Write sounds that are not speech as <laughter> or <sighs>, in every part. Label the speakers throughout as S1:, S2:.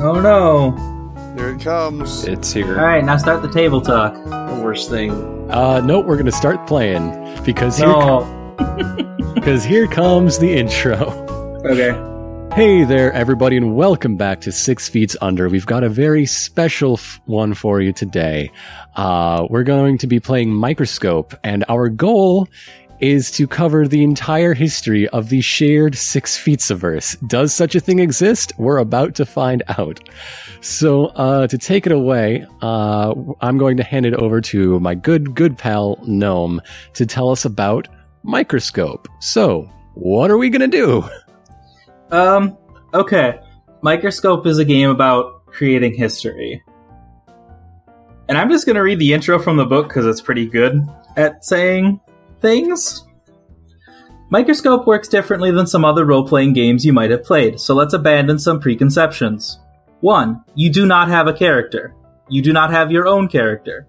S1: Oh no!
S2: Here it comes. <laughs>
S3: It's here.
S1: All right, now start the table talk. The worst thing.
S4: Uh, no, we're gonna start playing because here
S1: No.
S4: because here comes the intro.
S1: <laughs> Okay.
S4: Hey there, everybody, and welcome back to Six Feet Under. We've got a very special f- one for you today. Uh, we're going to be playing Microscope, and our goal is to cover the entire history of the shared Six Feetsiverse. Does such a thing exist? We're about to find out. So, uh, to take it away, uh, I'm going to hand it over to my good, good pal, Gnome, to tell us about Microscope. So, what are we going to do?
S1: Um. Okay. Microscope is a game about creating history, and I'm just gonna read the intro from the book because it's pretty good at saying things. Microscope works differently than some other role playing games you might have played, so let's abandon some preconceptions. 1. You do not have a character. You do not have your own character.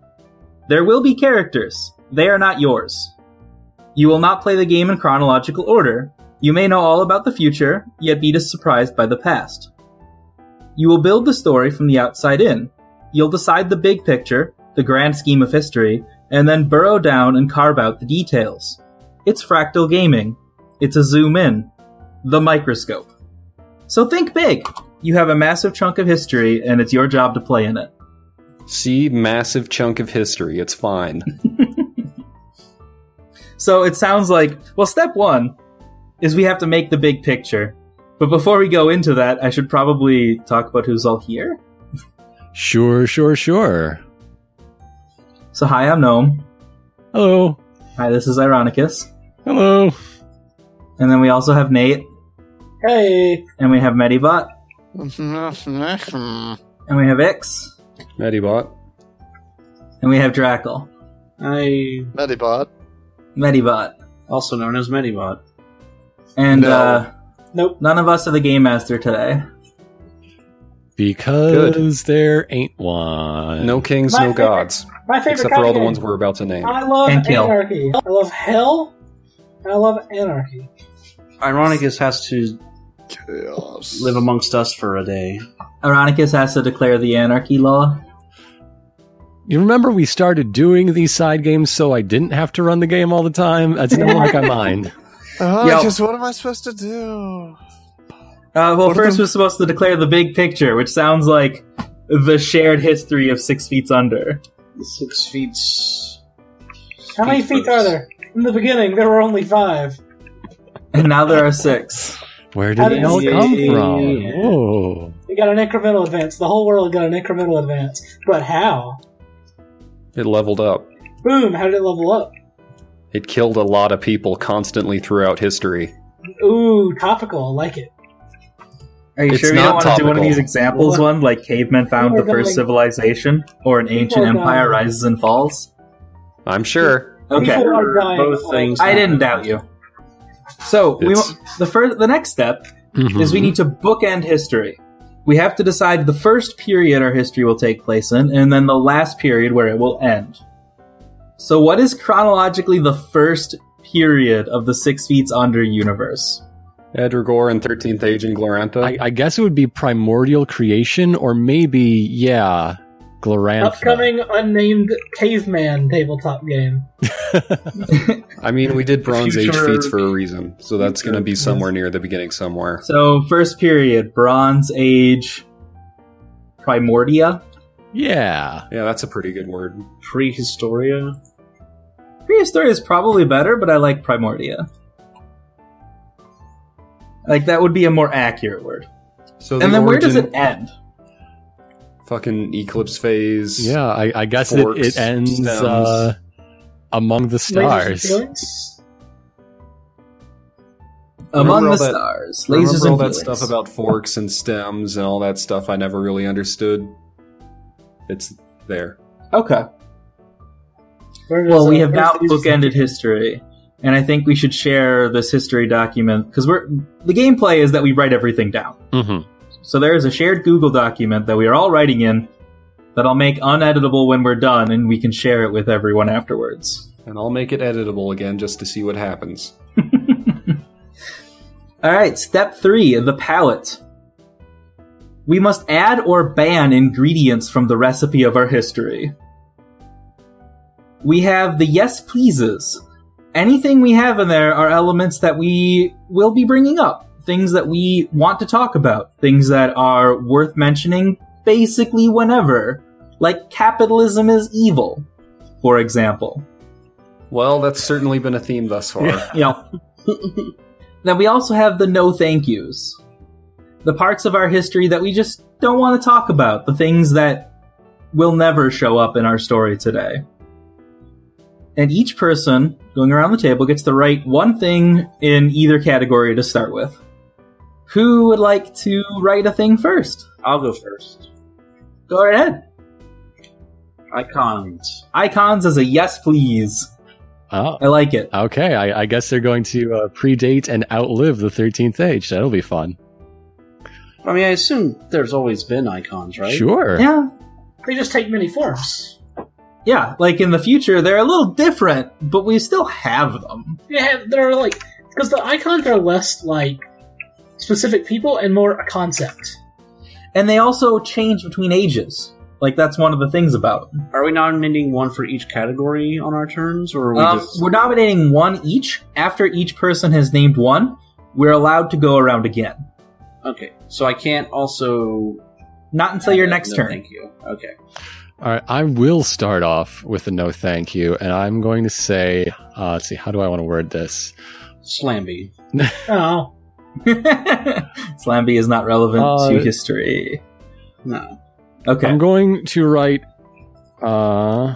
S1: There will be characters. They are not yours. You will not play the game in chronological order. You may know all about the future, yet be surprised by the past. You will build the story from the outside in. You'll decide the big picture, the grand scheme of history, and then burrow down and carve out the details. It's fractal gaming. It's a zoom in. The microscope. So think big! You have a massive chunk of history, and it's your job to play in it.
S3: See, massive chunk of history. It's fine.
S1: So it sounds like, well, step one is we have to make the big picture. But before we go into that, I should probably talk about who's all here.
S4: Sure, sure, sure.
S1: So, hi, I'm Gnome.
S4: Hello.
S1: Hi, this is Ironicus.
S4: Hello.
S1: And then we also have Nate,
S5: Hey,
S1: and we have Medibot, and we have Ix,
S3: Medibot.
S1: and we have Drackle.
S5: I
S2: Medibot.
S1: Medibot.
S5: also known as Medibot.
S1: And
S2: No.
S1: uh,
S5: Nope.
S1: none of us are the Game Master today.
S4: Because there ain't one.
S3: No kings,
S5: My
S3: no
S5: favorite
S3: gods.
S5: My favorite
S3: Except
S5: kind
S3: for all
S5: of
S3: the
S5: game.
S3: ones we're about to name.
S5: I love
S1: And kill.
S5: anarchy. I love hell. And I love anarchy. Ironicus has to
S2: Chaos.
S5: live amongst us for a day.
S1: Ironicus has to declare the anarchy law.
S4: You remember we started doing these side games so I didn't have to run the game all the time? That's in the back of my mind.
S1: Yo.
S2: Because what am Oh, I supposed to do?
S1: Uh, well,
S2: What
S1: first
S2: the-
S1: we're supposed to declare the big picture, which sounds like the shared history of Six Feet Under.
S6: Six feet.
S5: How many feet are there? In the beginning, there were only five.
S1: And now there are six.
S4: <laughs> Where
S5: How
S4: did they
S5: did
S4: all
S5: you-
S4: come from? Oh. Whoa.
S5: We got an incremental advance. The whole world got an incremental advance. But how?
S3: It leveled up.
S5: Boom! How did it level up?
S3: It killed a lot of people constantly throughout history.
S5: Ooh, topical. I like it.
S1: Are you
S3: It's
S1: sure we don't
S3: not
S1: want to do one of
S3: topical.
S1: these examples?
S5: What?
S1: One like cavemen found
S5: People
S1: the
S5: are
S1: first
S5: going-
S1: civilization, or an
S5: People
S1: ancient
S5: are
S1: empire
S5: going-
S1: rises and falls.
S3: I'm sure.
S1: Okay,
S5: People are dying.
S6: Both things.
S1: I didn't doubt you. So we
S3: It's-
S1: wa- the first, the next step is we
S3: Mm-hmm.
S4: Mhm.
S1: need to bookend history. We have to decide the first period our history will take place in, and then the last period where it will end. So, what is chronologically the first period of the Six Feet Under universe?
S3: Edragor and 13th Age and Glorantha.
S4: I, I guess it would be primordial creation or maybe, yeah, Glorantha.
S5: Upcoming unnamed caveman tabletop game.
S3: I mean, we did Bronze
S6: Future-
S3: Age feats for a reason, so that's going to be somewhere near the beginning somewhere.
S1: So, first period, Bronze Age, Primordia,
S4: Yeah.
S3: Yeah, that's a pretty good word.
S6: Prehistoria.
S1: Prehistory is probably better, but I like Primordia. Like that would be a more accurate word.
S3: So
S1: and
S3: the
S1: then where does
S3: origin-
S1: it end?
S3: Fucking eclipse phase.
S4: Yeah, I, I guess it,
S3: Forks,
S4: it ends
S3: stones.
S4: uh, among the
S5: Lasers
S4: stars.
S5: and feelings?
S1: Among
S3: all
S1: the
S3: that-
S1: stars,
S3: Remember
S1: lasers
S3: all
S1: and
S3: that
S1: feelings.
S3: stuff about forks and stems and all that stuff I never really understood. It's there.
S1: Okay.
S5: Where does,
S1: Well, we
S5: uh,
S1: have
S5: where's
S1: now
S5: the use of-
S1: bookended history, and I think we should share this history document because we're the gameplay is that we write everything down.
S4: Mhm.
S1: So there is a shared Google document that we are all writing in that I'll make uneditable when we're done, and we can share it with everyone afterwards.
S3: And I'll make it editable again just to see what happens.
S1: All right, step three the palette. We must add or ban ingredients from the recipe of our history. We have the yes pleases. Anything we have in there are elements that we will be bringing up, things that we want to talk about, things that are worth mentioning basically whenever, like capitalism is evil, for example.
S3: Well, that's certainly been a theme thus far.
S1: <laughs> You know. then we also have the no thank yous. The parts of our history that we just don't want to talk about, the things that will never show up in our story today. And each person going around the table gets to write one thing in either category to start with. Who would like to write a thing first?
S5: I'll go first.
S1: Go right ahead.
S5: Icons.
S1: Icons is a yes, please.
S4: Oh,
S1: I like it.
S4: okay. I, I guess they're going to uh, predate and outlive the 13th age. That'll be fun.
S5: I mean, I assume there's always been icons, right?
S4: Sure.
S1: Yeah,
S7: They just take many forms.
S1: Yeah, like in the future, they're a little different, but we still have them.
S7: Yeah, they're like because the icons are less like specific people and more a concept.
S1: And they also change between ages. Like, that's one of the things about them.
S5: Are we nominating one for each category on our turns, or are we
S1: um,
S5: just
S1: we're nominating one each. After each person has named one, we're allowed to go around again.
S5: okay? So I can't also
S1: Not until your
S5: No,
S1: next
S5: Uh, no,
S1: turn. <laughs>
S5: Thank you. Okay.
S4: All right. I will start off with a no thank you. And I'm going to say, uh, let's see, how do I want to word this?
S5: Slamby.
S7: Oh,
S1: Slamby is not relevant
S4: Uh, Oh,
S1: to history.
S5: No.
S1: Okay.
S4: I'm going to write uh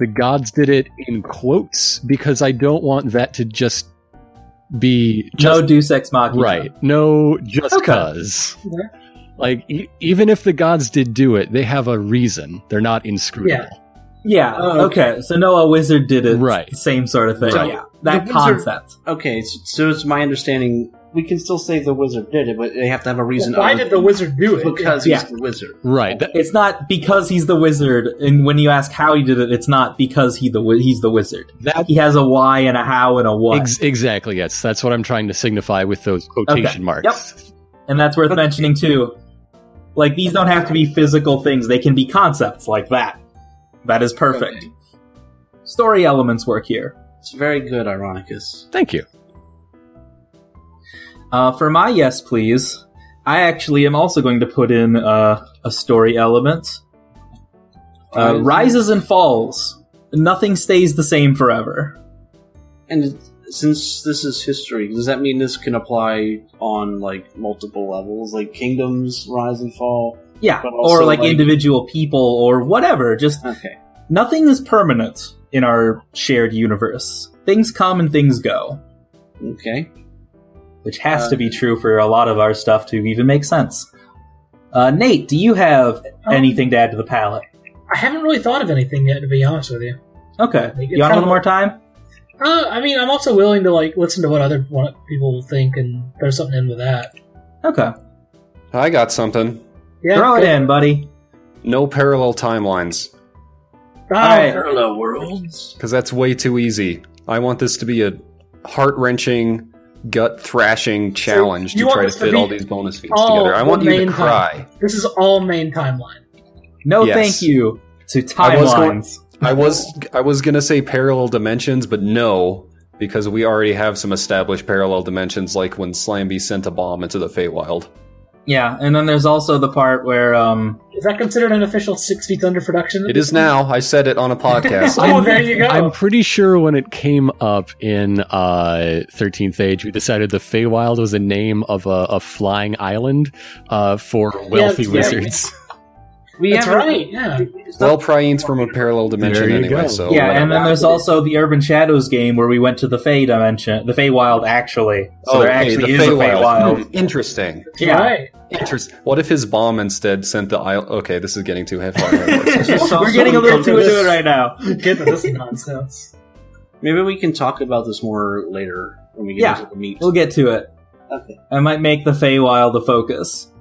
S4: The gods did it in quotes because I don't want that to just be
S1: no
S4: just
S1: Deus Ex Machina.
S4: right. No just
S1: Okay.
S4: cuz.
S7: Okay.
S4: Like e- even if the gods did do it, they have a reason. They're not inscrutable.
S1: Yeah,
S5: Oh,
S1: okay. So no, a wizard did it.
S4: Right.
S1: Same sort of thing.
S5: Right.
S1: Yeah. That
S5: The wizard-
S1: concept.
S5: Okay. So, so it's my understanding. We can still say the wizard did it, but they have to have a reason.
S7: why
S5: other
S7: did the
S5: than-
S7: wizard do it?
S5: Because
S1: Yeah.
S5: he's the wizard.
S4: Right. That-
S1: It's not because he's the wizard, and when you ask how he did it, it's not because he the wi- he's the wizard.
S4: that
S1: He has a why and a how and a what,
S4: ex- exactly. Yes. That's what I'm trying to signify with those quotation marks.
S1: and that's worth mentioning too. Like these don't have to be physical things; they can be concepts like that. That is perfect.
S5: Okay.
S1: Story elements work here.
S5: It's very good, Ironicus.
S4: Thank you.
S1: Uh, for my yes, please, I actually am also going to put in uh, a story element. Uh, rises and falls. Nothing stays the same forever.
S5: And since this is history, does that mean this can apply on like multiple levels, like kingdoms rise and fall?
S1: Yeah,
S5: But also,
S1: or like,
S5: like-
S1: individual people or whatever. Just
S5: Okay.
S1: nothing is permanent in our shared universe. Things come and things go,
S5: Okay.
S1: which has
S7: Uh,
S1: to be true for a lot of our stuff to even make sense. Uh, Nate, do you have
S3: Oh.
S7: Um,
S1: anything to add to the palette?
S7: I haven't really thought of anything yet, to be honest with you.
S1: Okay,
S7: Make it
S1: you want a
S7: sound
S1: little more time?
S7: Uh, I mean, I'm also willing to like listen to what other what people think and throw something in with that.
S1: Okay,
S3: I got something.
S7: Yeah,
S1: throw it in, buddy.
S3: No parallel timelines.
S7: Oh,
S1: Alright.
S5: Parallel worlds.
S3: because that's way too easy. I want this to be a heart wrenching, gut thrashing challenge
S7: you
S3: to
S7: want
S3: try to
S7: this to
S3: fit
S7: be
S3: all these bonus feats
S7: all
S3: together. I want
S7: the
S3: you to
S7: main
S3: cry.
S7: This is all main timeline.
S1: No,
S3: Yes.
S1: thank you to
S3: I was going-
S1: timelines.
S3: I was I was gonna say parallel dimensions, but no, because we already have some established parallel dimensions, like when Slamby sent a bomb into the Feywild.
S1: Yeah, and then there's also the part where um,
S7: Is that considered an official Six Feet Under production?
S3: It is now. I said it on
S7: <laughs>
S3: a podcast.
S7: Oh, there you go.
S4: I'm pretty sure when it came up in uh, 13th Age, we decided the Feywild was a name of a, a flying island uh, for wealthy
S7: yeah.
S4: wizards.
S5: We
S7: That's
S5: haven't-
S7: right. Yeah.
S5: It's not-
S3: well, Priane's from a parallel dimension
S4: There you
S3: anyway,
S4: go.
S3: so
S1: yeah,
S3: whatever.
S1: and then there's also the Urban Shadows game where we went to the Fey dimension, the Fey Wild actually. So
S3: oh,
S1: there
S3: hey,
S1: actually
S3: the
S1: is a Fey
S7: <laughs>
S3: Feywild.
S1: Wild.
S3: Hmm, Interesting.
S1: Yeah.
S7: Right.
S3: Interesting. What if his bomb instead sent the isle? Okay, this is getting too
S7: <laughs>
S3: heavy.
S1: We're getting a little too into it right now.
S7: Get that this is <sighs> nonsense.
S5: Maybe we can talk about this more later when we get
S1: Yeah.
S5: into the meat.
S1: We'll get to it.
S5: Okay.
S1: I might make the Fey Wild the focus.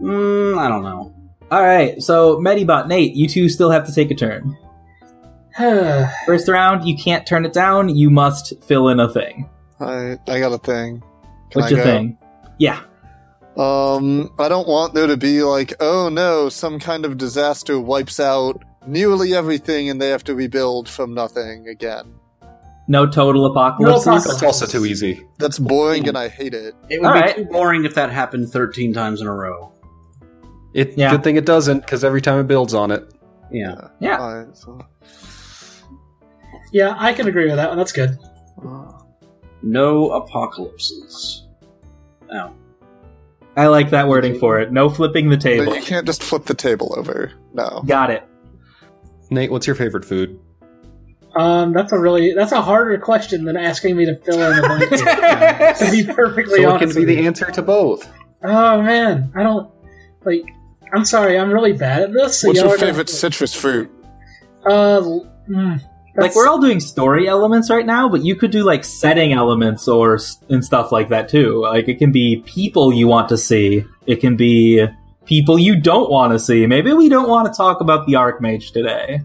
S5: Mm, I don't know.
S1: All right, so Medibot, Nate, you two still have to take a turn. First round, you can't turn it down. You must fill in a thing.
S2: I I got a thing. Can
S1: What's
S2: I
S1: your
S2: go?
S1: thing? Yeah.
S2: Um, I don't want there to be like, oh no, some kind of disaster wipes out nearly everything and they have to rebuild from nothing again.
S1: No total apocalypses.
S7: No apocalypse.
S3: That's also too easy.
S2: That's boring and I hate it.
S5: It would
S1: All
S5: be
S1: right.
S5: too boring if that happened 13 times in a row.
S3: It,
S1: Yeah.
S3: Good thing it doesn't, because every time it builds on it.
S5: Yeah.
S1: Yeah.
S2: Alright, so,
S7: Yeah, I can agree with that one. That's good.
S2: uh,
S5: No apocalypses. Oh.
S1: I like that wording for it. No flipping the
S2: but
S1: table.
S2: you can't just flip the table over. No.
S1: Got it.
S3: Nate, what's your favorite food?
S7: Um, that's a really that's a harder question than asking me to fill in a blank.
S1: <laughs>
S2: <laughs>
S7: to be perfectly
S3: So it
S7: honest,
S3: can be
S7: with you.
S3: the answer to both.
S7: oh man, I don't like. I'm sorry, I'm really bad at this. so
S2: What's
S7: y'all
S2: your
S7: are gonna-
S2: favorite citrus fruit?
S7: Uh, l- mm,
S1: like
S7: that's-
S1: we're all doing story elements right now, but you could do like setting elements or s- and stuff like that too. Like it can be people you want to see. It can be people you don't want to see. Maybe we don't want to talk about the Archmage today.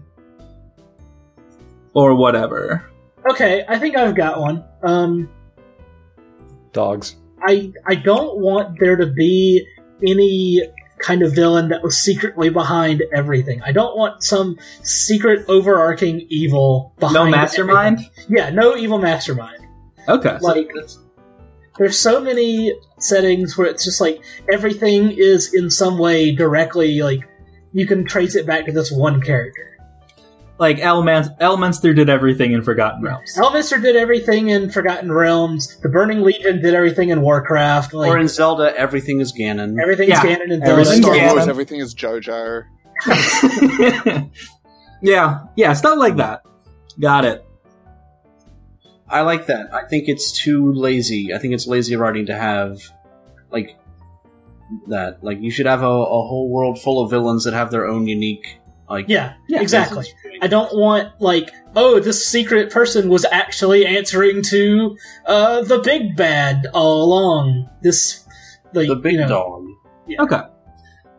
S1: Or whatever.
S7: okay. I think I've got one. Um,
S3: Dogs.
S7: I I don't want there to be any kind of villain that was secretly behind everything. I don't want some secret overarching evil behind
S1: no mastermind?
S7: everything. Yeah, no evil mastermind.
S1: Okay.
S7: like
S5: That's-
S7: there's so many settings where it's just like everything is in some way directly like you can trace it back to this one character.
S1: Like Elements Elminster did everything in Forgotten Realms.
S7: Elvister did everything in Forgotten Realms. The Burning Legion did everything in Warcraft. Like
S5: or in Zelda, everything is Ganon.
S7: everything's
S1: Yeah.
S7: canon in
S1: Every
S2: In
S7: Zelda.
S1: Everything's
S2: Star
S1: canon.
S2: Wars, everything is Jar Jar.
S1: <laughs> yeah. Yeah, stuff like that. Got it.
S5: I like that. I think it's too lazy. I think it's lazy writing to have, like, that. Like, you should have a, a whole world full of villains that have their own unique, like,
S7: Yeah,
S1: Yeah.
S7: exactly. I don't want like, oh, this secret person was actually answering to uh, the big bad all along. This, like,
S5: the big
S7: you know,
S5: dog.
S1: Okay.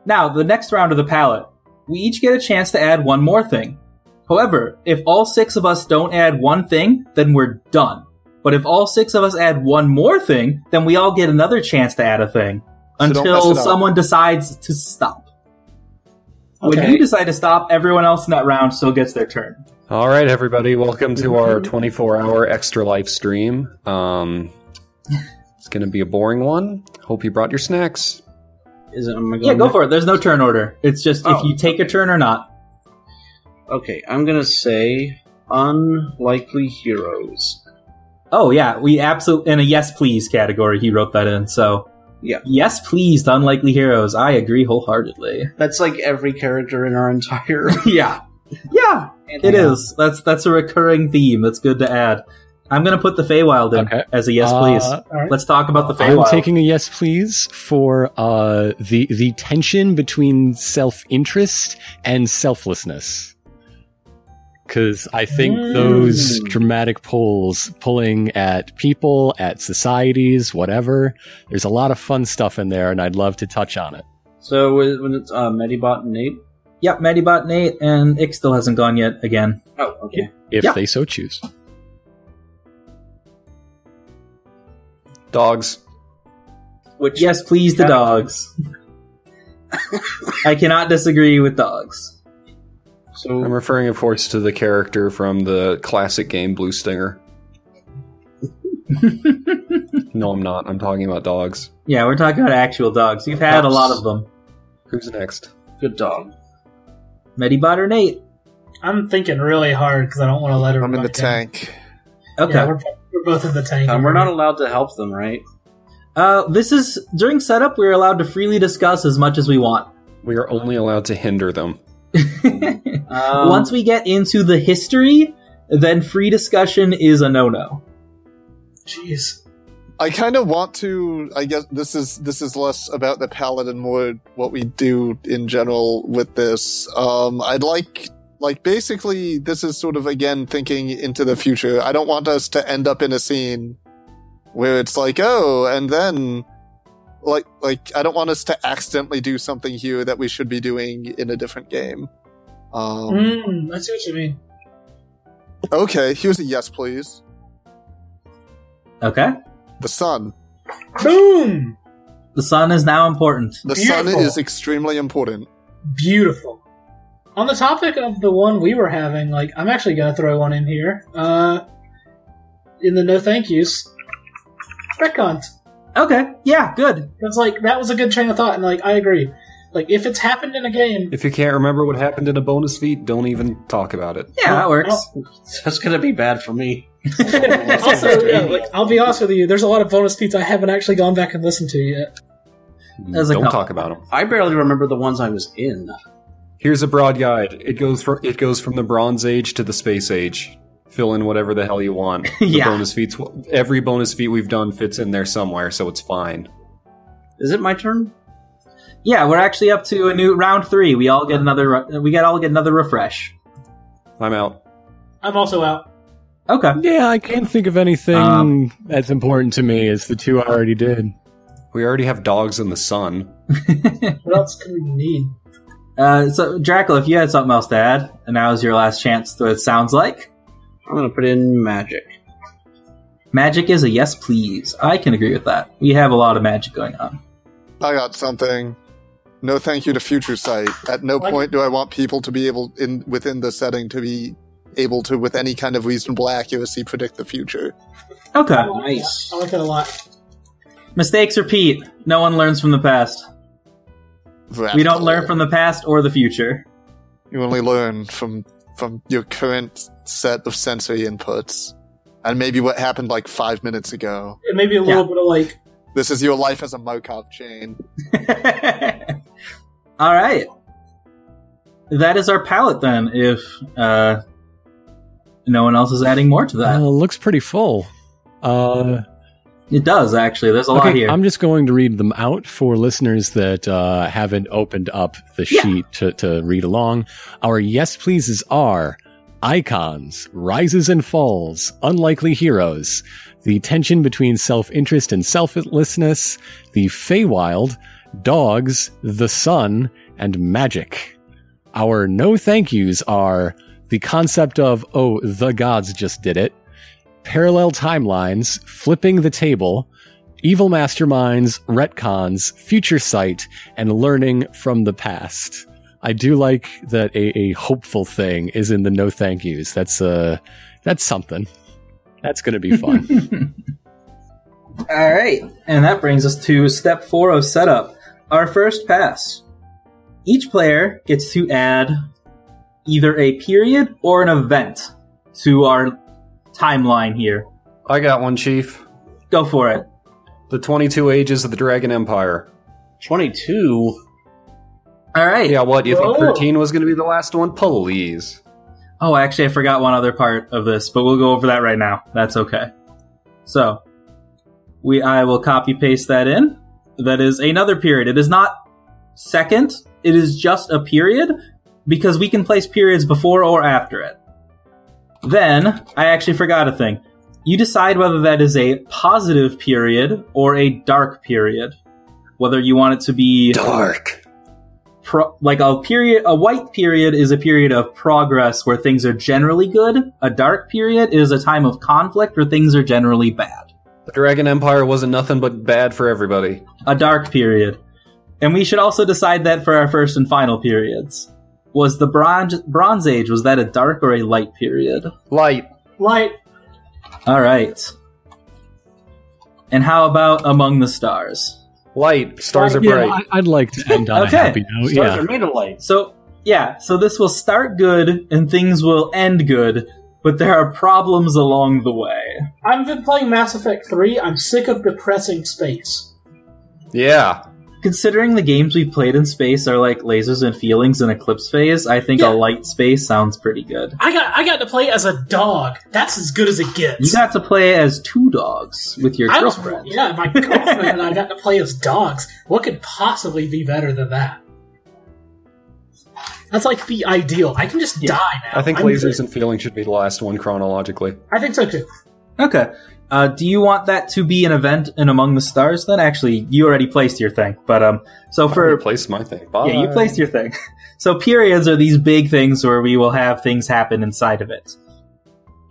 S1: Now, the next round of the palette, we each get a chance to add one more thing. However, if all six of us don't add one thing, then we're done. But if all six of us add one more thing, then we all get another chance to add a thing
S2: So don't
S1: until
S2: mess it up.
S1: someone decides to stop. When
S5: Okay.
S1: you decide to stop, everyone else in that round still gets their turn.
S3: All right, everybody, welcome to our 24 hour extra live stream. Um, it's going to be a boring one. Hope you brought your snacks.
S5: Is it? Am I going
S1: Yeah, go for it. There's no turn order. It's just if
S5: Oh,
S1: you take a turn or not.
S5: Okay, I'm gonna say unlikely heroes.
S1: Oh yeah, we absolutely in a yes please category. He wrote that in. So
S5: Yeah.
S1: yes please to unlikely heroes. I agree wholeheartedly.
S5: That's like every character in our
S1: <laughs>
S5: entire.
S1: yeah. Yeah, it is.
S5: Yeah.
S1: That's that's a recurring theme. That's good to add. I'm gonna put the Feywild in
S4: Okay.
S1: as a yes,
S4: Uh,
S1: please.
S7: all right.
S1: Let's talk about the Feywild.
S4: I'm taking a yes, please, for uh, the the tension between self interest and selflessness. Because I think
S1: Hmm.
S4: those
S5: Mm.
S4: dramatic pulls, pulling at people, at societies, whatever. There's a lot of fun stuff in there, and I'd love to touch on it.
S5: So when when it's uh, Medibot and Nate.
S1: Yep, Medibot and eight, and Ick still hasn't gone yet. Again,
S5: Oh, okay.
S4: if
S1: Yeah.
S4: they so choose.
S3: Dogs.
S5: Which
S1: yes, please the dogs. I cannot disagree with dogs.
S3: I'm
S5: So
S3: referring, of course, to the character from the classic game
S7: <laughs>
S3: Blue Stinger. no, I'm not. I'm talking about dogs.
S1: Yeah, we're talking about actual dogs. You've had a lot of them.
S3: Who's next?
S5: good dog.
S1: Medibot or Nate?
S7: I'm thinking really hard because I don't want to let her.
S2: I'm in the tank.
S1: Okay.
S7: Yeah, we're, bo- we're both in the tank.
S5: Um, we're not allowed to help them, right?
S1: uh, this is during setup. We're allowed to freely discuss as much as we want.
S3: We are only allowed to hinder them.
S5: Um,
S1: Uh, Once we get into the history, then free discussion is a no-no.
S7: Jeez.
S2: I kind of want to. I guess this is this is less about the palette and more what we do in general with this. Um, I'd like like basically this is sort of again thinking into the future. I don't want us to end up in a scene where it's like oh, and then like like I don't want us to accidentally do something here that we should be doing in a different game. Um,
S7: Mm, I see what you mean.
S2: Okay, here's a yes, please.
S1: Okay.
S2: The sun.
S7: Boom.
S1: The sun is now important.
S2: The sun
S7: Beautiful.
S2: is extremely important.
S7: Beautiful. On the topic of the one we were having, like I'm actually gonna throw one in here. Uh, in the no thank yous, spec hunt.
S1: Okay, yeah, good.
S7: It's like that was a good train of thought, and like I agree. Like if it's happened in a game,
S3: If you can't remember what happened in a bonus feat, don't even talk about it.
S1: Yeah, that works.
S5: <laughs> That's gonna be bad for <laughs> me. <laughs>
S7: also, yeah, like, I'll be honest with you, there's a lot of bonus feats I haven't actually gone back and listened to yet.
S1: As a
S3: don't
S1: com-
S3: talk about them.
S5: I barely remember the ones I was in.
S3: Here's a broad guide. It goes from it goes from the Bronze Age to the Space Age. Fill in whatever the hell you want.
S1: <laughs>
S3: The
S1: Yeah.
S3: bonus feats. Every bonus feat we've done fits in there somewhere, so it's fine.
S5: Is it my turn?
S1: yeah, we're actually up to a new round three. We all get another. re- We get all get another refresh.
S3: I'm out.
S7: I'm also out.
S1: Okay.
S4: Yeah, I can't think of anything
S1: Um,
S4: that's important to me as the two I already did.
S3: We already have dogs in the sun.
S7: What else could we need?
S1: Uh, so, Dracula, if you had something else to add, and now is your last chance. Though it sounds like
S5: I'm gonna put in magic.
S1: magic is a yes, please. I can agree with that. We have a lot of magic going on.
S2: I got something. No thank you to future sight. At no
S7: What?
S2: point do I want people to be able in within the setting to be able to with any kind of reasonable accuracy predict the future.
S1: Okay.
S5: Nice.
S7: I like that a lot.
S1: Mistakes repeat. No one learns from the past. We don't learn from the past or the future. <laughs>
S2: You only learn from from your current set of sensory inputs. And maybe what happened like five minutes ago.
S7: It may be a little bit of like
S2: This is your life as a Mokov chain.
S1: All right. That is our palette then. If uh, no one else is adding more to that,
S4: Uh, looks pretty full. Uh,
S1: it does actually. There's a lot
S4: okay,
S1: here.
S4: I'm just going to read them out for listeners that uh, haven't opened up the
S1: Yeah.
S4: sheet to, to read along. Our yes pleases are icons, rises and falls, unlikely heroes, the tension between self interest and selflessness, the Feywild, dogs, the sun, and magic. Our no thank yous are the concept of, oh, the gods just did it, parallel timelines, flipping the table, evil masterminds, retcons, future sight, and learning from the past. I do like that a, a hopeful thing is in the no thank yous. That's uh that's something. That's gonna be fun.
S1: All right. And that brings us to step four of setup our first pass. Each player gets to add either a period or an event to our timeline here.
S3: I got one, Chief.
S1: Go for it.
S3: The 22 Ages of the Dragon Empire.
S5: Twenty-two.
S1: All right.
S3: Yeah, what? You think
S7: Oh.
S3: 13 was going to be the last one? Please.
S1: Oh, actually, I forgot one other part of this, but we'll go over that right now. That's okay. So, we I will copy paste that in. That is another period. It is not second. It is just a period because we can place periods before or after it. Then I actually forgot a thing. You decide whether that is a positive period or a dark period. Whether you want it to be
S3: Dark.
S1: pro- like a period a white period is a period of progress where things are generally good a dark period is a time of conflict where things are generally bad
S3: The Dragon Empire wasn't nothing but bad for everybody.
S1: a dark period and we should also decide that for our first and final periods was the bronze bronze age was that a dark or a light period
S3: Light.
S7: light.
S1: all right and how about among the stars
S3: Light. Stars are
S4: Yeah,
S3: bright.
S4: I, would like to end on
S1: Okay.
S4: a happy note.
S5: Stars
S4: Yeah.
S5: are made of light.
S1: So yeah, so this will start good and things will end good, but there are problems along the way.
S7: I've been playing Mass Effect 3. I'm sick of depressing space.
S3: Yeah.
S1: Considering the games we've played in space are like lasers and feelings and eclipse phase, I think
S7: Yeah.
S1: a light space sounds pretty good.
S7: I got I got to play as a dog. That's as good as it
S1: You
S7: gets.
S1: got to play as two dogs with your
S7: I was,
S1: girlfriend.
S7: yeah,
S1: <laughs>
S7: my girlfriend and I got to play as dogs. What could possibly be better than that? That's like the ideal. I can just die now.
S3: I think
S7: I'm
S3: lasers
S7: good.
S3: and feeling should be the last one chronologically.
S7: I think so too.
S1: Okay. Uh, do you want that to be an event in Among the Stars? Then actually, you already placed your thing. But um, so
S3: For
S1: for
S3: place my thing. Bye.
S1: Yeah, you placed your thing. <laughs> So periods are these big things where we will have things happen inside of it.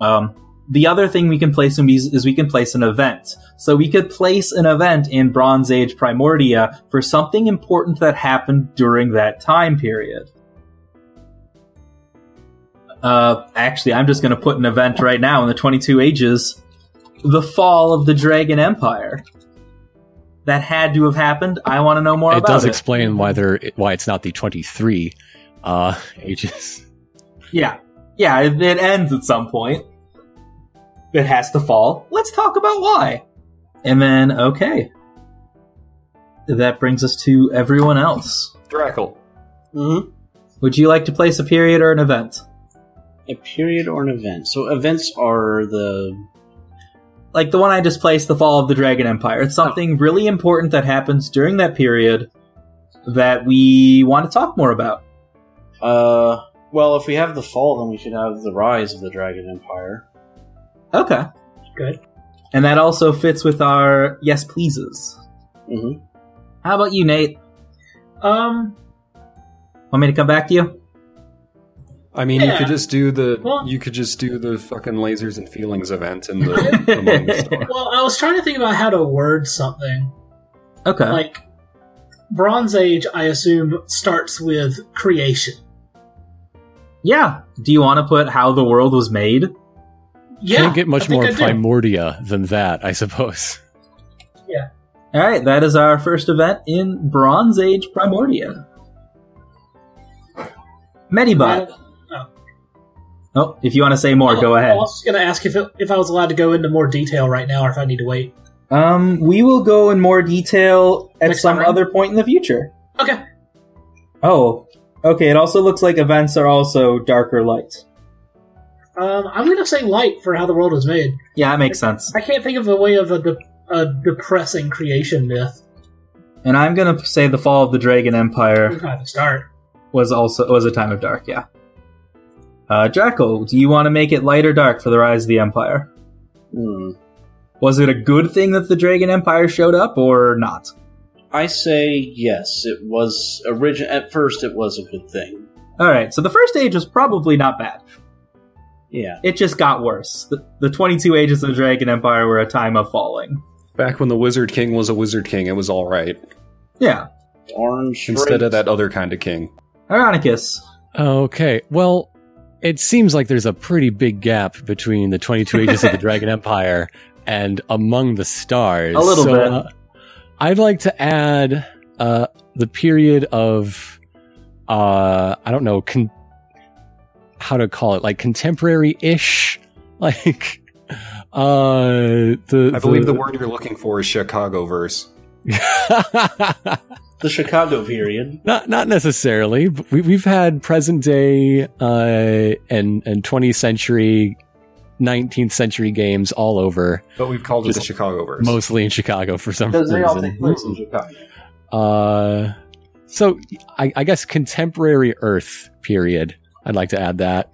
S1: Um, the other thing we can place in these is we can place an event. So we could place an event in Bronze Age Primordia for something important that happened during that time period. Uh, actually, I'm just going to put an event right now in the 22 Ages the fall of the Dragon Empire. That had to have happened. I want to know more
S4: it
S1: about
S4: does
S1: it.
S4: explain why they're why it's not the 23 uh ages
S1: Yeah. Yeah, it, it ends at some point. It has to fall. Let's talk about why. And then, okay. That brings us to everyone else.
S3: Drackle.
S5: Mm-hmm.
S1: Would you like to place a period or an event?
S5: A period or an event. So events are the
S1: Like the one I just placed, the fall of the Dragon Empire. It's something really important that happens during that period that we want to talk more about.
S5: uh. Well, if we have the fall, then we should have the rise of the Dragon Empire.
S1: Okay.
S7: Good.
S1: And that also fits with our yes pleases.
S5: Mm-hmm.
S1: How about you, Nate?
S7: Um,
S1: Want me to come back to you?
S3: I mean, you
S7: Yeah.
S3: could just do the
S7: Well-
S3: you could just do the fucking lasers and feelings event in the among the stars.
S7: well, I was trying to think about how to word something.
S1: Okay.
S7: Like, Bronze Age, I assume, starts with creation.
S1: Yeah. Do you want to put how the world was made?
S7: Yeah.
S4: can't get
S7: I
S4: much
S7: think
S4: more
S7: I do.
S4: primordia than that i suppose
S1: All right, that is our first event in Bronze Age Primordia. Medibot. Oh, if you want to say more,
S7: I-
S1: go
S7: Um, I
S1: ahead.
S7: was just going to ask if, it, if I was allowed to go into more detail right now or if I need to wait.
S1: Um, we will go in more detail at
S7: Next
S1: some
S7: time.
S1: other point in the future.
S7: Okay.
S1: Oh, okay. It also looks like events are also darker light.
S7: Um, I'm going to say light for how the world was made.
S1: Yeah, that makes sense.
S7: I can't think of a way of a, de- a depressing creation myth.
S1: And I'm gonna say the fall of the Dragon Empire.
S7: We're trying to start.
S1: was also was a time of dark. Yeah. Uh, Draco, do you want to make it light or dark for the rise of the Empire?
S5: Hmm.
S1: Was it a good thing that the Dragon Empire showed up or not?
S5: I say yes. It was origin at first. It was a good thing.
S1: All right, so the first age was probably not bad.
S5: Yeah.
S1: It just got worse. The, the 22 ages of the Dragon Empire were a time of falling.
S3: Back when the Wizard King was a Wizard King, it was all right.
S1: Yeah.
S5: Orange
S3: Instead of that other kind of king.
S1: Ironicus.
S4: okay well it seems like there's a pretty big gap between the 22 ages of the dragon empire and among the stars
S1: A little
S4: So,
S1: bit.
S4: uh, i'd like to add uh the period of uh i don't know con- how to call it like contemporary-ish <laughs> like uh the
S3: I believe the word you're looking for is Chicago verse.
S4: <laughs>
S5: the Chicago period.
S4: Not not necessarily. But we we've had present day uh, and and twentieth century, nineteenth century games all over,
S3: But we've called it the
S4: Just
S3: Chicago verse.
S4: mostly in Chicago for some
S5: Because
S4: reason.
S5: they all take place in Chicago.
S4: uh, so I, I guess contemporary Earth period. I'd like to add that.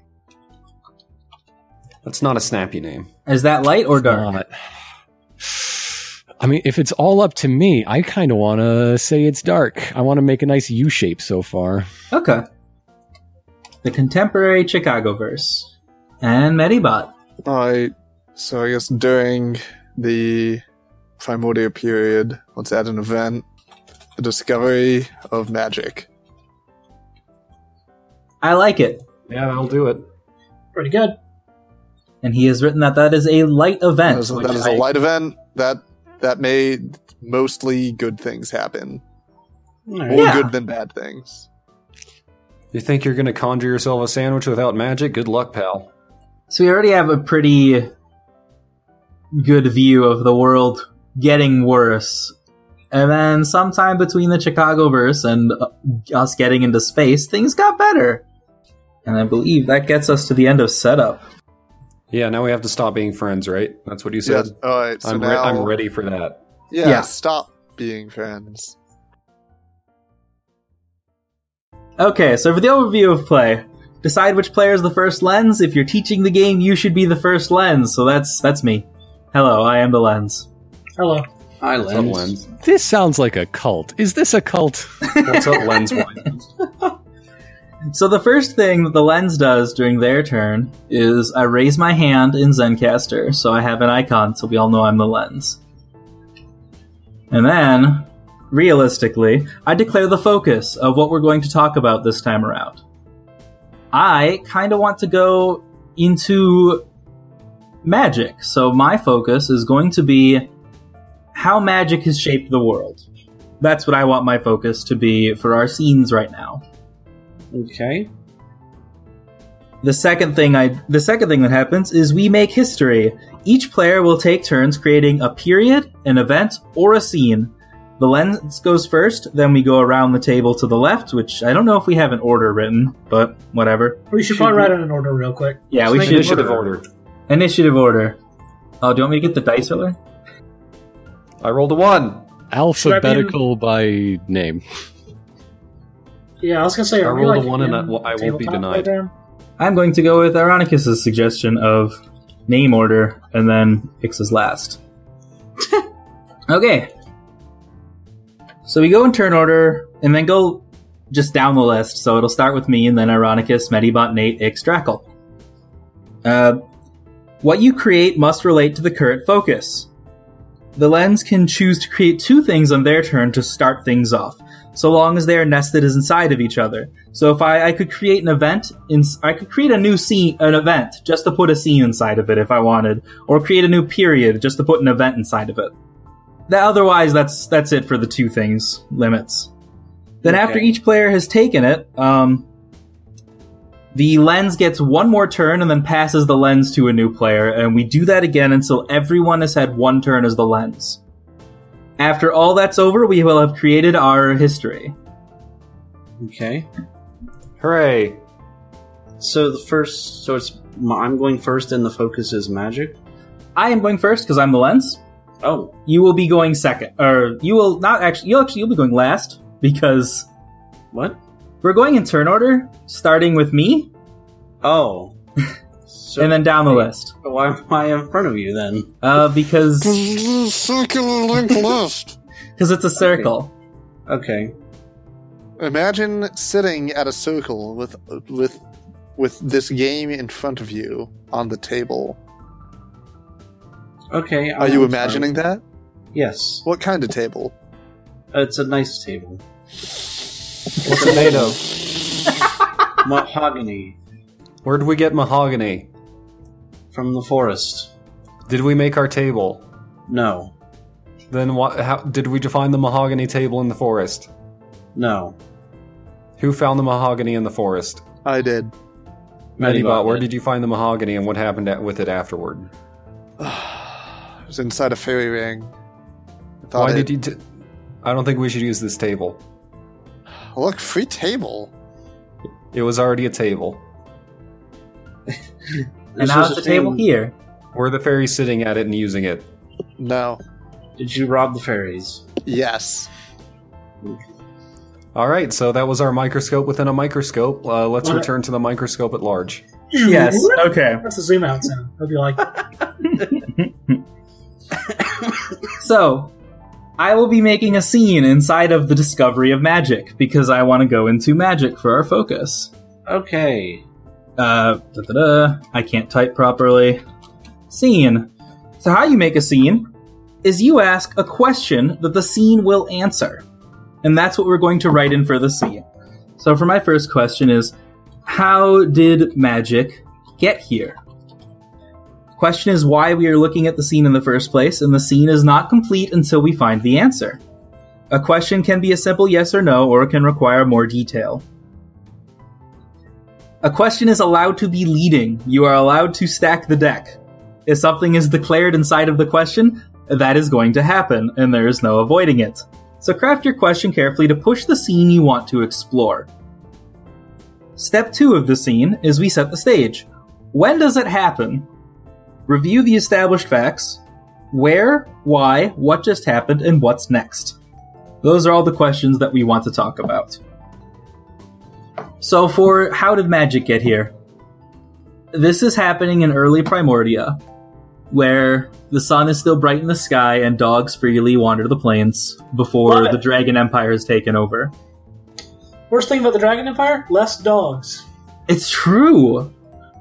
S3: That's not a snappy name.
S1: Is that light or dark?
S4: Not- Uh, I mean, if it's all up to me, I kind of want to say it's dark. I want to make a nice U shape so far.
S1: Okay. The contemporary Chicago verse. And Medibot.
S2: Alright, so I guess during the primordial period, let's add an event the discovery of magic.
S1: I like it.
S3: Yeah, I'll do it.
S7: Pretty good.
S1: And he has written that that is a light event.
S2: That is,
S1: which
S2: that is
S1: I-
S2: a light event that that made mostly good things happen.
S5: All right.
S2: More
S1: Yeah.
S2: good than bad things.
S3: You think you're going to conjure yourself a sandwich without magic? Good luck, pal.
S1: So we already have a pretty good view of the world getting worse. And then sometime between the Chicagoverse and uh, us getting into space, things got better. And I believe that gets us to the end of setup.
S3: Yeah, now we have to stop being friends, right? That's what you
S2: Yeah.
S3: said.
S2: Alright, so
S3: I'm, re-
S2: now
S3: I'm ready for that.
S2: Yeah,
S1: Yeah.
S2: stop being friends.
S1: Okay, so for the overview of play, decide which player is the first lens. If you're teaching the game, you should be the first lens. So that's that's me. Hello, I am the lens.
S7: Hello.
S5: Hi,
S3: What's up,
S1: <laughs>
S5: Lens.
S3: Lens?
S4: This sounds like a cult. Is this a cult?
S3: What's up, Lens? Wine?
S1: So the first thing that the lens does during their turn is I raise my hand in Zencaster, so I have an icon, so we all know I'm the lens. And then, realistically, I declare the focus of what we're going to talk about this time around. I kind of want to go into magic, so my focus is going to be how magic has shaped the world. That's what I want my focus to be for our scenes right now.
S5: Okay.
S1: The second thing I the second thing that happens is we make history. Each player will take turns creating a period, an event, or a scene. The lens goes first, then we go around the table to the left, which I don't know if we have an order written, but whatever.
S7: We should probably write it in order real quick.
S1: Yeah,
S7: Just
S1: we
S7: make
S1: should
S3: Initiative order.
S1: Initiative order. Oh, do you want me to get the dice roller?
S3: I rolled a one.
S4: Alphabetical by name.
S7: Yeah, I was gonna say.
S3: I
S7: Are we
S3: rolled a
S7: like
S3: one and
S7: in
S3: I- well, I won't be
S7: tabletop
S3: denied.
S7: program?
S1: I'm going to go with Ironicus's suggestion of name order, and then Ix's last. okay. So we go in turn order, and then go just down the list. So it'll start with me, and then Ironicus, Medibot, Nate, Ix, Drackle. Uh, what you create must relate to the current focus. The lens can choose to create two things on their turn to start things off, so long as they are nested as inside of each other. So if I, I could create an event, in, I could create a new scene, an event, just to put a scene inside of it if I wanted, or create a new period just to put an event inside of it. That otherwise, that's that's it for the two things limits. Then after
S5: Okay.
S1: each player has taken it, um, the lens gets one more turn and then passes the lens to a new player, and we do that again until everyone has had one turn as the lens. After all that's over, we will have created our history.
S5: Okay.
S3: Hooray!
S5: So the first, so it's I'm going first, and the focus is magic.
S1: I am going first because I'm the lens.
S5: Oh,
S1: You will be going second, or you will not actually. You'll actually you'll be going last because
S5: what?
S1: we're going in turn order, starting with me
S3: <laughs>
S5: Oh. So
S1: and then down the list.
S5: why am I in front of you then?
S1: Uh, because
S2: Circular
S1: <laughs>
S2: link list.
S1: because it's a circle.
S5: Okay.
S2: Imagine sitting at a circle with with with this game in front of you on the table.
S5: Okay.
S2: Are
S3: Oh,
S2: you imagining that?
S5: Yes.
S2: What kind of table?
S5: It's a nice table.
S3: What's it made of?
S5: <laughs> Mahogany
S3: Where did we get mahogany?
S5: from the forest.
S3: Did we make our table?
S5: No.
S3: Then what? How did we define the mahogany table in the forest?
S5: No.
S3: Who found the mahogany in the forest?
S2: I did.
S3: Medibot, where did you find the mahogany and what happened at, with it afterward?
S2: it was inside a fairy ring. I thought
S3: Why
S2: it-
S3: did you? T- I don't think we should use this table.
S2: look free table?
S3: It was already a table.
S1: And now it's a table here.
S3: Were the fairies sitting at it and using it?
S2: No.
S5: Did you rob the fairies?
S2: Yes. <sighs>
S3: All right, so that was our microscope within a microscope. Uh, let's
S7: What?
S3: return to the microscope at large.
S1: Yes. Okay.
S7: That's a zoom out sound. I'd be like,
S1: So, I will be making a scene inside of the discovery of magic because I want to go into magic for our focus.
S5: Okay.
S1: Uh, da-da-da. I can't type properly. Scene. So, how you make a scene is you ask a question that the scene will answer. And that's what we're going to write in for the scene. So, for my first question is How did magic get here? Question is why we are looking at the scene in the first place, and the scene is not complete until we find the answer. A question can be a simple yes or no, or it can require more detail. A question is allowed to be leading. You are allowed to stack the deck. If something is declared inside of the question, that is going to happen, and there is no avoiding it. So craft your question carefully to push the scene you want to explore. Step 2 of the scene is we set the stage. When does it happen? Review the established facts. Where, why, what just happened, and what's next? Those are all the questions that we want to talk about. So, for how did magic get here? This is happening in early Primordia, where the sun is still bright in the sky and dogs freely wander the plains before
S7: Love it.
S1: the Dragon Empire is taken over.
S7: Worst thing about the Dragon Empire? Less dogs. <laughs>
S1: It's true.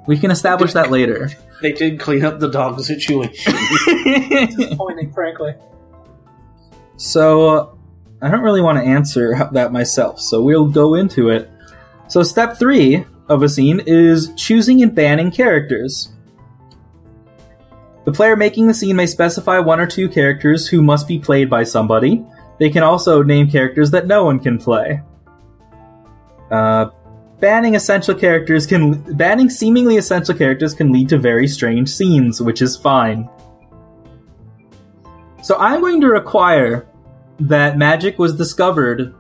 S1: We can establish that later.
S5: They did clean up the dog <laughs> situation.
S7: Pointing, frankly.
S1: So uh, I don't really want to answer that myself, so we'll go into it. So step three of a scene is choosing and banning characters. The player making the scene may specify one or two characters who must be played by somebody. They can also name characters that no one can play. Uh, banning essential characters can banning seemingly essential characters can lead to very strange scenes, which is fine. So I'm going to require that magic was discovered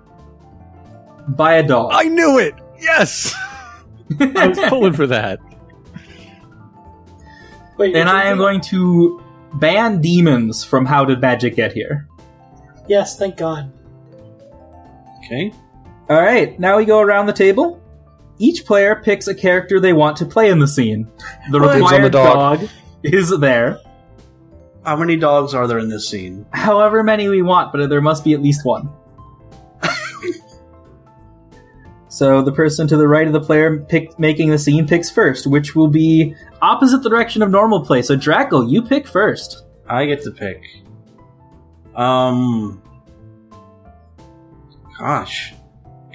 S1: by a dog.
S4: I knew it. Yes, I was pulling for that.
S1: and
S7: Wait, did
S1: I
S7: you-
S1: am going to ban demons from How Did Magic Get Here.
S7: Yes, thank God.
S5: okay.
S1: All right, now we go around the table. Each player picks a character they want to play in the scene. The
S3: Name's on the
S1: required
S3: dog.
S1: dog is there.
S5: How many dogs are there in this scene?
S1: however many we want, but there must be at least one. so the person to the right of the player pick, making the scene picks first, which will be opposite the direction of normal play. So Drackle, you pick first.
S5: I get to pick. Um. Gosh.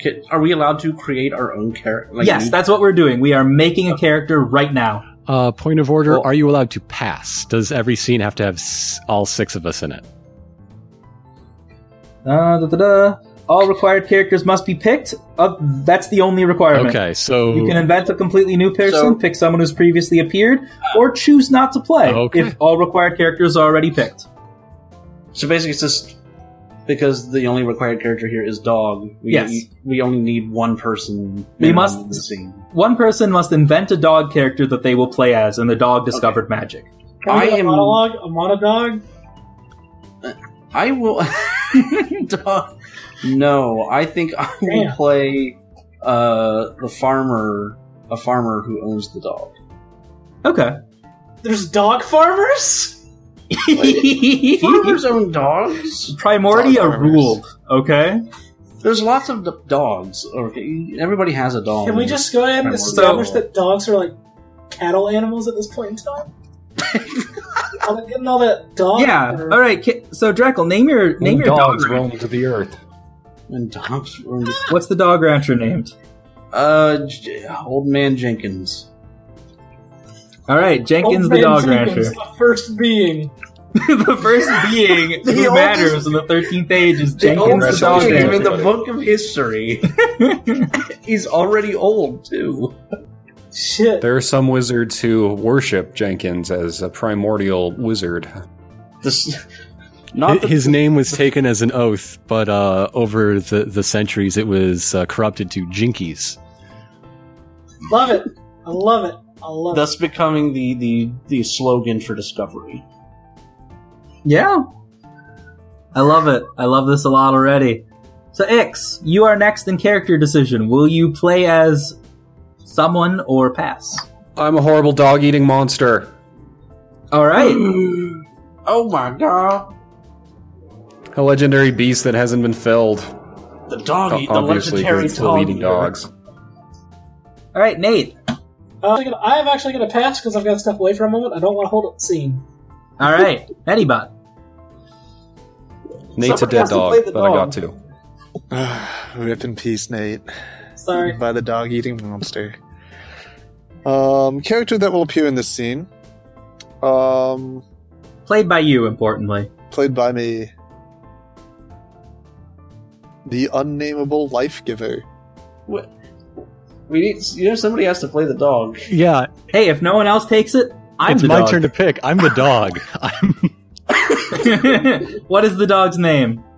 S5: Ca- Are we allowed to create our own character?
S1: yes, that's what we're doing. We are making a character right now.
S4: Uh, point of order:
S5: Well-
S4: Are you allowed to pass? Does every scene have to have s- all six of us in it?
S1: Uh, da, da, da. All required characters must be picked. Uh, that's the only requirement.
S4: Okay, so
S1: You can invent a completely new person,
S5: So-
S1: pick someone who's previously appeared, or choose not to play
S4: Ah, Okay.
S1: if all required characters are already picked.
S5: So basically, it's just because the only required character here is dog. We,
S1: Yes.
S5: We only need one person.
S1: We
S5: minimum
S1: must-
S5: in the scene.
S1: One person must invent a dog character that they will play as, and the dog discovered magic.
S7: Can we
S5: I
S7: get a
S5: am-
S7: monologue, a monodog.
S5: I will. <laughs> dog. No, I think I will
S7: Damn.
S5: play uh, the farmer, a farmer who owns the dog.
S1: Okay.
S7: There's dog farmers.
S1: <laughs>
S5: Farmers own dogs.
S1: Primordia
S2: Dog farmers.
S1: ruled. Okay.
S5: There's lots of d- dogs. Okay, everybody has a dog.
S7: Can we just go ahead and
S5: Primordial.
S7: establish that dogs are like cattle animals at this point
S1: <laughs>
S7: in time? I'm not getting all that dog.
S1: Yeah.
S7: or-
S1: All right. Ki- So, Drackle, name your name
S3: Name
S1: your
S3: dogs
S1: dog.
S3: rolling to the earth.
S5: And dogs. own-
S1: What's the dog rancher named?
S5: Uh, J- old man Jenkins.
S1: All right, Jenkins
S7: Old
S1: the
S7: man
S1: dog
S7: Jenkins, The first being.
S1: rancher. <laughs> the
S4: <laughs>
S1: first being
S5: The
S1: who
S5: oldest-
S1: matters in the thirteenth age is Jenkins the
S5: oldest
S1: dog
S5: name
S1: rancher.
S5: in the book of history. He's already old too.
S7: Shit.
S3: There are some wizards who worship Jenkins as a primordial wizard.
S5: This, not the,
S4: his name was taken as an oath, but uh, over the, the centuries, it was uh, corrupted to Jinkies.
S7: Love it. I love it. I love
S5: thus becoming the, the the slogan for Discovery.
S1: Yeah. I love it. I love this a lot already. So, Ix, you are next in character decision. Will you play as someone or pass?
S3: I'm a horrible dog eating monster.
S1: All
S4: <gasps>
S1: right.
S5: oh my god!
S3: A legendary beast that hasn't been felled.
S5: The dog, eat, the
S3: Obviously,
S5: legendary
S3: because it's still
S5: dog.
S3: eating
S5: eater.
S3: dogs.
S1: All right, Nate.
S7: it. Uh, I'm gonna- I am actually going to pass because I've got to step away for a moment. I don't want to hold up the scene.
S1: All right,
S4: <laughs>
S1: Medibot.
S3: Nate's a
S5: Somebody
S3: dead
S5: has to play
S3: dog,
S5: the
S3: but I
S5: dog.
S3: got to.
S2: Rip in peace, Nate.
S7: Sorry.
S2: by the dog eating monster. Um, character that will appear in this scene. Um,
S1: Played by you, importantly.
S2: played by me. The unnameable life giver.
S5: What- We need, you know, somebody has to play the dog.
S4: Yeah,
S1: Hey, if no one else takes it, I'm
S4: it's
S1: the
S4: my
S1: dog.
S4: turn to pick. I'm the dog. I'm
S1: <laughs> what is the dog's name?
S4: <laughs>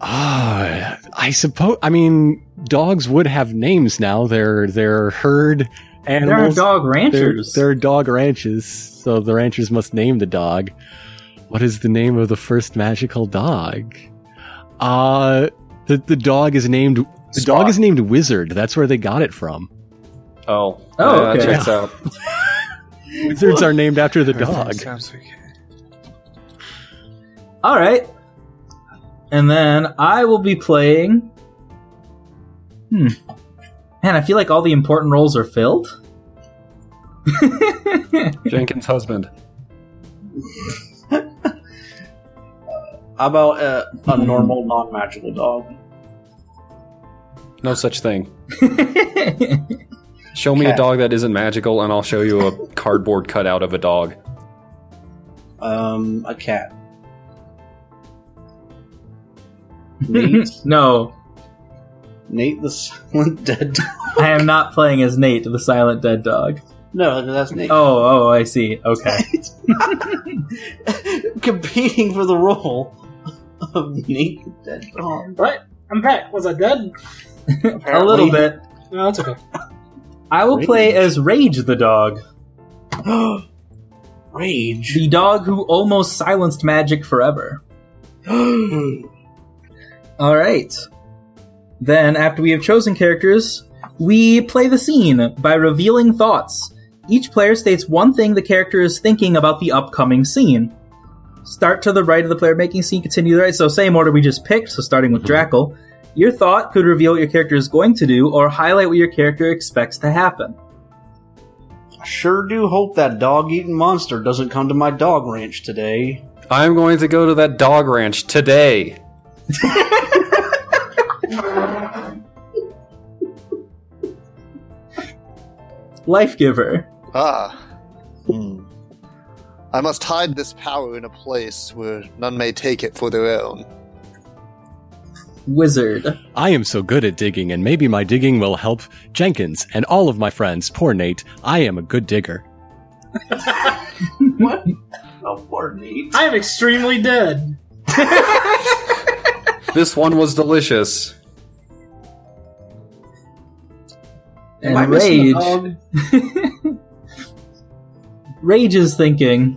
S4: Ah, I suppose. I mean, dogs would have names now. They're they're herd
S1: There are
S4: animals.
S1: dog
S4: They're-
S1: ranchers.
S4: they're dog ranches, so the ranchers must name the dog. What is the name of the first magical dog? Uh the, the dog is named the dog
S3: Spot.
S4: is named Wizard. That's where they got it from.
S3: Oh,
S1: Oh,
S4: uh,
S3: Yeah, that
S1: okay.
S3: checks out.
S4: Wizards are named after the dog.
S2: Sounds okay.
S1: All right. And then I will be playing hmm. Man, I feel like all the important roles are filled. <laughs>
S3: Jenkins' husband.
S5: How about uh, a normal, non magical dog?
S3: No such thing. Show me a
S5: Cat.
S3: dog that isn't magical, and I'll show you a cardboard cutout of a dog.
S5: Um, a cat.
S1: <laughs>
S5: Nate,
S1: no,
S5: Nate the silent dead. dog.
S1: I am not playing as Nate, the silent dead dog.
S5: No, that's Nate.
S1: Oh, oh, I see. Okay.
S5: <laughs> Competing for the role of Nate the dead dog.
S7: What? I'm back. Was I dead?
S1: a little bit.
S7: No, that's okay.
S1: I will play as Rage the dog,
S5: <gasps> Rage. <gasps>
S1: the dog who almost silenced magic forever. All right. Then, after we have chosen characters, we play the scene by revealing thoughts. Each player states one thing the character is thinking about the upcoming scene. Start to the right of the player making scene, continue to the right. So, same order we just picked, so starting with Drackle. Your thought could reveal what your character is going to do or highlight what your character expects to happen.
S5: Sure do hope that dog eating monster doesn't come to my dog ranch today.
S3: I'm going to go to that dog ranch today.
S1: Life Giver.
S2: Ah. Hmm. I must hide this power in a place where none may take it for their own.
S1: Wizard.
S4: I am so good at digging, and maybe my digging will help Jenkins and all of my friends. Poor Nate. I am a good digger.
S5: What? oh, poor Nate.
S7: I am extremely dead.
S3: This one was delicious.
S1: And
S5: Am I missing a
S1: Rage.
S5: dog?
S1: <laughs> Rage is thinking.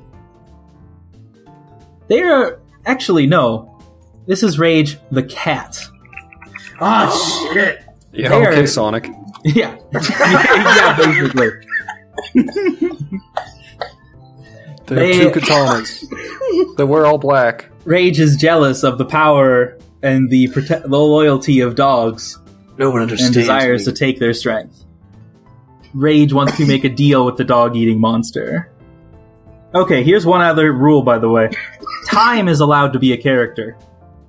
S1: They are actually no. This is Rage the cat. <laughs>
S7: Ah, shit.
S3: Yeah,
S1: There.
S3: okay, Sonic.
S1: Yeah. <laughs> yeah, basically.
S3: They have
S1: They- <laughs>
S3: two katanas. they wear all black.
S1: Rage is jealous of the power and the, prote- the loyalty of dogs
S5: No one understands.
S1: and desires
S5: me.
S1: to take their strength. Rage wants to make a deal with the dog eating monster. Okay, here's one other rule, by the way. Time is allowed to be a character.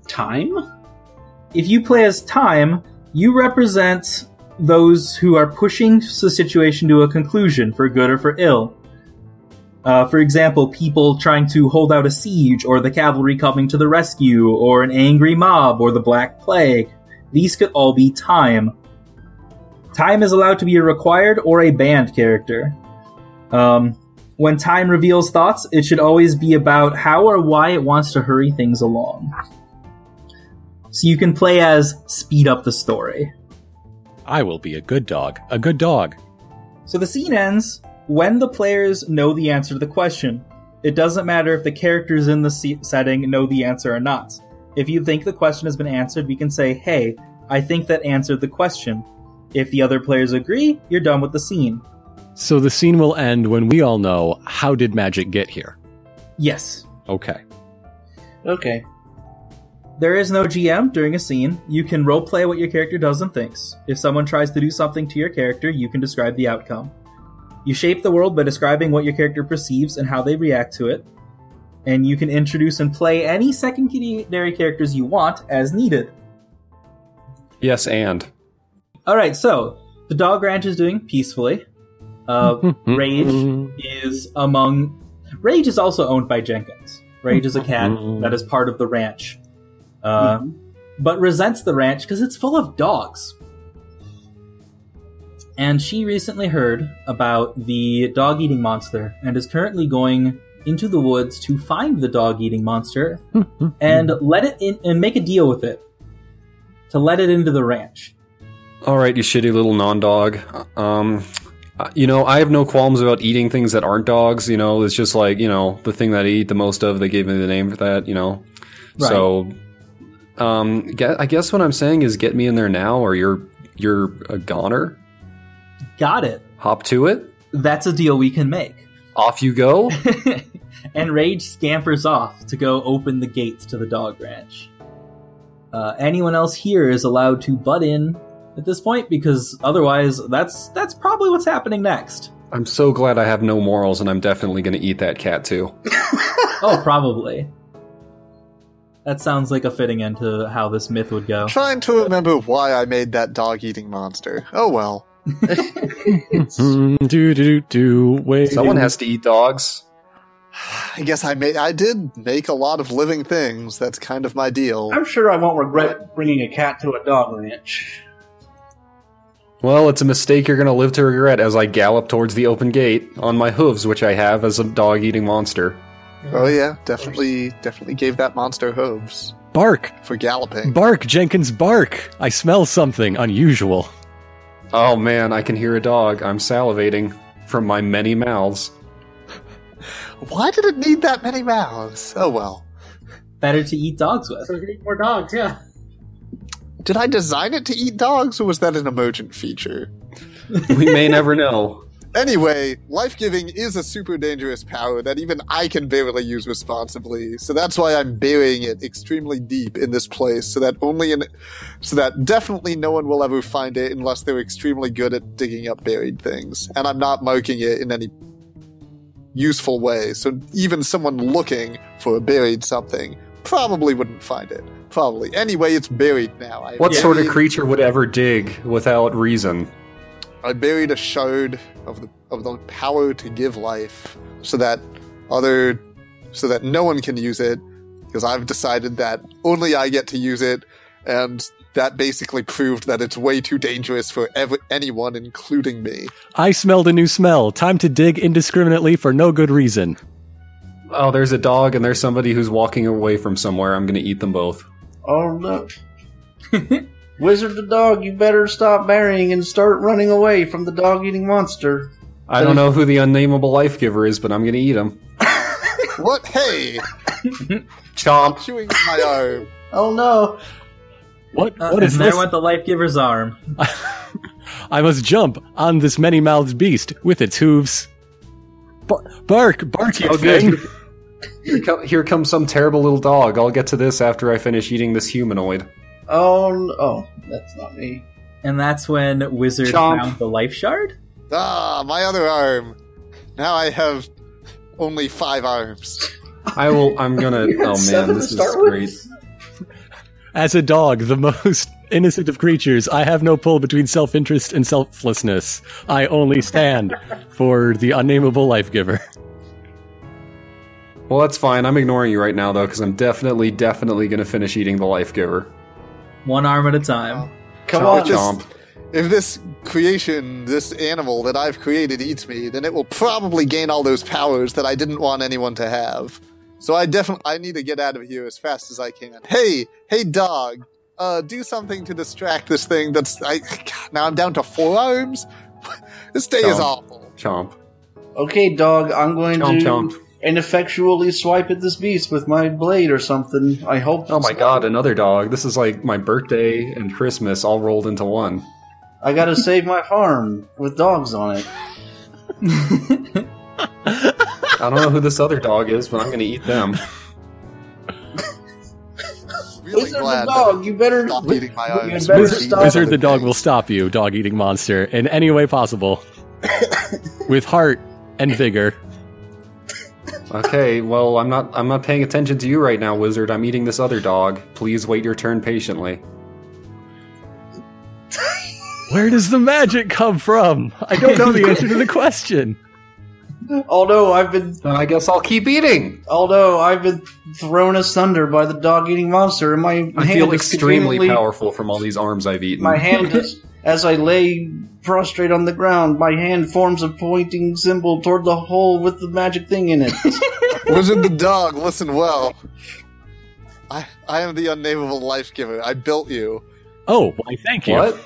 S5: time.
S1: if you play as time, you represent those who are pushing the situation to a conclusion for good or for ill. Uh, for example, people trying to hold out a siege, or the cavalry coming to the rescue, or an angry mob, or the Black Plague. These could all be time. Time is allowed to be a required or a banned character. Um, when time reveals thoughts, it should always be about how or why it wants to hurry things along. So you can play as speed up the story.
S4: I will be a good dog. A good dog.
S1: So the scene ends when the players know the answer to the question. It doesn't matter if the characters in the se- setting know the answer or not. If you think the question has been answered, we can say, hey, I think that answered the question. If the other players agree, you're done with the scene.
S4: So the scene will end when we all know how did magic get here.
S1: Yes.
S4: Okay.
S5: Okay.
S1: There is no GM during a scene. You can roleplay what your character does and thinks. If someone tries to do something to your character, you can describe the outcome. You shape the world by describing what your character perceives and how they react to it. And you can introduce and play any secondary characters you want as needed.
S3: Yes, and.
S1: Alright, so the dog ranch is doing peacefully. Uh, Rage is among. Rage is also owned by Jenkins. Rage is a cat that is part of the ranch. Uh, but resents the ranch because it's full of dogs. And she recently heard about the dog eating monster and is currently going into the woods to find the dog eating monster and let it in and make a deal with it to let it into the ranch.
S3: All right, you shitty little non-dog. Um, uh, you know, I have no qualms about eating things that aren't dogs. You know, it's just like you know the thing that I eat the most of. They gave me the name for that. You know,
S1: Right.
S3: so um, ge- I guess what I'm saying is get me in there now, or you're you're a goner.
S1: Got it.
S3: Hop to it.
S1: That's a deal we can make. <laughs>
S3: Off you go.
S1: and Rage scampers off to go open the gates to the dog ranch. Uh, anyone else here is allowed to butt in at this point because otherwise that's that's probably what's happening next.
S3: I'm so glad I have no morals, and I'm definitely going to eat that cat too.
S1: Oh, probably. That sounds like a fitting end to how this myth would go.
S2: Trying to remember why I made that dog eating monster. Oh well.
S4: Mm, do do do do. Wait.
S3: Someone has to eat dogs.
S2: I guess I made I did make a lot of living things. That's kind of my deal.
S5: I'm sure I won't regret bringing a cat to a dog ranch.
S3: Well, it's a mistake you're going to live to regret as I gallop towards the open gate on my hooves, which I have as a dog eating monster.
S2: Oh yeah, definitely definitely gave that monster hooves
S4: bark,
S2: for galloping.
S4: bark, Jenkins, bark! I smell something unusual.
S3: Oh man, I can hear a dog. I'm salivating from my many mouths.
S2: Why did it need that many mouths? Oh well.
S1: Better to eat dogs with.
S7: So we can eat more dogs, yeah.
S2: Did I design it to eat dogs or was that an emergent feature?
S3: <laughs> We may never know.
S2: Anyway, life giving is a super dangerous power that even I can barely use responsibly, so that's why I'm burying it extremely deep in this place, so that only in, so that definitely no one will ever find it unless they're extremely good at digging up buried things. And I'm not marking it in any useful way, so even someone looking for a buried something probably wouldn't find it. Probably. Anyway, it's buried now. I
S3: What sort of
S2: buried-
S3: creature would ever dig without reason?
S2: I buried a shard of the of the power to give life, so that other, so that no one can use it, because I've decided that only I get to use it, and that basically proved that it's way too dangerous for ever, anyone, including me.
S4: I smelled a new smell. Time to dig indiscriminately for no good reason.
S3: Oh, there's a dog and there's somebody who's walking away from somewhere. I'm going to eat them both.
S5: Oh no. Wizard the dog, you better stop marrying and start running away from the dog eating monster.
S3: I don't know who the unnameable life giver is, but I'm going to eat him.
S2: What? Hey,
S3: Chomp.
S2: chewing my arm.
S5: Oh no.
S4: What?
S1: Uh,
S4: what
S1: and
S4: is
S1: there
S4: this?
S1: went the life giver's arm.
S4: I must jump on this many-mouthed beast with its hooves. Bar- bark, bark, you
S3: Oh,
S4: thing!
S3: good. Here, come, here comes some terrible little dog. I'll get to this after I finish eating this humanoid.
S5: Oh no. Oh, that's not me.
S1: And that's when Wizard
S3: Chomp.
S1: found the life shard?
S2: Ah, my other arm. Now I have only five arms.
S3: I will. I'm <laughs> gonna. oh man,
S5: Seven
S3: this
S5: to
S3: is
S5: start with?
S3: great.
S4: As a dog, the <laughs> most innocent of creatures, I have no pull between self-interest and selflessness. I only stand for the unnameable life giver.
S3: Well, that's fine. I'm ignoring you right now though, because I'm definitely, definitely gonna finish eating the life giver.
S1: One arm at a time.
S4: Oh.
S5: Come
S3: Chomp,
S5: on.
S3: chomp.
S2: If this creation, this animal that I've created eats me, then it will probably gain all those powers that I didn't want anyone to have. So I definitely I need to get out of here as fast as I can. Hey, hey dog, uh do something to distract this thing that's I God, now I'm down to four arms. <laughs> this day is
S3: Chomp.
S2: awful.
S3: Chomp.
S5: Okay, dog, I'm going
S3: Chomp,
S5: to
S3: chomp.
S5: ineffectually swipe at this beast with my blade or something. I hope.
S3: Oh my god, another dog. This is like my birthday and Christmas all rolled into one.
S5: I gotta save my farm with dogs on it.
S3: I don't know who this other dog is, but I'm gonna eat them.
S2: Really
S5: Wizard the
S2: glad that
S5: dog, you better.
S2: stop eating my
S5: you
S2: arms.
S5: better
S2: Wizard-
S5: stop.
S4: Wizard the dog will stop you, dog eating monster, in any way
S5: <laughs>
S4: possible. With heart and vigor.
S3: Okay, well, I'm not. I'm not paying attention to you right now, wizard. I'm eating this other dog. Please wait your turn patiently.
S4: Where does the magic come from? I don't know the answer to the question.
S5: Although I've been,
S3: Then I guess I'll keep eating.
S5: although I've been thrown asunder by the dog-eating monster, and my
S3: I
S5: hand
S3: feel
S5: is
S3: extremely
S5: conveniently-
S3: powerful from all these arms I've eaten. <laughs>
S5: My hand is, as I lay prostrate on the ground, my hand forms a pointing symbol toward the hole with the magic thing in it.
S2: Wizard the dog, listen well. I I am the unnameable life giver. I built you.
S4: Oh, why thank you.
S3: What?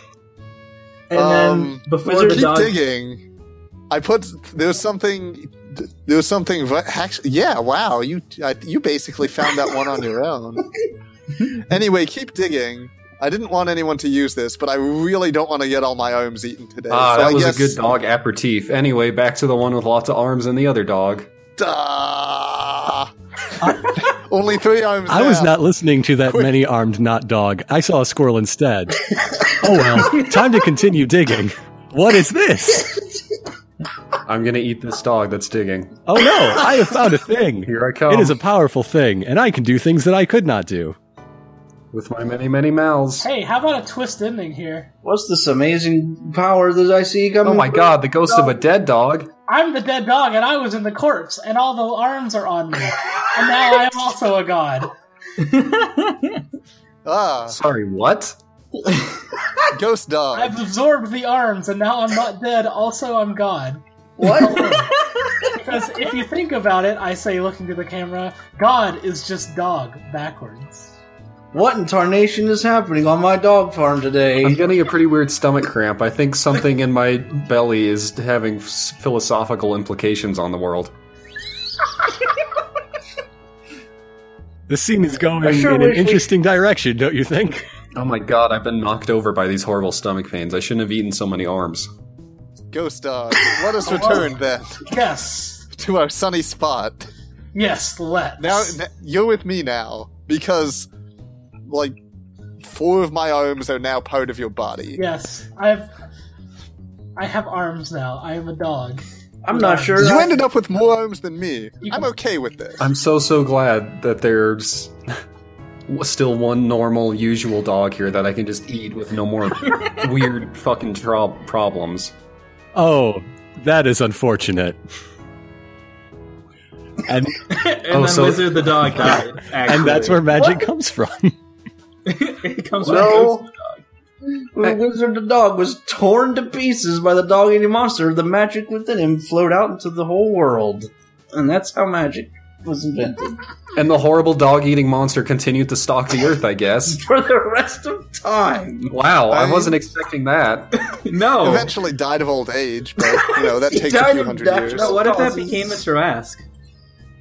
S1: And
S2: Um,
S1: then before
S2: Wizard,
S1: the
S2: keep
S1: dog
S2: digging. I put there's something there's something vi- actually yeah wow you I, you basically found that one on your
S3: <laughs>
S2: own. Anyway, keep digging. I didn't want anyone to use this, but I really don't want to get all my arms eaten today.
S3: Ah,
S2: so
S3: that
S2: I
S3: was
S2: guess-
S3: a good dog aperitif. Anyway, back to the one with lots of arms and the other dog.
S2: Duh. <laughs> Only three arms.
S4: I was
S2: now.
S5: <laughs>
S4: not listening to that many armed not dog. I saw a squirrel instead. Oh well, time to continue digging. What is this?
S3: I'm gonna eat this dog that's digging.
S4: Oh no, I have found a thing.
S3: Here I come.
S4: It is a powerful thing, and I can do things that I could not do.
S3: with my many many mouths.
S7: Hey, how about a twist ending here?
S5: What's this amazing power that I see coming?
S3: Oh my god, the ghost of a dead dog.
S7: I'm the dead dog, and I was in the corpse, and all the arms are on me, and now I am also a god.
S2: Ah,
S3: Sorry, what?
S2: ghost dog.
S7: I've absorbed the arms, and now I'm not dead. Also, I'm God.
S5: <laughs> What?
S7: Because if you think about it, I say, looking to the camera, God is just dog backwards.
S5: what in tarnation is happening on my dog farm
S3: I'm
S5: today?
S3: getting a pretty weird stomach cramp. I think something in my belly is having s- philosophical implications on the world.
S4: The scene is going
S5: I sure
S4: in an
S5: wish we-
S4: interesting direction, don't you think?
S3: Oh my god, I've been knocked over by these horrible stomach pains. I shouldn't have eaten so many arms.
S2: Ghost dog. Let us return then <laughs>
S7: Yes,
S2: to our sunny spot.
S7: yes, let
S2: Now n- you're with me now because, like, four of my arms are now part of your body.
S7: Yes, I've. I have arms now. I am a dog.
S5: I'm not sure.
S2: You ended up with more arms than me.
S7: You
S2: I'm
S7: can-
S2: okay with this.
S3: I'm so so glad that there's still one normal usual dog here that I can just eat with no more weird fucking tro- problems.
S4: Oh, that is unfortunate. And
S1: and
S3: Oh,
S1: then
S3: so-
S1: Wizard the
S4: <laughs>
S1: dog died. Actually.
S4: and that's where magic comes from.
S1: it comes from.
S5: No. The wizard the dog was torn to pieces by the dog eating monster. The magic within him flowed out into the whole world. And that's how magic was invented. <laughs>
S3: And the horrible dog eating monster continued to stalk the earth, I guess.
S5: For the rest of time.
S3: Wow, I
S2: I-
S3: wasn't expecting that.
S1: No.
S2: Eventually died of old age, but you know
S5: <laughs>
S2: that
S5: He
S2: takes a
S5: died
S2: few
S5: of
S2: hundred
S5: natural
S2: years.
S1: No, what if that
S5: Causes.
S1: became a Tarask?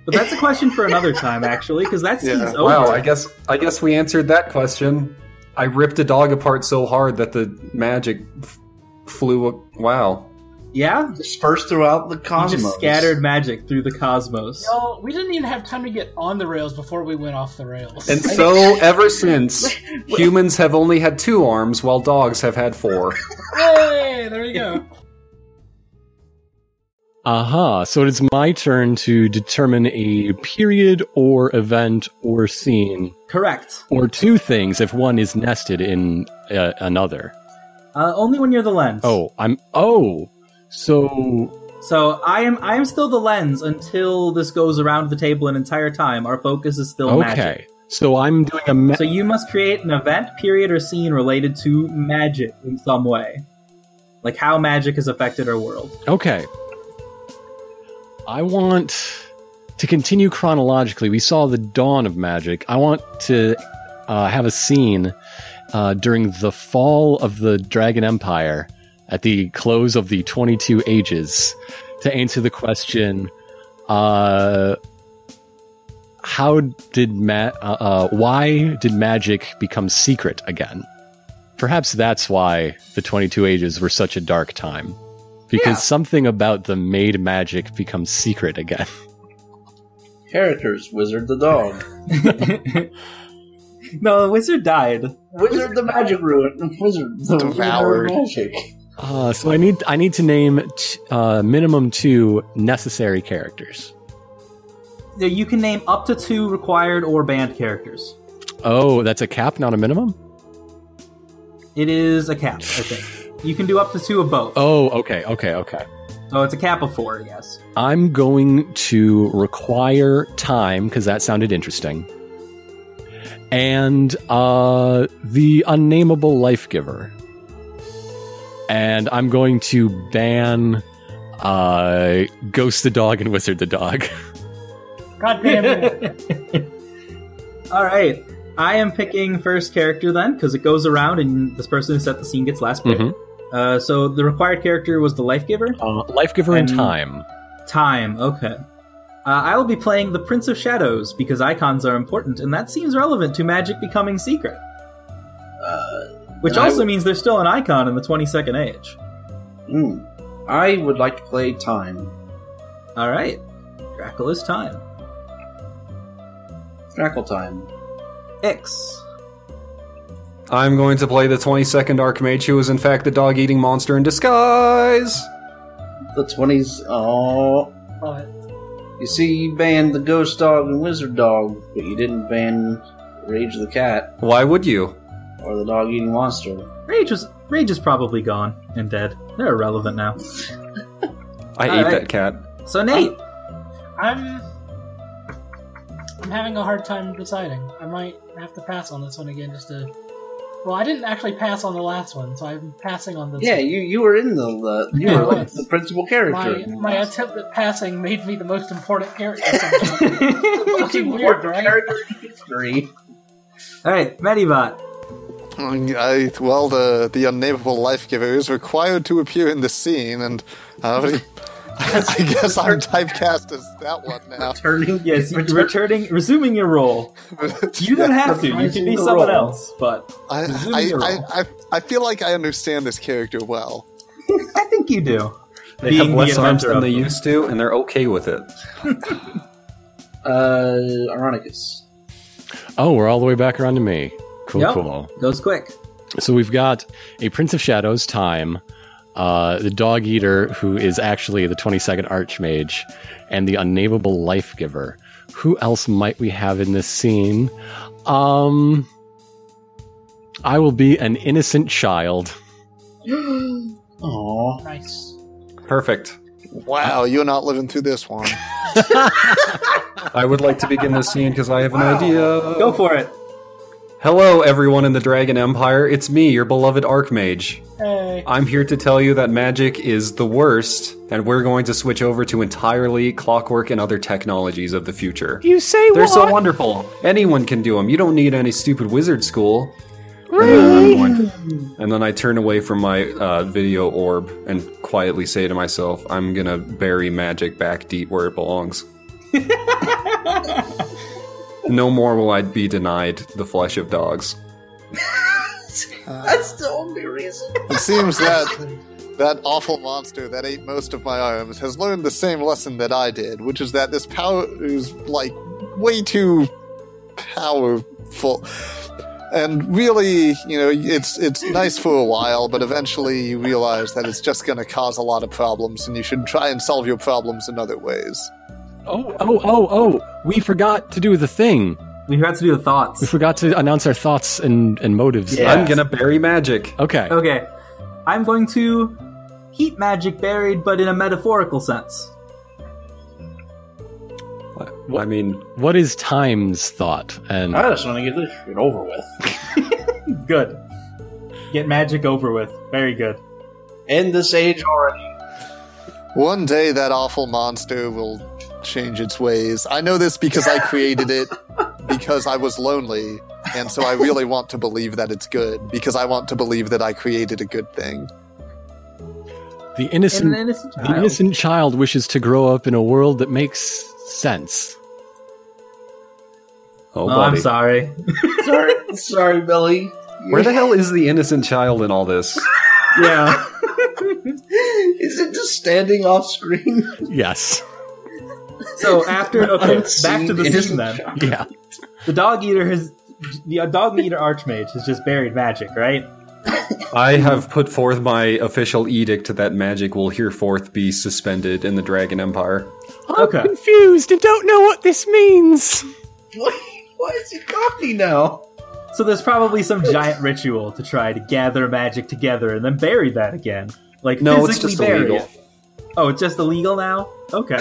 S1: But that's a question for another time, actually, because that scene's
S2: Yeah.
S1: over.
S3: Wow, I guess I guess we answered that question. I ripped a dog apart so hard that the magic f- flew. A- wow.
S1: yeah,
S5: Dispersed throughout the
S1: you
S5: cosmos.
S1: just scattered magic through the cosmos.
S7: No, we didn't even have time to get on the rails before we went off the rails.
S3: And so ever since humans have only had two arms while dogs have had four.
S7: Hey, there you go.
S4: Aha, so it is my turn to determine a period or event or scene
S1: Correct.
S4: or two things if one is nested in uh, another.
S1: Uh, only when you're the lens.
S4: Oh, I'm oh. So
S1: so I am. I am still the lens until this goes around the table an entire time. Our focus is still magic.
S4: okay. So I'm doing a ma-
S1: So you must create an event, period, or scene related to magic in some way, like how magic has affected our world.
S4: Okay. I want to continue chronologically. We saw the dawn of magic. I want to uh, have a scene uh, during the fall of the Dragon Empire at the close of the 22 ages to answer the question uh, how did ma- uh, uh, why did magic become secret again? Perhaps that's why the 22 ages were such a dark time because something about the made magic becomes secret again. <laughs>
S5: Characters, Wizard the dog.
S1: No, the wizard died.
S5: Wizard the magic ruin. Wizard the
S2: Devoured.
S5: Devoured. magic.
S4: Uh, so I need I need to name t- uh, minimum two necessary characters.
S1: No, You can name up to two required or banned characters.
S4: Oh, that's a cap, not a minimum.
S1: It is a cap, I think. You can do up to two of both.
S4: Oh, okay, okay, okay.
S1: So it's a cap of four, yes.
S4: I'm going to require time because that sounded interesting, and uh, the unnameable life giver, and I'm going to ban uh, ghost the dog and wizard the dog.
S7: God damn
S2: <laughs>
S7: it.
S1: <laughs> All right. I am picking first character then, because it goes around and this person who set the scene gets last pick.
S4: Mhm.
S1: Uh, so the required character was the life giver.
S4: Uh, life giver
S1: And-
S4: in time.
S1: Time, okay. Uh, I will be playing the Prince of Shadows because icons are important, and that seems relevant to magic becoming secret. Which
S5: Uh, and I
S1: also
S5: will-
S1: means there's still an icon in the 22nd Age.
S5: Hmm. I would like to play time.
S1: All right. Dracula's time.
S5: Crackle time.
S1: X.
S3: I'm going to play the 22nd Archmage, who is in fact the dog eating monster in disguise.
S5: The twenties. Oh,
S7: Alright.
S5: you see, you banned the ghost dog and wizard dog, but you didn't ban Rage the cat
S3: Why would you?
S5: or the dog eating monster.
S1: Rage is Rage is probably gone and dead. They're irrelevant now.
S3: I
S1: All
S3: ate
S1: right.
S3: that cat.
S1: So <laughs> Nate,
S7: I'm I'm having a hard time deciding. I might have to pass on this one again just to Well, I didn't actually pass on the last one, so I'm passing on this
S5: Yeah,
S7: one.
S5: you you were in the, the you
S1: Yeah.
S5: were like the principal character.
S7: <laughs> my, my attempt at passing made me the most important character. <laughs> somehow. Fucking weird,
S5: Important
S7: right?
S5: character in history.
S1: all right, Medivot.
S2: Mm, I, well, the the unnameable life giver is required to appear in the scene, and uh, <laughs> I guess I'm typecast as that one now.
S5: Turning
S1: Yes, you're
S5: return-
S1: returning, resuming your <laughs> role. You don't have to. You can be someone else, but
S2: I,
S1: Resuming your
S2: I,
S1: role.
S2: I, I, I feel like I understand this character well.
S1: I think you do.
S3: They
S1: Being
S3: have
S1: the
S3: less arms
S1: inventor
S3: than
S1: of
S3: they
S1: them.
S3: used to, and they're okay with it.
S5: Uh, Ironicus.
S4: Oh, we're all the way back around to me. Cool,
S1: Yep.
S4: cool.
S1: Goes quick.
S4: So we've got a Prince of Shadows, Time, uh, the Dog Eater, who is actually the 22nd Archmage, and the Unnameable Life Giver. Who else might we have in this scene? Um, I will be an innocent child.
S5: Aww.
S7: nice.
S3: Perfect.
S2: Wow, you're not living through this one.
S3: I would like to begin this scene because I have an idea.
S1: Go for it.
S3: Hello, everyone in the Dragon Empire. It's me, your beloved Archmage.
S7: Hey.
S3: I'm here to tell you that magic is the worst, and we're going to switch over to entirely clockwork and other technologies of the future.
S4: You say
S3: They're so wonderful. Anyone can do them. You don't need any stupid wizard school. And, then, and then I turn away from my uh, video orb and quietly say to myself, I'm going to bury magic back deep where
S4: <laughs>
S3: it belongs. no more will I be denied the flesh of dogs.
S5: That's the only reason.
S2: It seems that that awful monster that ate most of my arms has learned the same lesson that I did, which is that this power is like way too powerful. And really, you know, it's it's nice for a while, but eventually you realize that it's just going to cause a lot of problems, and you should try and solve your problems in other ways.
S4: Oh, oh, oh, oh. We forgot to do the thing.
S1: We have to do the <laughs>
S4: We
S1: thoughts.
S4: forgot to announce our thoughts and, and motives.
S1: Yeah. Uh,
S3: I'm going to bury magic.
S4: Okay.
S1: Okay, I'm going to keep magic buried, but in a metaphorical sense.
S3: I mean,
S4: What is Time's thought? And
S5: I just want to get this shit over with.
S1: Good. Get magic over with. Very good.
S5: End this age already.
S2: One day that awful monster will change its ways. I know this because I created it because I was lonely, and so I really want to believe that it's good because I want to believe that I created a good thing.
S4: the innocent
S1: And an innocent
S4: The
S1: child.
S4: innocent child wishes to grow up in a world that makes sense.
S3: oh,
S1: Oh,
S3: buddy.
S1: I'm sorry.
S5: Sorry, sorry, Billy.
S3: Where the hell is the innocent child in all this?
S1: Yeah.
S5: <laughs> Is it just standing off screen?
S4: Yes.
S1: <laughs>
S4: <laughs>
S1: So
S3: <laughs>
S1: after okay, back to the scene
S5: Innocent
S1: then.
S5: child.
S4: Yeah.
S1: The dog eater has the dog eater archmage has just buried magic, right?
S3: I have put forth my official edict that magic will herewith be suspended in the Dragon Empire.
S1: Okay.
S4: confused and don't know what this means.
S5: <laughs> Why, why is he cockney now?
S1: So there's probably some giant ritual to try to gather magic together and then bury that again. Like
S3: No, it's
S1: physically
S3: just
S1: bury
S3: illegal.
S1: it. Oh, it's just illegal now?
S3: <laughs>
S1: Okay.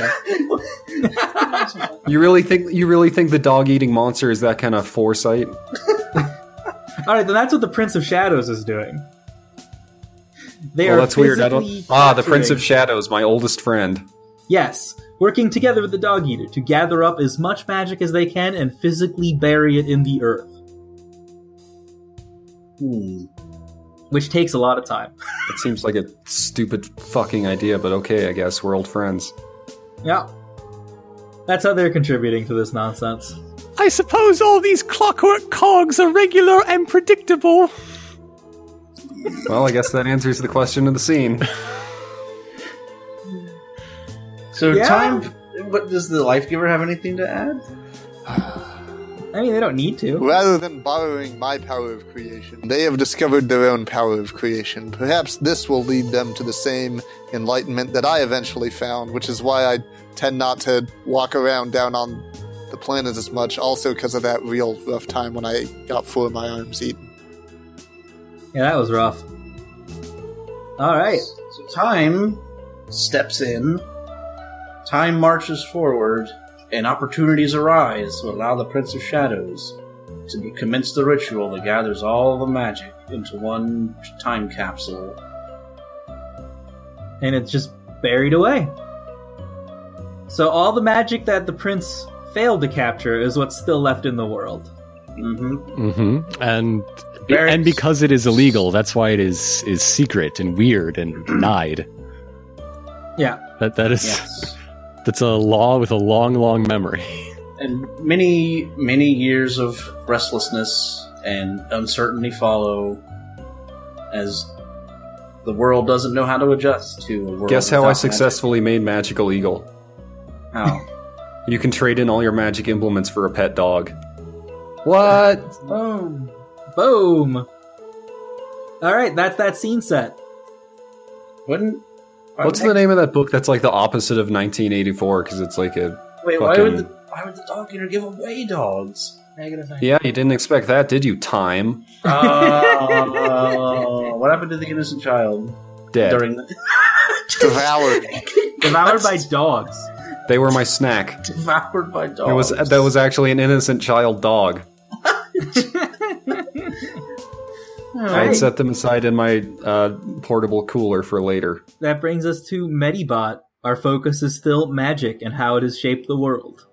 S3: You really think you really think the dog eating monster is that kind of foresight?
S1: Alright, then that's what the Prince of Shadows is doing. They
S3: Well,
S1: are
S3: that's weird. I don't.
S1: physically
S3: Ah, the Prince
S1: capturing-
S3: of Shadows, my oldest friend.
S1: Yes, working together with the Dog Eater to gather up as much magic as they can and physically bury it in the earth,
S5: Hmm.
S1: which takes a lot of time.
S3: It seems like a stupid fucking idea, but okay, I guess we're old friends.
S1: Yeah. That's how they're contributing to this nonsense.
S4: I suppose all these clockwork cogs are regular and predictable.
S3: Well, I guess that answers the question of the scene.
S5: So
S1: Yeah.
S5: time. But does the life giver have anything to add?
S1: I mean, they don't need to.
S2: Rather than borrowing my power of creation, they have discovered their own power of creation. Perhaps this will lead them to the same enlightenment that I eventually found, which is why I tend not to walk around down on the planet as much, also because of that real rough time when I got four of my arms eaten.
S1: Yeah, that was rough. All right.
S5: So time steps in, time marches forward, and opportunities arise to allow the Prince of Shadows to be- commence the ritual that gathers all the magic into one time capsule.
S1: and it's just buried away. So all the magic that the prince failed to capture is what's still left in the world.
S5: hmm
S4: hmm And
S5: Very-
S4: and because it is illegal, that's why it is is secret and weird and denied.
S1: Yeah.
S4: That that is
S5: Yes.
S4: that's a law with a long, long memory.
S5: and many, many years of restlessness and uncertainty follow as the world doesn't know how to adjust to a world.
S3: Guess how I
S5: without
S3: successfully made magical eagle.
S5: magic. How?
S3: You can trade in all your magic implements for a pet dog. What?
S1: Boom. Boom. All right, that's that scene set.
S5: Wouldn't.
S3: What's the name of that book that's like the opposite of 1984? Because it's like a
S5: Wait, why would
S3: fucking-
S5: the why would the dog eater give away dogs?
S7: Negative thing.
S3: yeah. You didn't expect that, did you? Time
S5: Oh, what happened to the innocent child
S3: dead.
S5: during the <laughs>
S2: Devoured.
S1: Devoured by dogs.
S3: they were my snack.
S5: devoured by dogs?
S3: It was that was actually an innocent child
S5: <laughs>
S3: dog. I had
S1: Alright,
S3: set them aside in my uh, portable cooler for later.
S1: That brings us to Medibot. Our focus is still magic and how it has shaped the world.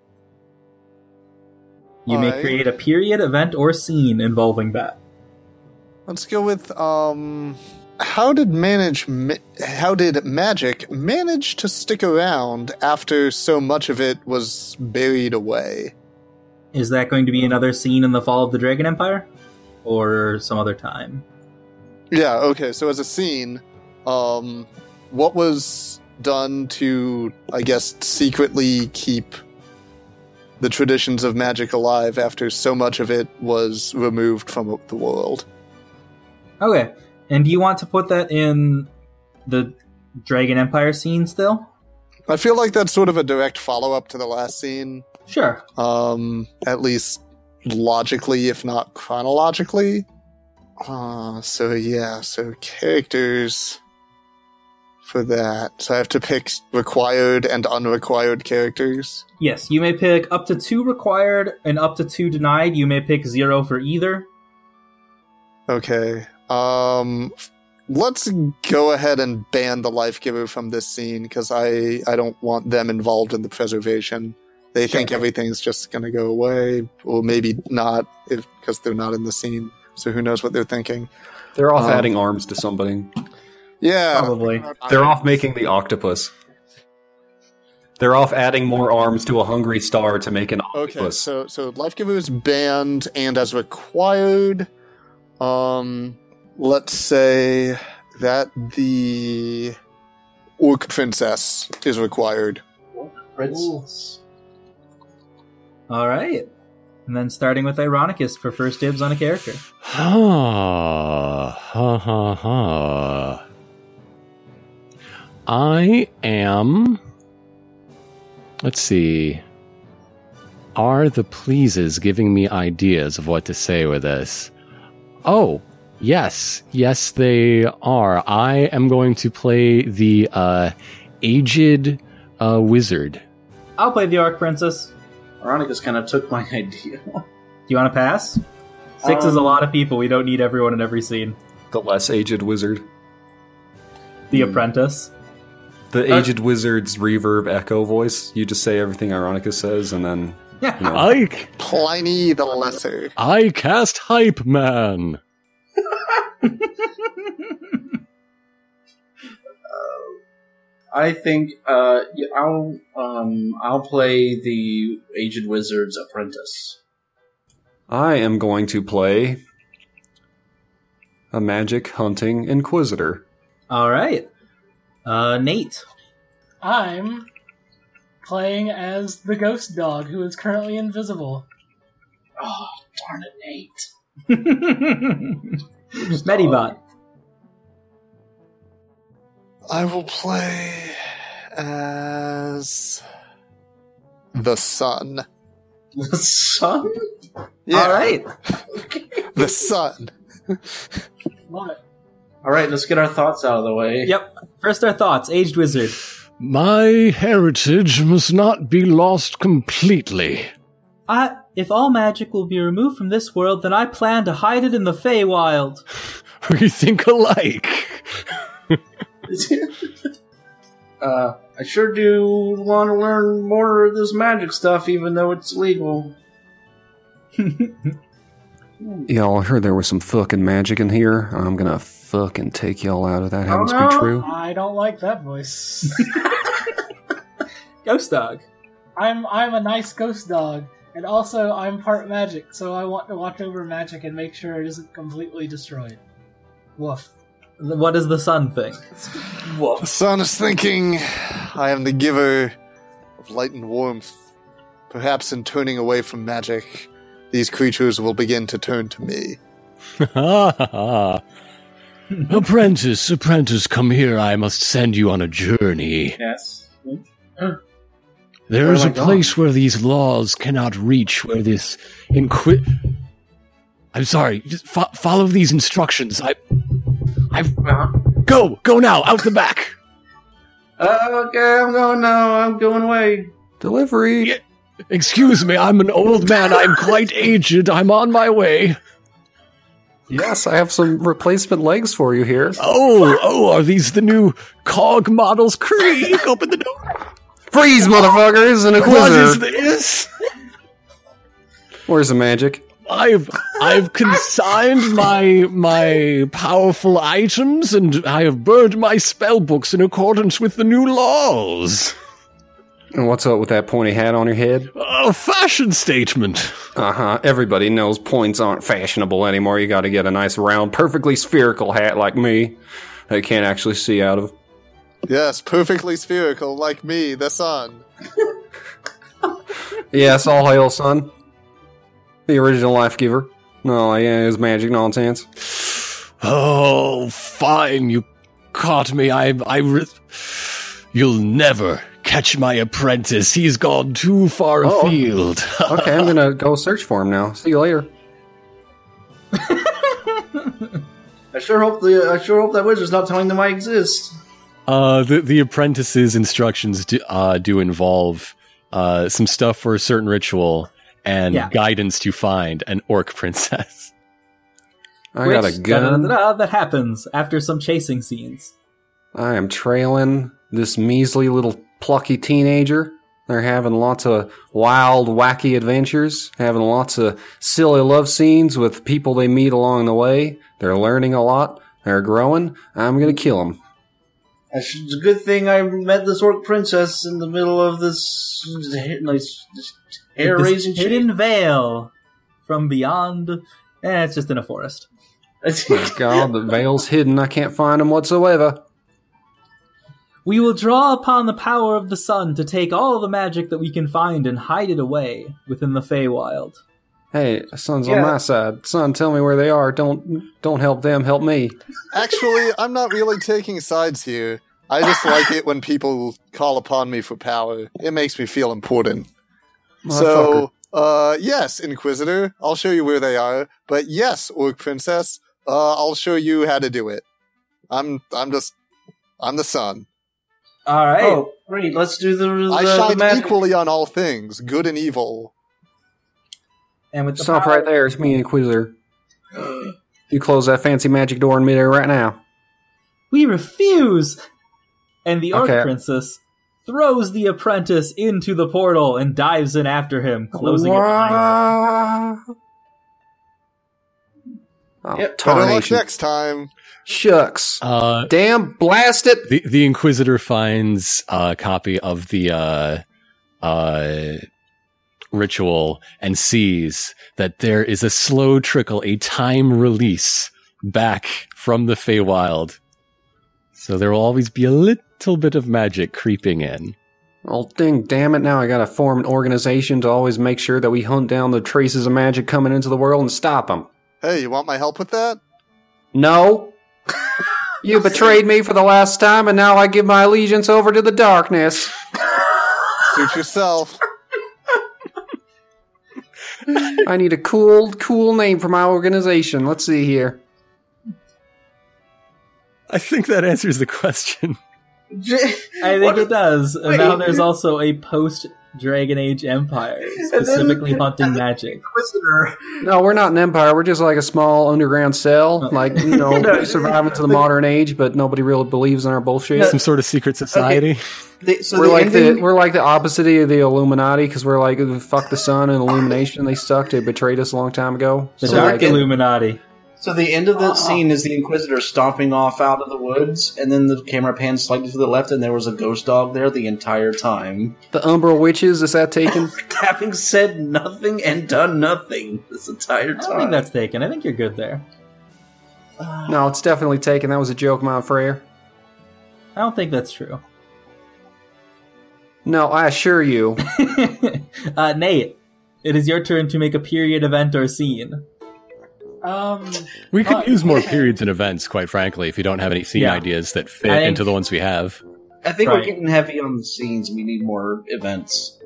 S1: You may
S2: Alright.
S1: create a period, event, or scene involving that.
S2: Let's go with um. How did manage? Ma- how did magic manage to stick around after so much of it was buried away?
S1: Is that going to be another scene in the fall of the Dragon Empire? Or some other time?
S2: Yeah. Okay. So as a scene, um, what was done to, I guess, secretly keep the traditions of magic alive after so much of it was removed from the world?
S1: Okay. And do you want to put that in the Dragon Empire scene still?
S2: I feel like that's sort of a direct follow up to the last scene.
S1: Sure.
S2: um, at least logically, if not chronologically. Uh, so yeah, so characters for that. So I have to pick required and unrequired characters.
S1: Yes, you may pick up to two required and up to two denied. You may pick zero for either.
S2: Okay. Um, let's go ahead and ban the life giver from this scene because I I don't want them involved in the preservation. They think everything's just gonna go away, or maybe not, if because they're not in the scene. So who knows what they're thinking?
S3: They're
S5: Oh.
S3: off
S2: Um,
S3: adding arms to somebody.
S2: Yeah,
S1: Probably.
S3: They're off making the octopus. They're off adding more arms to a hungry star to make an
S2: Okay,
S3: octopus.
S2: so so life giver is banned and as required. Um, let's say that the orc princess is required.
S5: Prince?
S1: All right. And then starting with Ironicus for first dibs on a character.
S4: Ha ha ha ha. I am. Let's see. Are the pleases giving me ideas of what to say with this? Oh, yes. Yes, they are. I am going to play the uh, aged uh, wizard.
S1: I'll play the Arc Princess. Do
S5: Ironicus kind of took my <laughs> idea.
S1: you want to pass? Six is a
S5: Um,
S1: lot of people. We don't need everyone in every scene.
S3: the less aged wizard.
S1: The Apprentice.
S3: The
S1: Uh,
S3: aged wizard's reverb echo voice. You just say everything Ironicus says, and then
S1: Yeah.
S3: you know,
S4: I,
S2: Pliny the Lesser.
S4: I cast Hype Man.
S5: I think uh, yeah, I'll um, I'll play the aged wizard's apprentice.
S3: I am going to play a magic hunting inquisitor.
S1: <laughs> All right. Uh, Nate.
S7: I'm playing as the ghost dog who is currently invisible. Oh, darn it, Nate.
S5: Oh,
S1: Medibot.
S5: <laughs>
S2: I will play as the sun.
S5: The sun?
S2: Yeah,
S1: All right.
S2: the sun.
S7: What?
S5: All right, let's get our thoughts out of the way.
S1: Yep. First, our thoughts. Aged wizard.
S4: My heritage must not be lost completely. <laughs>
S1: I, if all magic will be removed from this world, then I plan to hide it in the Feywild.
S4: We think alike.
S5: <laughs> uh, I sure do want to learn more of this magic stuff, even though it's legal.
S3: Y'all heard there was some fucking magic in here. I'm gonna fucking take y'all out of that. Happens to
S5: Oh,
S3: be
S5: no.
S3: true.
S7: I don't like that voice. <laughs>
S1: Ghost dog.
S7: I'm I'm a nice ghost dog, and also I'm part magic, so I want to watch over magic and make sure it isn't completely destroyed. Woof.
S1: What does the sun think?
S2: The sun is thinking, I am the giver of light and warmth. Perhaps in turning away from magic, these creatures will begin to turn to me.
S4: apprentice, apprentice, come here. I must send you on a journey.
S5: Yes.
S4: There
S5: Where
S4: is
S5: am
S4: a
S5: I going?
S4: place where these laws cannot reach, where this inqui. I'm sorry. Just fo- follow these instructions. I. I
S5: Uh-huh.
S4: go go now out the back.
S5: Uh, okay, I'm going now. I'm going away.
S3: Delivery.
S4: Yeah. Excuse me, I'm an old man. I'm quite aged. I'm on my way.
S3: Yes, I have some replacement legs for you here.
S4: Oh oh, are these the new cog models? Creak! Open the door.
S3: Freeze, motherfuckers, and a
S4: What is
S3: quizzer.
S4: this?
S3: Where's the magic?
S4: I've I've consigned my my powerful items and I have burned my spell books in accordance with the new laws.
S3: And what's up with that pointy hat on your head?
S4: A fashion statement.
S3: Uh huh. Everybody knows points aren't fashionable anymore. You got to get a nice round, perfectly spherical hat like me that you can't actually see out of.
S2: Yes, perfectly spherical, like me, the sun.
S3: Yes, all hail, son. The original life giver. No, yeah, it was magic nonsense.
S4: Oh, fine, you caught me. I I re- you'll never catch my apprentice. He's gone too far
S3: Oh.
S4: afield. <laughs>
S3: Okay, I'm gonna go search for him now. See you later.
S5: I sure hope the I sure hope that wizard's not telling them I exist.
S4: Uh, the the apprentice's instructions do, uh, do involve uh, some stuff for a certain ritual and
S1: Yeah.
S4: guidance to find an orc <laughs> princess.
S3: I got a
S1: Which, uh,
S3: gun.
S1: da-da-da-da, that happens after some chasing scenes.
S3: I am trailing this measly little plucky teenager. They're having lots of wild, wacky adventures, having lots of silly love scenes with people they meet along the way. They're learning a lot. They're growing. I'm gonna kill them.
S5: I should, it's a good thing I met this orc princess in the middle of this, nice hair
S1: This
S5: raising shit.
S1: hidden veil from beyond. Eh, it's just in a forest.
S5: <laughs>
S3: God, the veil's hidden. I can't find them whatsoever.
S1: We will draw upon the power of the sun to take all the magic that we can find and hide it away within the Feywild.
S3: Hey, son's on
S5: Yeah.
S3: my side. Son, tell me where they are. Don't don't help them. Help me.
S2: Actually, I'm not really taking sides here. I just like it when people call upon me for power. It makes me feel important.
S3: Motherfucker.
S2: So, uh, yes, Inquisitor, I'll show you where they are. But yes, Orc Princess, uh, I'll show you how to do it. I'm, I'm just, I'm the sun.
S1: All right.
S5: oh, great! Let's do the, the,
S2: I
S5: the
S2: shine
S5: magic. <laughs>
S2: equally on all things, good and evil.
S1: and with the
S3: Stop
S1: power-
S3: right there. It's me, Inquisitor.
S5: Uh.
S3: You close that fancy magic door in midair right now.
S1: We refuse! And the Orc
S3: Okay.
S1: Princess throws the apprentice into the portal and dives in after him, closing it behind her.
S3: Oh,
S5: Yep.
S2: Better luck
S3: tarnation.
S2: next time.
S3: Shucks.
S4: Uh,
S3: Damn, blast it.
S4: the the inquisitor finds a copy of the uh, uh, ritual and sees that there is a slow trickle, a time release back from the Feywild. So there will always be a little bit of magic creeping in.
S3: Well, ding, damn it! Now I gotta form an organization to always make sure that we hunt down the traces of magic coming into the world and stop them.
S2: Hey, you want my help with that?
S3: No. <laughs> you betrayed me for the last time, and now I give my allegiance over to the darkness.
S2: Suit yourself.
S3: I need a cool, cool name for my organization. Let's see here.
S4: I think that answers the <laughs> question.
S1: I think
S5: What-
S1: it does. And
S5: wait.
S1: now there's also a post Dragon Age
S5: <laughs>
S1: Empire,
S5: then-
S1: specifically hunting magic.
S5: Listener,
S3: No, we're not an empire. We're just like a small underground cell. Like, you know, we survive into the modern age, but nobody really believes in our bullshit.
S4: Some sort of secret society.
S5: they, so
S3: we're
S5: the
S3: like
S5: ending,
S3: the we're like the opposite of the Illuminati because we're like fuck the sun and illumination. They sucked. They betrayed us a long time ago.
S1: The
S3: So,
S1: Dark
S3: like,
S1: Illuminati.
S5: so the end of that scene is the Inquisitor stomping off out of the woods, and then the camera pans slightly to the left, and there was a ghost dog there the entire time, <laughs>
S3: the Umbral witches is that taken?
S5: having said nothing and done nothing this entire
S1: I don't think
S5: time.
S1: that's taken. I think you're good there.
S3: no, it's definitely taken. That was a joke, Mount Freyer.
S1: I don't think that's true. <laughs>
S3: No, I assure you.
S1: uh, Nate, it is your turn to make a period event or scene.
S7: Um,
S4: We could
S7: Huh.
S4: use more periods and events, quite frankly, if you don't have any scene
S1: Yeah.
S4: ideas that fit
S1: I think-
S4: into the ones we have.
S5: I think we're
S1: Right.
S5: getting heavy on the scenes. We need more events.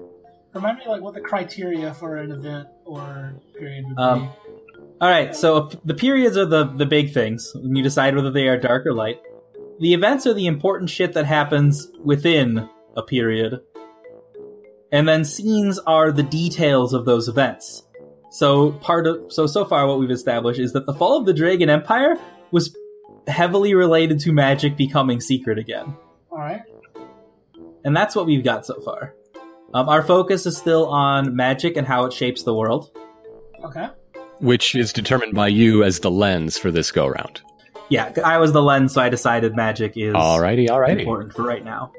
S7: remind me like what the criteria for an event or period would be.
S1: Um, All right, so a- the periods are the the big things. You decide whether they are dark or light. The events are the important shit that happens within a period. And then scenes are the details of those events. So part of so so far what we've established is that the fall of the Dragon Empire was heavily related to magic becoming secret again.
S7: All right.
S1: And that's what we've got so far. Um, our focus is still on magic and how it shapes the world.
S7: Okay.
S4: Which is determined by you as the lens for this go round.
S1: Yeah, I was the lens, so I decided magic is
S4: Alrighty, alrighty.
S1: important for right now.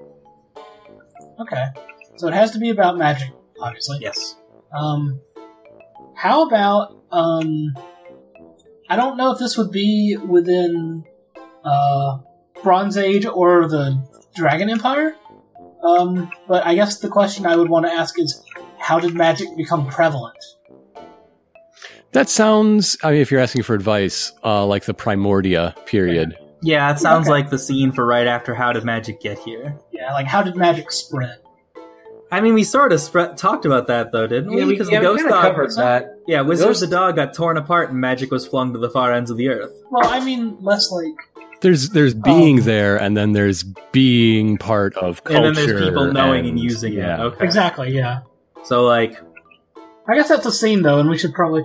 S7: Okay. So it has to be about magic, obviously.
S1: Yes.
S7: Um, how about um, I don't know if this would be within uh, Bronze Age or the Dragon Empire, um, but I guess the question I would want to ask is, how did magic become prevalent?
S4: That sounds, I mean, if you're asking for advice, uh, like the Primordia period.
S1: Yeah, it sounds
S7: Okay.
S1: like the scene for right after How Did Magic Get Here?
S7: Yeah, like how did magic spread?
S1: I mean, we sort of spread talked about that, though, didn't we? Because the ghost dog.
S5: covered that.
S1: Yeah, Wizard
S5: Ghost-
S1: the dog got torn apart and magic was flung to the far ends of the earth.
S7: Well, I mean, less like
S4: There's there's being
S7: Oh.
S4: there, and then there's being part of culture.
S1: And then there's people knowing and,
S4: and-
S1: using
S4: yeah.
S1: it. Okay.
S7: exactly, yeah.
S1: So, like,
S7: I guess that's a scene though, and we should probably.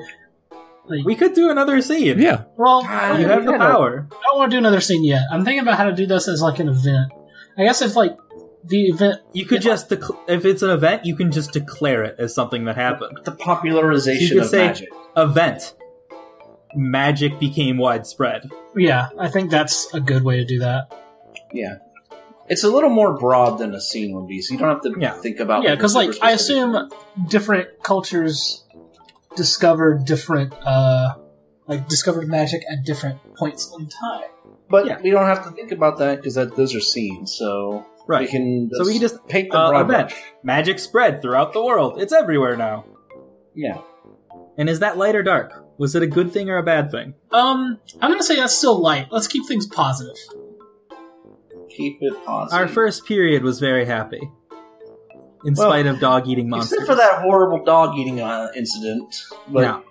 S7: Like,
S1: we could do another scene.
S4: Yeah,
S7: well,
S5: God,
S1: You have the
S5: Yeah.
S1: power.
S7: I don't want to do another scene yet. I'm thinking about how to do this as like an event. I guess if like the event,
S1: You could
S7: Yeah.
S1: just dec- if it's an event, you can just declare it as something that happened.
S5: The
S1: So
S5: popularization
S1: you could
S5: of
S1: say-
S5: magic.
S1: Event. Magic became widespread.
S7: yeah, I think that's a good way to do that.
S5: Yeah. It's a little more broad than a scene would be, so you don't have to
S1: Yeah.
S5: think about
S7: yeah, because like
S5: super
S7: I
S5: specific.
S7: assume different cultures discovered different, uh, like discovered magic at different points in time.
S5: but
S1: yeah.
S5: we don't have to think about that because that, those are scenes. So we
S1: Right.
S5: can
S1: So we can just
S5: paint the
S1: uh,
S5: broad
S1: event.
S5: brush.
S1: Magic spread throughout the world. It's everywhere now.
S5: Yeah,
S1: And is that light or dark? Was it a good thing or a bad thing?
S7: Um, I'm gonna say that's still light. Let's keep things positive.
S5: keep it positive.
S1: Our first period was very happy. In
S5: Well,
S1: spite of dog eating monsters.
S5: except for that horrible dog eating uh, incident, but
S1: No.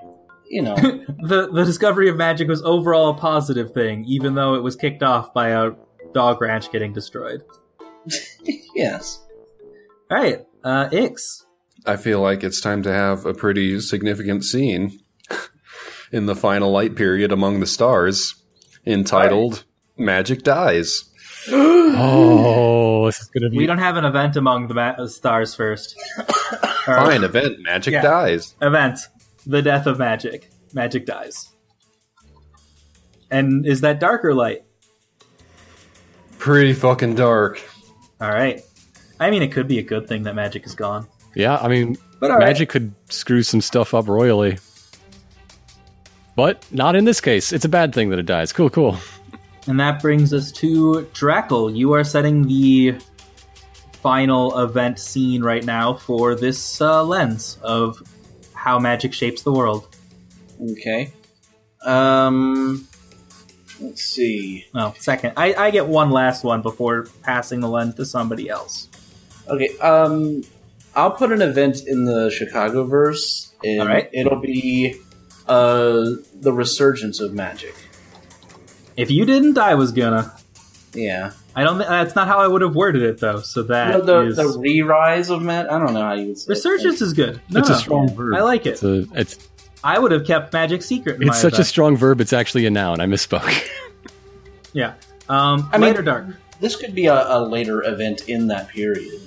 S5: you
S1: <laughs>
S5: know,
S1: The, the discovery of magic was overall a positive thing, even though it was kicked off by a dog ranch getting destroyed.
S5: yes,
S1: Alright, uh, Ix.
S3: I feel like it's time to have a pretty significant scene in the final light period among the stars entitled Magic Dies.
S4: Oh, this is gonna
S1: We
S4: be.
S1: don't have an event among the ma- stars first. Or-
S3: Fine event, Magic
S1: Yeah.
S3: Dies.
S1: Event. The death of magic. Magic dies. And is that dark or light?
S3: Pretty fucking dark.
S1: All right. I mean, it could be a good thing that magic is gone.
S4: Yeah, I mean,
S1: But all right.
S4: magic could screw some stuff up royally, but not in this case. It's a bad thing that it dies. Cool, cool.
S1: And that brings us to Drackle. You are setting the final event scene right now for this uh, lens of how magic shapes the world.
S5: Okay. Um, let's see.
S1: Oh, second. I, I get one last one before passing the lens to somebody else.
S5: Okay. Um, I'll put an event in the Chicago verse, and
S1: All right.
S5: it'll be uh the resurgence of magic.
S1: If you didn't, I was gonna.
S5: Yeah.
S1: I don't. thi- That's not how I would have worded it though. So that
S5: The, the,
S1: is-
S5: the re-rise of magic. I don't know how you would say it.
S1: resurgence is good. No,
S4: it's
S1: no,
S4: a strong verb.
S1: I like it.
S4: It's a, it's,
S1: I would have kept magic secret. In my
S4: it's such a
S1: event.
S4: strong verb. It's actually a noun. I misspoke. <laughs>
S1: yeah. Um,
S5: I mean-
S1: later dark.
S5: This could be a, a later event in that period.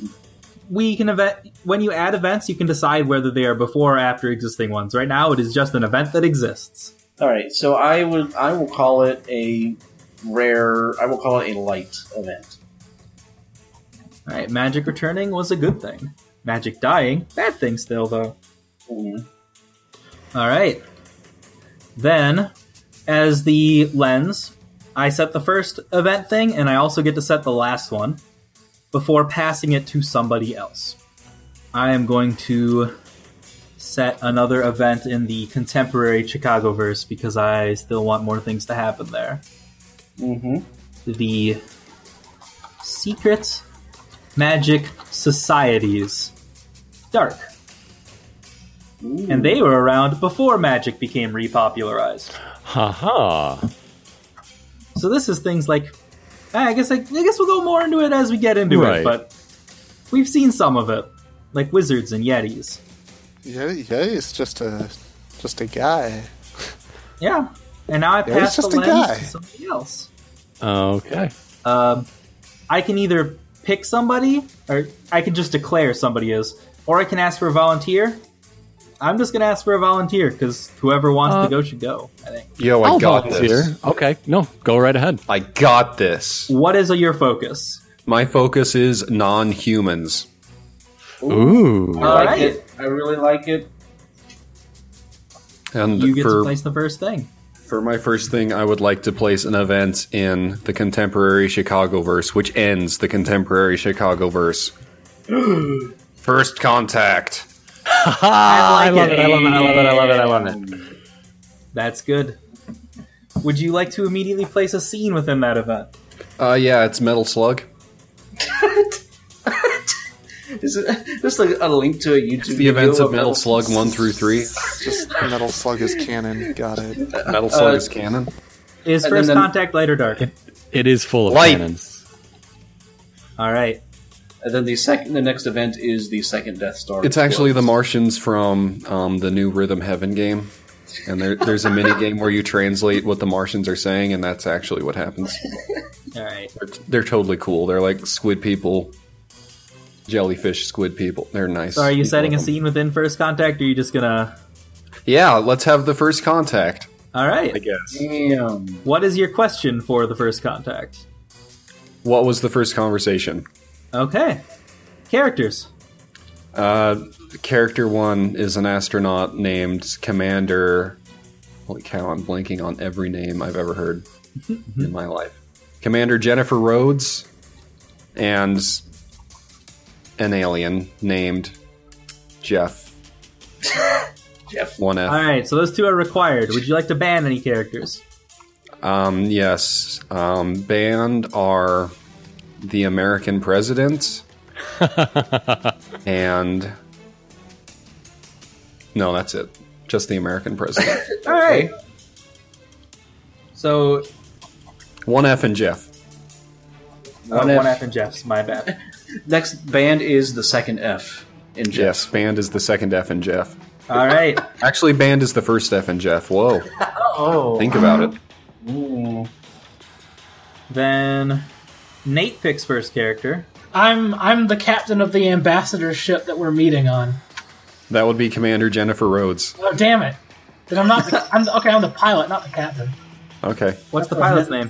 S1: We can event when you add events, you can decide whether they are before or after existing ones. Right now, it is just an event that exists.
S5: All right, so I would I will call it a rare. I will call it a light event.
S1: All right, magic returning was a good thing. Magic dying, bad thing still though. All right. Then, as the lens, I set the first event thing, and I also get to set the last one before passing it to somebody else. I am going to set another event in the contemporary Chicago verse because I still want more things to happen there.
S5: Mm-hmm.
S1: The secret magic societies, dark, and they were around before magic became repopularized.
S4: Ha ha.
S1: So this is things like I guess I, I guess we'll go more into it as we get into it,
S4: Right.
S1: but we've seen some of it, like wizards and yetis.
S2: Yeah, yeah, it's just a just a guy.
S1: Yeah, and now I
S2: Yeah,
S1: pass
S2: he's
S1: the
S2: just a
S1: lens
S2: guy.
S1: to somebody else.
S4: Okay.
S1: Um, I can either pick somebody, or I can just declare somebody is, or I can ask for a volunteer. I'm just gonna ask for a volunteer because whoever wants
S4: Uh,
S1: to go should go. I think.
S3: Yo, I
S4: I'll
S3: got
S4: volunteer.
S3: this.
S4: Okay. No, go right ahead.
S3: I got this.
S1: What is your focus?
S3: My focus is non-humans.
S4: Ooh.
S5: I like
S1: Alright.
S5: it. I really like it.
S3: And
S1: You get to
S3: for
S1: place the first thing.
S3: for my first thing, I would like to place an event in the contemporary Chicago verse, which ends the contemporary Chicago verse.
S1: <gasps>
S3: first contact.
S4: Ah, I, love it. I love it. I love it. I love it. I love it.
S1: That's good. Would you like to immediately place a scene within that event?
S3: Uh, yeah, it's Metal Slug.
S5: Is it just like a link to a YouTube?
S3: The events
S5: video
S3: of Metal Slug one through
S1: <laughs>
S3: three.
S2: Just metal slug is cannon. Got it.
S3: Metal Slug
S1: Uh,
S3: is canon.
S1: Is
S5: And
S1: first
S5: then-
S1: contact light or dark?
S4: It is full of
S3: Light.
S4: cannons.
S1: All right.
S5: And then the second, the next event is the second Death Star.
S3: It's actually the Martians from um, the new Rhythm Heaven game. And there, there's a mini game where you translate what the Martians are saying, and that's actually what happens.
S1: All right.
S3: They're, they're totally cool. They're like squid people, jellyfish squid people. They're nice.
S1: So are you
S3: People
S1: setting a
S3: like them.
S1: scene within first contact or are you just going to
S3: Yeah, let's have the first contact.
S1: All
S3: I
S1: right.
S3: guess.
S5: Damn.
S1: What is your question for the first contact?
S3: What was the first conversation?
S1: Okay. Characters.
S3: Uh, character one is an astronaut named Commander. Holy cow! I'm blanking on every name I've
S1: <laughs>
S3: ever heard in my life. Commander Jennifer Rhodes and an alien named <laughs> Jeff.
S5: Jeff.
S3: One F.
S1: All right. So those two are required. Would you like to ban any characters?
S3: Um, yes. Um, banned are the American <laughs> president and no, that's it. Just the American president.
S1: All right. So uh,
S3: One F and Jeff.
S1: oh,
S5: One
S1: one
S5: F.
S1: F and Jeff's my bad.
S5: Next band is the second F in Jeff.
S3: Yes, banned is the second F and Jeff.
S1: All right.
S3: Actually, banned is the first F and Jeff. Whoa.
S1: Oh.
S3: Think about it.
S1: Then Nate picks first character.
S7: I'm I'm the captain of the ambassador ship that we're meeting on.
S3: That would be Commander Jennifer Rhodes.
S7: Oh damn it! Then I'm not. The, I'm the, okay. I'm the pilot, not the captain.
S3: Okay.
S1: What's the pilot's name?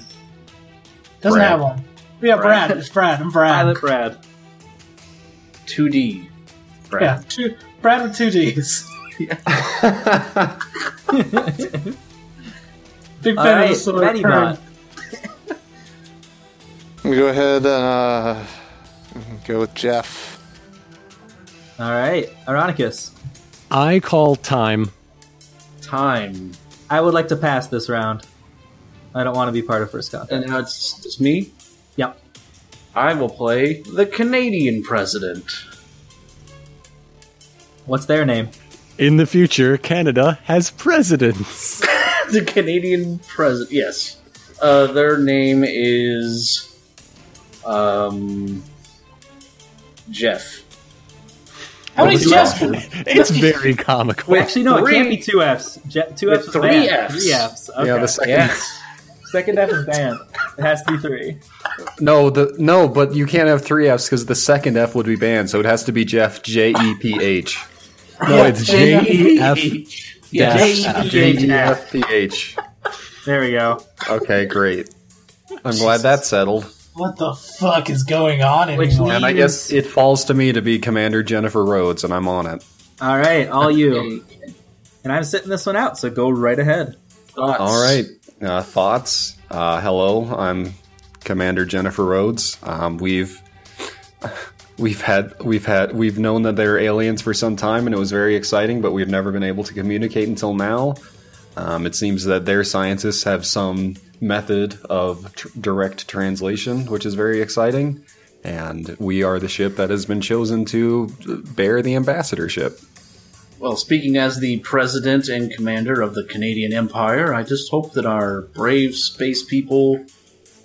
S7: Doesn't
S3: Brad.
S7: have one. Yeah, Brad. It's Brad. I'm Brad.
S1: Pilot Brad.
S5: Two D.
S7: Yeah, two, Brad with two
S1: <laughs>
S7: D's. Big
S1: All
S7: fan of
S1: right.
S7: the sort of
S1: Betty
S7: term.
S1: Bot.
S2: We go ahead. Uh, Go with Jeff.
S1: All right, Ironicus.
S4: I call time.
S5: Time.
S1: I would like to pass this round. I don't want to be part of first contact.
S5: And now it's, it's me?
S1: Yep.
S5: I will play the Canadian president. <laughs>
S1: What's their name?
S4: In the future, Canada has presidents. <laughs>
S5: the Canadian president. Yes. Uh, their name is um, Jeff.
S7: How many
S5: What was
S7: Jeffs?
S5: that?
S4: it's very comical.
S5: With
S1: Actually, no, it can't
S5: three-
S1: be two Fs. Je- two
S5: With
S1: Fs. is
S5: three
S1: banned.
S5: Fs.
S1: Three Fs. Okay.
S3: Yeah, the second.
S5: Yes.
S1: second F is banned. It has to be
S3: <laughs>
S1: three.
S3: No, the no, but you can't have three Fs because the second F would be banned, so it has to be Jeff J E P H.
S4: No, it's J E F. dash.
S3: J E F P H.
S1: There we go.
S3: Okay, great. I'm glad that's settled.
S7: What the fuck is going on
S1: Which
S7: anymore?
S1: leads-
S3: And I guess it falls to me to be Commander Jennifer Rhodes, and I'm on it.
S1: All right, all you. And I'm sitting this one out, so go right ahead.
S5: Thoughts?
S3: <laughs> All right. Uh, thoughts? Uh, hello, I'm Commander Jennifer Rhodes. Um, we've we've had we've had we've known that they're aliens for some time, and it was very exciting. But we've never been able to communicate until now. Um, it seems that their scientists have some method of tr- direct translation, which is very exciting. And we are the ship that has been chosen to bear the ambassadorship.
S5: Well, speaking as the president and commander of the Canadian Empire, I just hope that our brave space people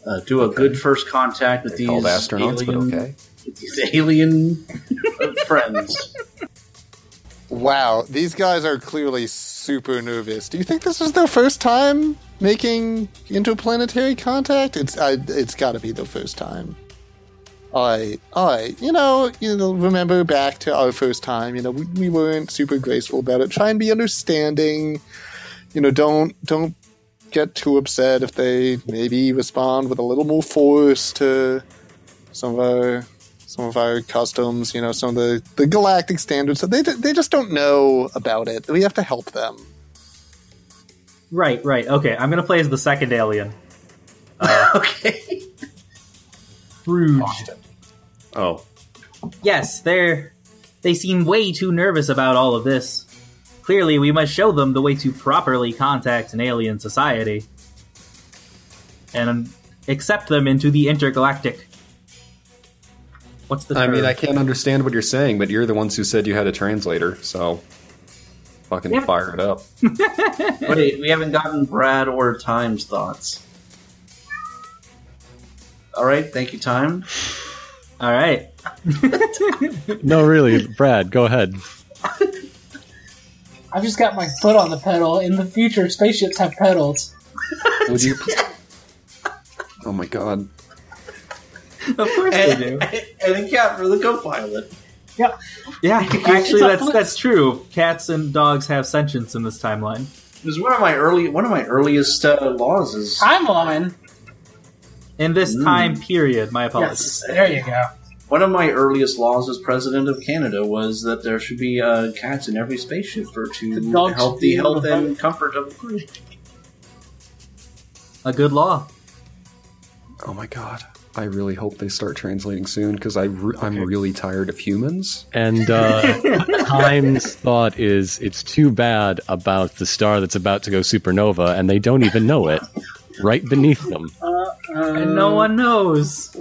S5: uh, do a good first contact with
S3: They're
S5: these
S3: called astronauts,
S5: alien-
S3: but okay.
S5: with these alien
S3: <laughs>
S5: uh, friends.
S2: Wow, these guys are clearly super nervous. Do you think this is their first time making interplanetary contact? It's I, it's got to be their first time. All right, all right. You know, you know. Remember back to our first time. You know, we, we weren't super graceful about it. Try and be understanding. You know, don't don't get too upset if they maybe respond with a little more force to some of our some of our customs, you know, some of the, the galactic standards. So they, they just don't know about it. We have to help them.
S1: Right, right. Okay, I'm gonna play as the second alien.
S3: Uh,
S5: okay.
S1: Rouge.
S3: Oh,
S1: Yes, they're. They seem way too nervous about all of this. Clearly, we must show them the way to properly contact an alien society. And accept them into the intergalactic. What's the
S3: I mean,
S1: term?
S3: I can't understand what you're saying, but you're the ones who said you had a translator, so fucking
S1: Yeah.
S3: fire it up.
S5: Wait, we haven't gotten Brad or Time's thoughts. All right, thank you, Time.
S1: All right.
S4: No, really, Brad, go ahead.
S7: I've just got my foot on the pedal. In the future, spaceships have pedals.
S3: Would you? oh my god!
S1: <laughs> Of course they do.
S5: And, and a cat for the co-pilot.
S1: <laughs> Yeah,
S7: It's
S1: actually,
S7: a
S1: that's
S7: flip.
S1: that's true. Cats and dogs have sentience in this timeline.
S5: It was one of my early, one of my earliest uh, laws is
S7: Timeline.
S1: In this
S5: Mm.
S1: time period, my apologies.
S7: Yes, there you go.
S5: One of my earliest laws as president of Canada was that there should be uh, cats in every spaceship for to
S7: The dogs
S5: help
S7: should
S5: the
S7: be
S5: health
S7: remote. <laughs>
S5: and comfort of the crew.
S1: A good law.
S3: Oh my god! I really hope they start translating soon because I re- I'm really tired of humans.
S4: And <laughs> uh, Time's thought is it's too bad about the star that's about to go supernova, and they don't even know it. Right beneath them.
S1: and no
S3: Uh,
S1: one knows.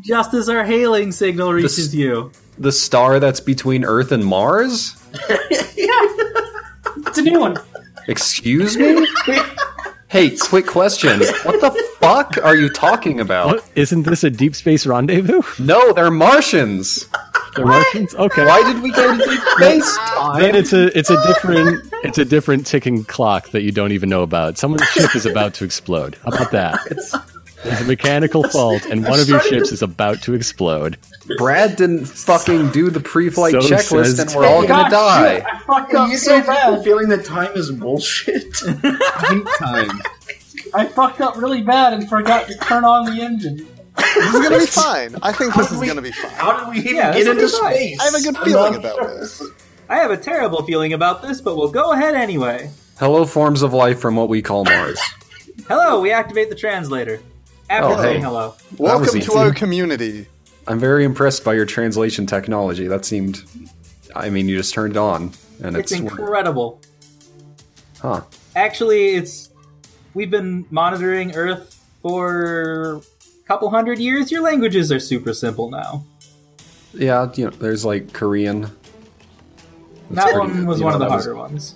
S1: Just as our hailing signal reaches you.
S3: The star that's between Earth and Mars.
S7: It's a new one.
S3: Excuse me. hey, quick question. What the fuck are you talking about?
S4: What? Oh, Isn't this a deep space rendezvous?
S3: No, they're Martians.
S4: The Russians? Okay.
S3: Why did we go to deep space?
S4: Then it's a it's a different it's a different ticking clock that you don't even know about. Someone's ship is about to explode. How about that? There's a mechanical fault, and one of your ships is about to explode.
S3: Brad didn't fucking do the pre-flight
S4: So
S3: checklist,
S4: says
S3: and we're all
S7: Gosh,
S3: gonna die.
S1: <laughs>
S7: shoot, I fucked up so
S5: the
S7: bad.
S5: feeling that time
S7: <laughs>
S5: is bullshit. <laughs>
S3: time.
S7: I fucked up really bad and forgot to turn on the engine.
S2: This is going to
S3: <laughs>
S2: be fine. I think this
S5: How
S2: is
S5: we-
S2: going to be fine.
S5: How did we even
S1: Yeah,
S5: get
S1: that's
S5: into
S1: what I-
S5: space?
S2: I have a good feeling about this.
S1: I have a terrible feeling about this, but we'll go ahead anyway.
S3: Hello, forms of life from what we call Mars.
S1: Hello, we activate the translator. After
S3: Oh,
S1: saying
S3: hey.
S1: hello.
S2: Welcome
S3: was
S2: to our
S3: easy.
S2: community.
S3: I'm very impressed by your translation technology. That seemed, I mean, you just turned it on and
S1: It's
S3: it's,
S1: incredible.
S3: huh?
S1: Actually, it's we've been monitoring Earth for a couple hundred years. Your languages are super simple now.
S3: Yeah, you know, there's like Korean. That's
S1: that
S3: pretty
S1: one
S3: good.
S1: was
S3: You
S1: one
S3: know,
S1: of the
S3: that was-
S1: harder ones.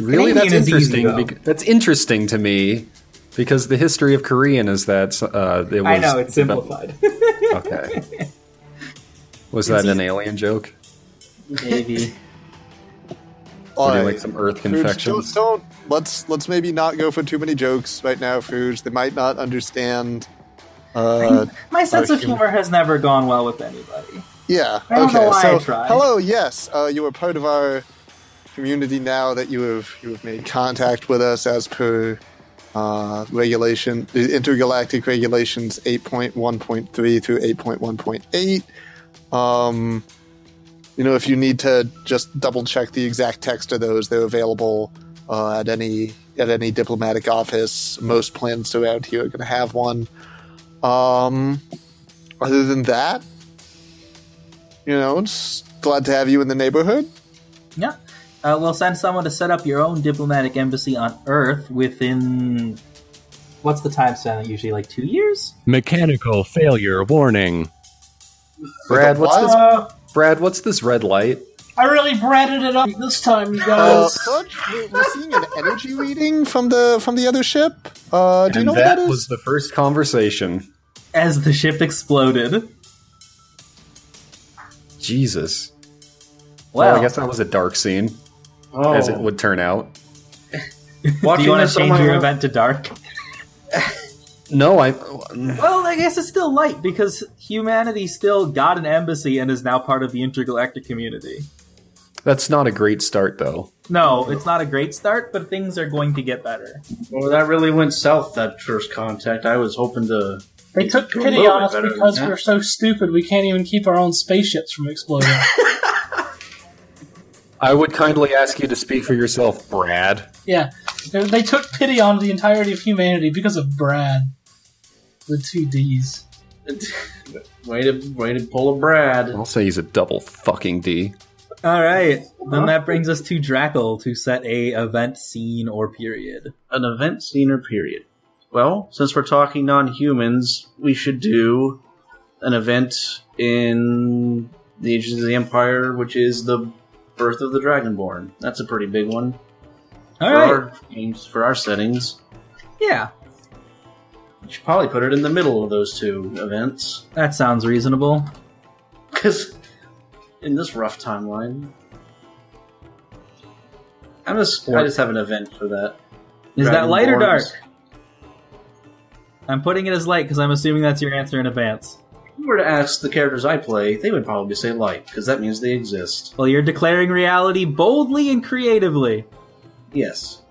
S3: Really,
S1: Canadian
S3: that's
S1: is easy,
S3: interesting.
S1: though.
S3: bec- that's interesting to me because the history of Korean is that uh, it was.
S1: I know it's
S3: developed-
S1: simplified. <laughs>
S3: Okay. Was that an alien joke?
S7: <laughs>
S5: Maybe.
S3: Or do you
S2: Aye.
S3: like some Earth
S2: Foods,
S3: confections?
S2: Don't, don't let's let's maybe not go for too many jokes right now, Foods. They might not understand. Uh,
S1: <laughs> My sense
S2: Oh,
S1: of humor has never gone well with anybody.
S2: yeah.
S1: I don't
S2: okay.
S1: know why I
S2: so,
S1: tried.
S2: hello. Yes, uh, you are part of our community now that you have you have made contact with us as per uh, regulation intergalactic regulations eight point one point three through eight point one point eight. Um, you know, if you need to just double check the exact text of those, they're available uh, at any at any diplomatic office. Most plans around here are going to have one. Um, other than that, you know, it's glad to have you in the neighborhood.
S1: Yeah. Uh, we'll send someone to set up your own diplomatic embassy on Earth within. What's the time span? Usually like two years?
S4: Mechanical failure warning.
S3: Brad, what's this?
S7: Uh,
S3: Brad, what's this red light?
S7: I really bratted it up this time, you
S3: Oh,
S2: Uh,
S7: guys.
S2: Bud, we're, we're seeing an energy reading from the from the other ship. Uh, do you
S3: and
S2: know what
S3: that
S2: that is?
S3: was the first conversation.
S1: As the ship exploded.
S3: Jesus.
S1: Well,
S3: Well, I guess that was a dark scene,
S5: Oh.
S3: as it would turn out.
S1: do you
S5: Watching
S1: want
S5: this
S1: to change
S5: somewhere
S1: your
S5: else-
S1: event to dark?
S3: No, I.
S1: Well, I guess it's still light because humanity still got an embassy and is now part of the intergalactic community.
S3: That's not a great start, though.
S1: No, it's not a great start, but things are going to get better.
S5: Well, that really went south that first contact. I was hoping to. <laughs>
S7: They took
S5: do a
S7: pity
S5: little
S7: on
S5: bit
S7: us
S5: better than
S7: because
S5: that.
S7: we're so stupid we can't even keep our own spaceships from
S5: <laughs>
S7: exploding.
S3: I would kindly ask you to speak for yourself, Brad.
S7: yeah. They, they took pity on the entirety of humanity because of Brad. The two D's.
S5: Way to way to pull a Brad.
S3: I'll say he's a double fucking D.
S1: All right, then that brings us to Drackle to set a event scene or period.
S5: An event scene or period. Well, since we're talking non-humans, we should do an event in the Ages of the Empire, which is the birth of the Dragonborn. That's a pretty big one
S1: All
S5: for
S1: right,
S5: our games, for our settings.
S1: yeah,
S5: You should probably put it in the middle of those two events
S1: that sounds reasonable.
S5: because in this rough timeline, I'm just I just have an event for that.
S1: Is that
S5: Dragonborns.
S1: light or dark? I'm putting it as light because I'm assuming that's your answer in advance.
S5: If you were to ask the characters I play, they would probably say light because that means they exist.
S1: Well, you're declaring reality boldly and creatively.
S5: Yes,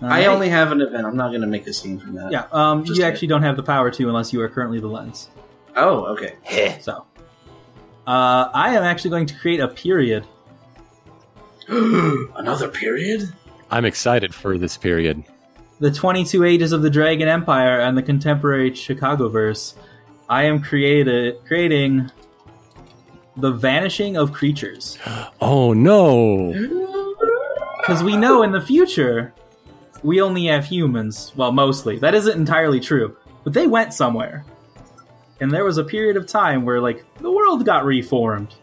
S1: All
S5: I
S1: right.
S5: only have an event. I'm not going to make a scene from that.
S1: yeah. Um,
S5: Just
S1: you
S5: kidding.
S1: actually don't have the power to unless you are currently the lens.
S5: Oh, okay.
S1: So, uh, I am actually going to create a period.
S5: Another period.
S4: I'm excited for this period.
S1: The 22 Ages of the Dragon Empire and the contemporary Chicagoverse. I am created, creating the vanishing of creatures.
S4: Oh no!
S1: Because we know in the future, we only have humans. Well, mostly. That isn't entirely true. But they went somewhere. And there was a period of time where, like, the world got reformed.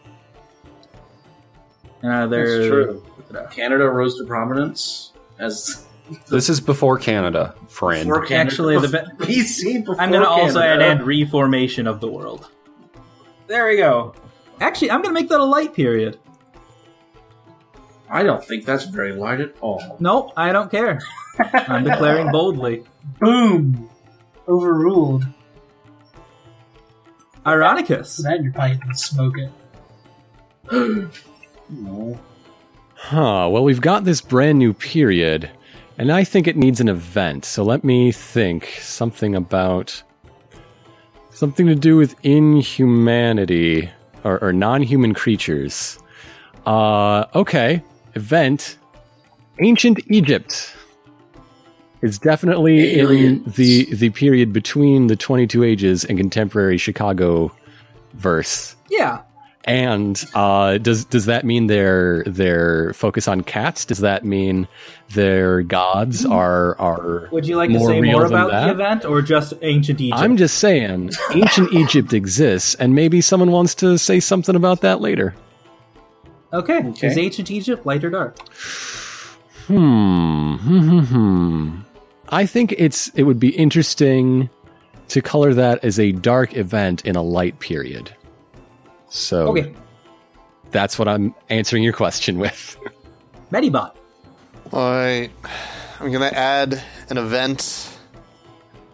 S1: Uh, And either
S5: That's true. Canada rose to prominence as
S3: This is before Canada, friend.
S5: before Canada.
S1: Actually, the
S5: <laughs>
S1: be-
S5: PC. Before
S1: I'm going to also add
S5: Canada.
S1: in reformation of the world. There we go. Actually, I'm going to make that a light period.
S5: I don't think that's very light at all.
S1: Nope, I don't
S5: <laughs>
S1: care. I'm declaring boldly.
S7: Boom! Overruled.
S1: Ironicus.
S7: Put that in your pipe and smoke it.
S5: No.
S4: Huh. Well, we've got this brand new period, and I think it needs an event. So let me think something about something to do with inhumanity or, or non-human creatures. Uh, okay. Event: Ancient Egypt. It's definitely in
S5: Aliens.
S4: the the period between the 22 ages and contemporary Chicago verse.
S1: Yeah.
S4: And uh, does does that mean their their focus on cats? Does that mean their gods are are?
S1: Mm-hmm. Would you like
S4: More
S1: to say
S4: real
S1: more
S4: than
S1: about
S4: that?
S1: the event or just ancient Egypt?
S4: I'm just saying, ancient Egypt exists, and maybe someone wants to say something about that later.
S1: okay.
S5: Okay.
S1: Is ancient Egypt light or dark?
S4: Hmm. Hmm, hmm, hmm. <laughs> I think it's it would be interesting to color that as a dark event in a light period. So
S1: Okay.
S4: that's what I'm answering your question with.
S1: Medibot.
S2: All right. I'm going to add an event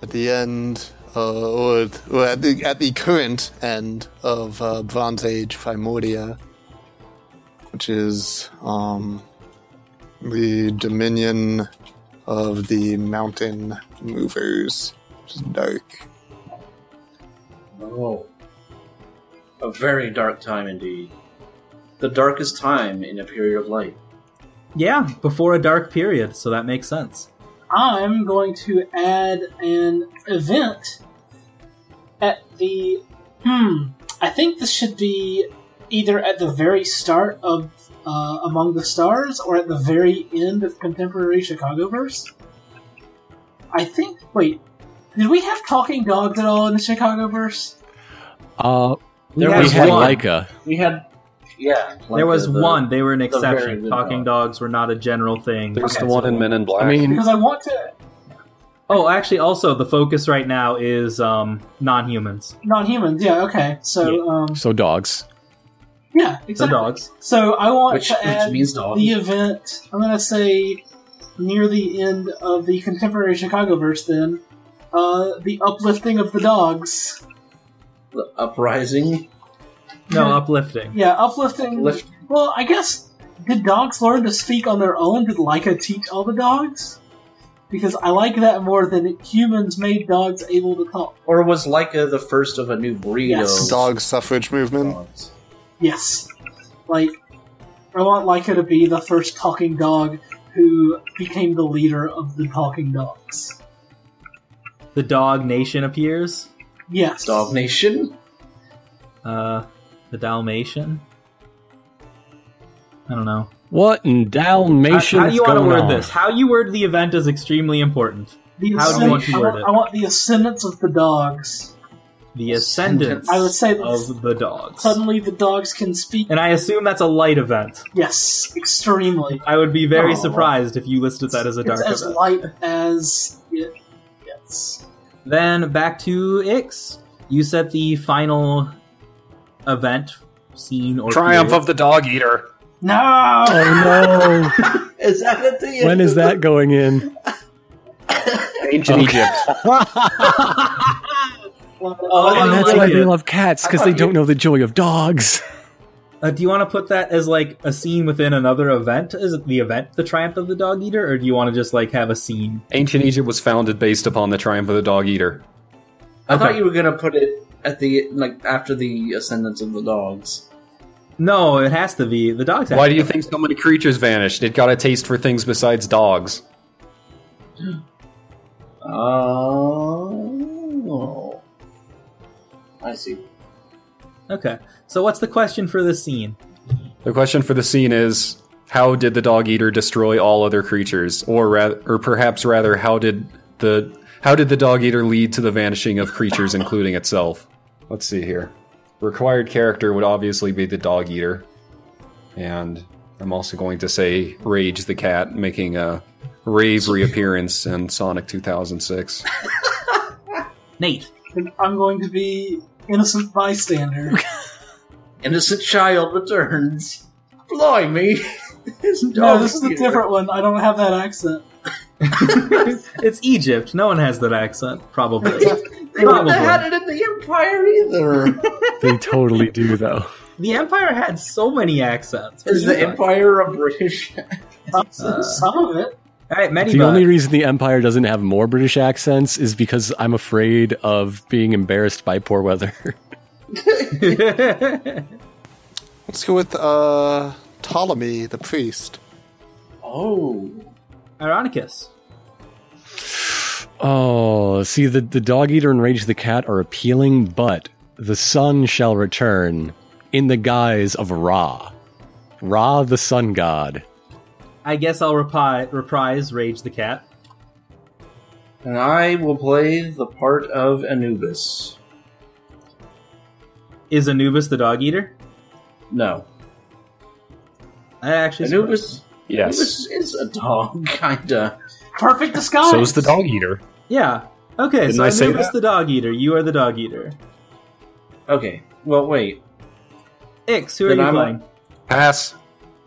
S2: at the end, uh, or, or at, the, at the current end of uh, Bronze Age Primordia, which is um, the dominion of the mountain movers, which is dark.
S5: Oh. A very dark time indeed. The darkest time in a period of light.
S1: Yeah, before a dark period, so that makes sense.
S7: I'm going to add an event at the. Hmm. I think this should be either at the very start of uh, Among the Stars or at the very end of Contemporary Chicagoverse. I think. Wait. Did we have talking dogs at all in the Chicagoverse?
S4: Uh,
S5: There
S4: we
S5: was
S4: had
S5: one.
S4: Leica.
S5: We had, yeah. like
S1: there was
S5: the- the-
S1: one. They were an
S5: the very
S1: exception.
S5: good
S1: Talking
S5: dog.
S1: dogs were not a general thing.
S3: There's
S7: Okay.
S3: the one in Men in Black.
S4: I mean,
S7: Because I want to.
S1: Oh, actually, also the focus right now is um, non-humans,
S7: Non humans, yeah, okay. So, um.
S4: so dogs.
S7: Yeah,
S1: so
S7: exactly.
S1: dogs.
S7: So I want
S5: Which,
S7: to add.
S5: which means dog.
S7: the event. I'm gonna say near the end of the contemporary Chicago verse. Then, uh, the uplifting of the dogs.
S5: The uprising.
S1: No, uplifting.
S7: Yeah, uplifting.
S5: Lift.
S7: Well, I guess did dogs learn to speak on their own? Did Leica teach all the dogs? Because I like that more than humans made dogs able to talk.
S5: Or was Leica the first of a new breed
S7: Yes.
S5: of
S2: Dog suffrage movement.
S5: dogs?
S7: Yes, like I want Leica to be the first talking dog who became the leader of the talking dogs.
S1: The dog nation appears.
S7: Yes,
S5: Dog Nation?
S1: Uh, the Dalmatian. I don't know.
S4: What in
S1: How,
S4: Dalmatian
S1: how do
S4: is
S1: you want to
S4: going
S1: word
S4: on?
S1: this? How you word the event is extremely important.
S7: The
S1: How do
S7: ascend-
S1: you want to
S7: I,
S1: word
S7: want,
S1: it?
S7: I want the ascendance of the dogs.
S1: The ascendance
S7: I would say that
S1: of the dogs.
S7: suddenly the dogs can speak.
S1: And I assume that's a light event.
S7: Yes, extremely.
S1: I would be very
S5: Oh.
S1: surprised if you listed that as a dark
S7: It's as
S1: event.
S7: light as it gets.
S1: Then back to Ix. You set the final event scene or
S8: Triumph
S1: period.
S8: of the Dog Eater.
S7: No,
S4: Oh
S5: Is that at the
S4: no! when is that
S1: <laughs>
S4: going in?
S3: Ancient Egypt.
S1: Oh,
S4: and
S1: I
S4: that's
S1: like
S4: why
S1: it.
S4: they love cats because they don't know the joy of
S1: <laughs>
S4: dogs.
S1: Uh, do you want to put that as like a scene within another event? Is it the event the triumph of the dog eater, or do you want to just like have a scene?
S3: <laughs> Ancient Egypt was founded based upon the triumph of the dog eater.
S5: I
S1: Okay.
S5: thought you were gonna put it at the like after the ascendance of the dogs.
S1: No, it has to be the dog's.
S3: Why do you think so many creatures vanished? It got a taste for things besides dogs.
S5: Oh, I see.
S1: Okay, so what's the question for this scene?
S3: The question for the scene is how did the dog eater destroy all other creatures or rather or perhaps rather how did the how did the dog eater lead to the vanishing of creatures including itself? Let's see here. Required character would obviously be the dog eater. And I'm also going to say Rage the cat making a rave reappearance in Sonic 2006.
S1: Nate,
S5: <laughs>
S1: <laughs>
S7: And I'm going to be innocent bystander.
S5: Innocent child returns. Blimey! <laughs> this
S7: No,
S5: dog
S7: this is a
S5: eater.
S7: different one. I don't have that accent.
S1: it's Egypt. No one has that accent, probably.
S5: <laughs> They wouldn't
S1: Probably.
S5: have had it in the Empire <laughs> either.
S4: They totally do though.
S1: the Empire had so many accents.
S5: is the
S1: All
S5: Empire a British? <laughs>
S7: Some-
S1: Uh,
S7: Some of it.
S1: right, Medibot.
S4: The only reason the Empire doesn't have more British accents is because I'm afraid of being embarrassed by poor weather. <laughs>
S2: Let's go with uh, Ptolemy the priest.
S5: Oh,
S1: Ironicus.
S4: Oh, see, the, the dog eater and Rage the Cat are appealing, but the sun shall return in the guise of Ra. Ra, the sun god.
S1: I guess I'll repri- reprise Rage the Cat.
S5: And I will play the part of Anubis.
S1: Is Anubis the dog eater?
S5: No.
S1: That actually surprised
S5: Anubis,
S8: Yes.
S5: Anubis is a dog, <laughs> kinda.
S7: Perfect disguise.
S8: So is the dog eater.
S1: me. Yeah. Okay,
S8: Didn't
S1: so
S8: I say
S1: Anubis
S8: that?
S1: the dog eater. You are the dog eater.
S5: Okay, well, wait.
S1: Ix, who are
S5: Then
S1: you
S5: I'm a-
S1: playing?
S3: Pass.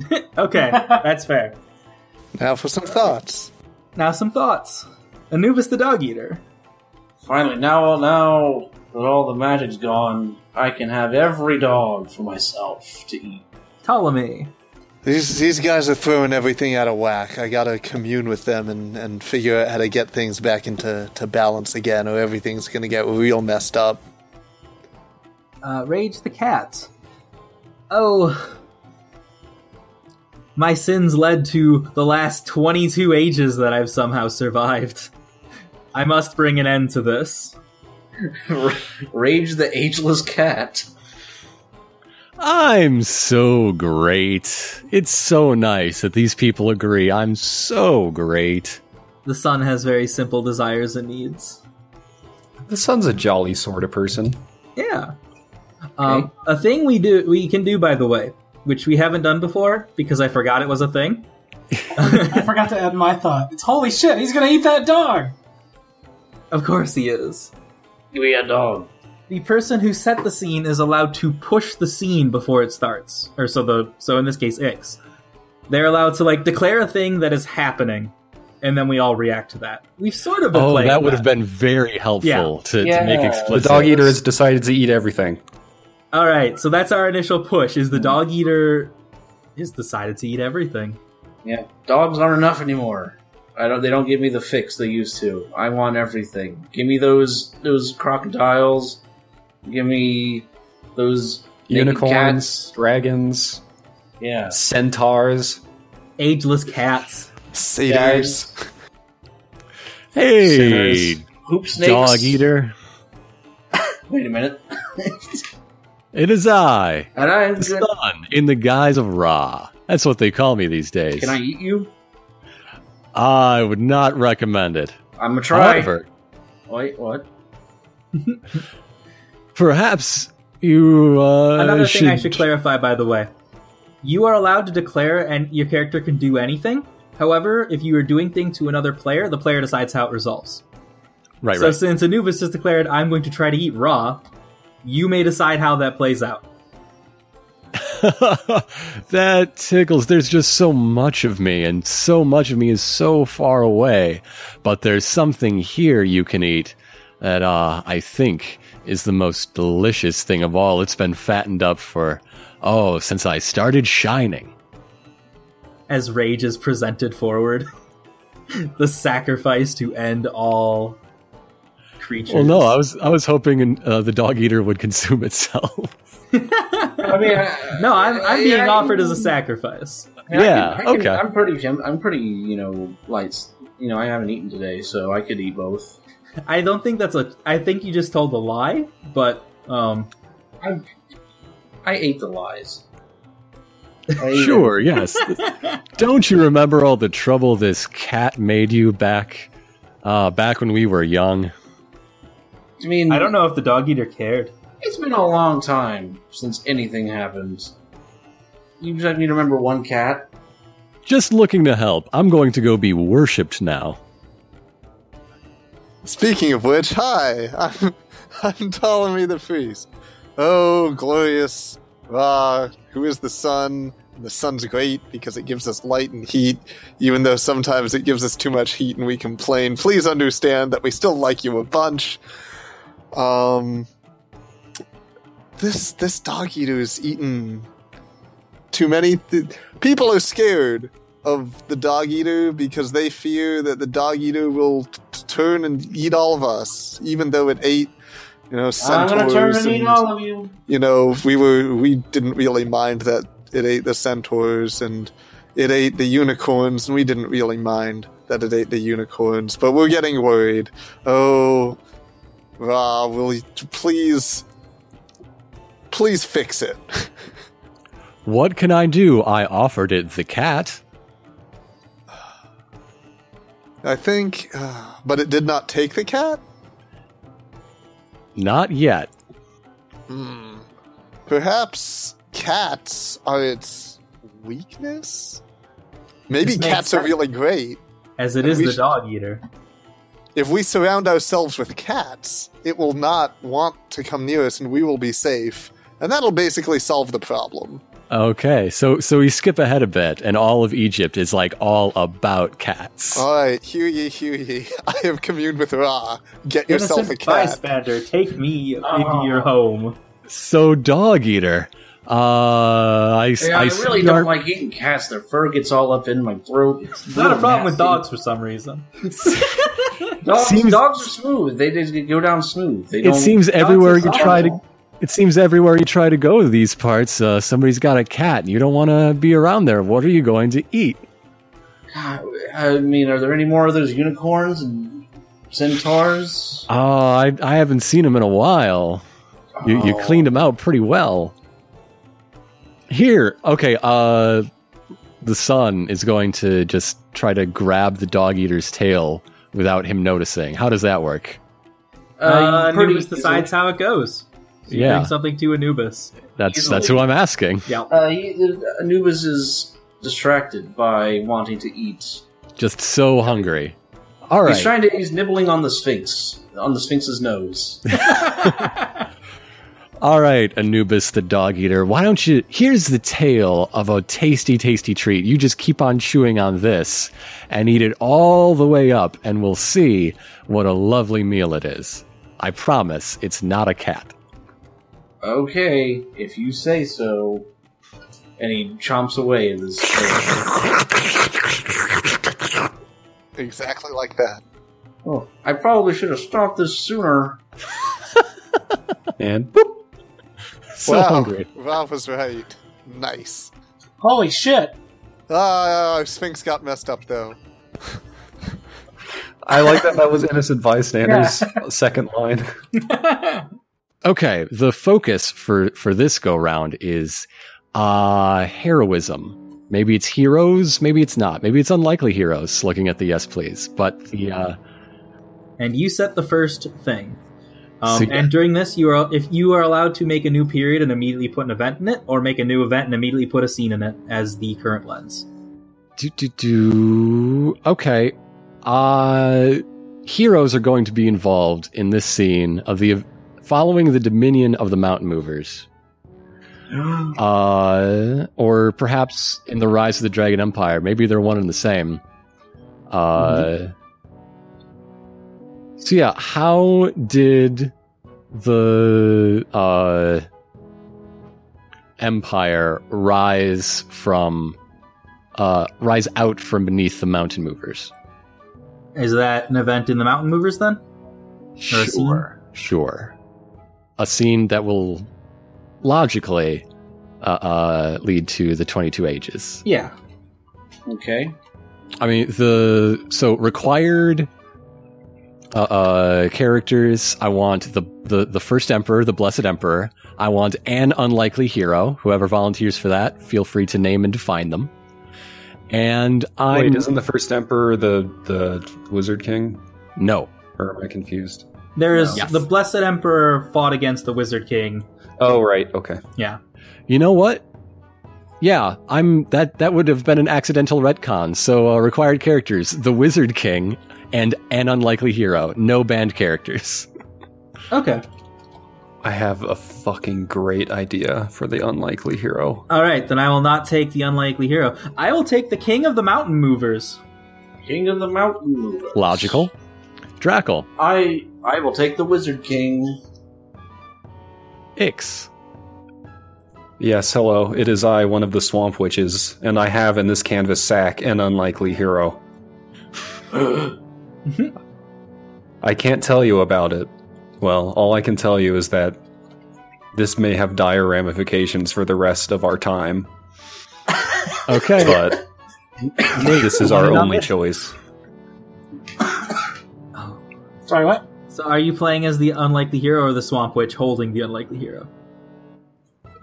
S5: <laughs>
S1: Okay, that's fair.
S2: Now for some thoughts.
S1: Now some thoughts. Anubis the dog eater.
S5: Finally, now, now that all the magic's gone, I can have every dog for myself to eat.
S1: Ptolemy.
S2: These these guys are throwing everything out of whack. I gotta commune with them and, and figure out how to get things back into to balance again, or everything's gonna get real messed up.
S1: Uh, Rage the cat. Oh. My sins led to the last 22 ages that I've somehow survived. <laughs> I must bring an end to this.
S5: Rage the ageless cat.
S4: I'm so great. It's so nice that these people agree. I'm so great.
S1: The sun has very simple desires and needs.
S3: The sun's a jolly sort of person.
S1: Yeah. Um, a thing we do we can do by the way, which we haven't done before because I forgot it was a thing.
S7: I forgot to add my thought. It's holy shit. He's gonna eat that dog.
S1: Of course he is.
S5: Give me a dog.
S1: The person who set the scene is allowed to push the scene before it starts, or so the so in this case Ix. They're allowed to like declare a thing that is happening, and then we all react to that. We've sort of been
S4: Oh,
S1: playing
S4: that would have been very helpful
S1: Yeah.
S4: to, to make
S5: Yeah.
S3: The
S4: explicit.
S3: dog eater has decided to eat everything.
S1: All right, so that's our initial push. Is the dog eater is decided to eat everything?
S5: Yeah, dogs aren't enough anymore. I don't. They don't give me the fix they used to. I want everything. Give me those those crocodiles. Give me those naked
S3: Unicorns,
S5: cats.
S3: dragons,
S5: Yeah,
S3: centaurs,
S1: Ageless cats.
S2: Satyrs.
S4: Hey,
S3: sinners.
S5: hoop snakes.
S4: dog eater.
S5: Wait a minute.
S4: It is I,
S5: And I'm
S4: the
S5: gonna,
S4: sun, in the guise of Ra. That's what they call me these days.
S5: can I eat you?
S4: I would not recommend it.
S5: I'm gonna try.
S4: However,
S5: Wait, what?
S4: perhaps you uh,
S1: Another
S4: should,
S1: thing I should clarify, by the way. You are allowed to declare, and your character can do anything. However, if you are doing thing to another player, the player decides how it resolves.
S4: Right,
S1: so
S4: right.
S1: since Anubis has declared, I'm going to try to eat raw, you may decide how that plays out.
S4: <laughs> that tickles. There's just so much of me, and so much of me is so far away. But there's something here you can eat that uh, I think is the most delicious thing of all. It's been fattened up for, oh, since I started shining.
S1: As rage is presented forward, <laughs> the sacrifice to end all creatures.
S4: Well, no, I was I was hoping uh, the dog eater would consume itself.
S5: I mean, I,
S1: no, I'm, I'm being
S5: Yeah, I-
S1: offered as a sacrifice.
S5: I mean, I
S4: Yeah,
S5: can- I can-
S4: okay.
S5: I'm pretty. I'm, I'm pretty. You know, lights. You know, I haven't eaten today, so I could eat both.
S1: I don't think that's a. I think you just told a lie, but um,
S5: I ate the lies. I ate
S4: Sure, yes. Don't you remember all the trouble this cat made you back uh, back when we were young?
S5: it. I mean,
S1: I don't know if the dog eater cared.
S5: It's been a long time since anything happened. You just need to remember one cat.
S4: Just looking to help. I'm going to go be worshipped now.
S2: Speaking of which, hi, <laughs> I'm, I'm Ptolemy the Priest. Oh, glorious Ra, who is the sun. The sun's great because it gives us light and heat, even though sometimes it gives us too much heat and we complain. Please understand that we still like you a bunch. Um, this this dog eater is eating too many. Th- People are scared of the dog eater because they fear that the dog eater will t- t- turn and eat all of us, even though it ate, you know,
S5: I'm
S2: centaurs.
S5: gonna turn and
S2: and,
S5: eat all of you.
S2: You know, we were we didn't really mind that it ate the centaurs and it ate the unicorns, and we didn't really mind that it ate the unicorns, but we're getting worried. Oh, Ra, will you please, please fix it? <laughs>
S4: What can I do? I offered it the cat.
S2: I think, uh, but it did not take the cat.
S4: Not yet.
S2: Hmm. Perhaps cats are its weakness. Maybe
S1: This makes
S2: cats are
S1: sense.
S2: really great.
S1: As it is
S2: We
S1: the
S2: should-
S1: dog eater.
S2: If we surround ourselves with cats, it will not want to come near us, and we will be safe. And that'll basically solve the problem.
S4: Okay, so so we skip ahead a bit, and all of Egypt is like all about cats.
S2: All right, hear ye, hear ye. <laughs> I have communed with Ra. Get yourself a
S1: Innocent
S2: cat.
S1: bystander, take me into your home.
S4: so dog eater. Uh, I,
S5: Yeah, I, really
S4: start-
S5: don't like eating cats. Their fur gets all up in my throat. It's
S1: Not a problem with
S5: nasty.
S1: dogs for some reason.
S5: Dogs,
S4: Seems-
S5: dogs are smooth. They just go down smooth. They
S4: It
S5: don't,
S4: seems everywhere you
S5: dogs are
S4: try to.
S5: soft.
S4: It seems everywhere you try to go to these parts, uh, somebody's got a cat, and you don't want to be around there. What are you going to eat?
S5: God, I mean, are there any more of those unicorns and centaurs?
S4: Oh, I, I haven't seen him in a while. You, you
S5: Oh.
S4: cleaned him out pretty well. Here, okay. Uh, the son is going to just try to grab the dog eater's tail without him noticing. How does that work?
S1: Uh,
S5: pretty
S1: Anubis
S5: easily.
S1: decides how it goes. So you
S4: Yeah.
S1: bring something to Anubis.
S4: That's
S5: Easily.
S4: that's who I'm asking.
S5: Uh, he, Anubis is distracted by wanting to eat.
S4: Just so hungry. All right.
S5: He's trying to. He's nibbling on the Sphinx, on the Sphinx's
S1: <laughs>
S5: nose.
S4: All right, Anubis the dog eater, why don't you? Here's the tale of a tasty, tasty treat. You just keep on chewing on this and eat it all the way up, and we'll see what a lovely meal it is. I promise it's not a cat.
S5: okay, if you say so. And he chomps away in his.
S2: Exactly like that.
S5: oh, I probably should have stopped this sooner.
S3: And boop.
S4: So
S2: wow,
S4: hungry.
S2: Ra was right. Nice.
S7: Holy shit!
S2: <gasps> Ah, our Sphinx got messed up though.
S3: I like that that was innocent bystanders <laughs> second line.
S4: Okay, the focus for for this go round is uh heroism. Maybe it's heroes, maybe it's not. Maybe it's unlikely heroes. Looking at the yes, please, but the uh,
S1: and you set the first thing. Um,
S4: So-
S1: and during this, you are if you are allowed to make a new period and immediately put an event in it, or make a new event and immediately put a scene in it as the current lens.
S4: Do do do. Okay. Uh heroes are going to be involved in this scene of the following the dominion of the mountain movers. Uh or perhaps in the rise of the dragon empire, maybe they're one and the same. Uh So yeah, how did the uh empire rise from uh, rise out from beneath the mountain movers.
S1: Is that an event in the Mountain Movers then? Or a scene?
S4: Sure. A scene that will logically uh, uh, lead to the 22 ages.
S1: Yeah.
S5: Okay.
S4: I mean, the so required uh, uh, characters. I want the, the the first emperor, the blessed emperor. I want an unlikely hero. Whoever volunteers for that, feel free to name and define them. And I
S3: Wait, isn't the first emperor the the wizard king?
S4: no.
S3: Or am I confused?
S1: There is
S4: Yes.
S1: the Blessed Emperor fought against the Wizard King.
S3: Oh right, okay.
S4: You know what? Yeah, I'm that that would have been an accidental retcon. So uh, required characters: the Wizard King and an unlikely hero. No banned characters.
S1: Okay.
S3: I have a fucking great idea for the unlikely hero.
S1: All right, then I will not take the unlikely hero. I will take the King of the Mountain Movers.
S5: King of the Mountain Movers. <laughs>
S4: Logical. Drackle,
S5: I I will take the
S1: <gasps>
S5: Wizard King.
S4: Ix,
S3: Yes, hello. It is I, one of the swamp witches, and I have in this canvas sack an unlikely hero. I can't tell you about it. Well, all I can tell you is that this may have dire ramifications for the rest of our time,
S4: Okay,
S3: but this is our only choice.
S7: Sorry, what?
S1: So are you playing as the unlikely hero or the swamp witch holding the unlikely hero?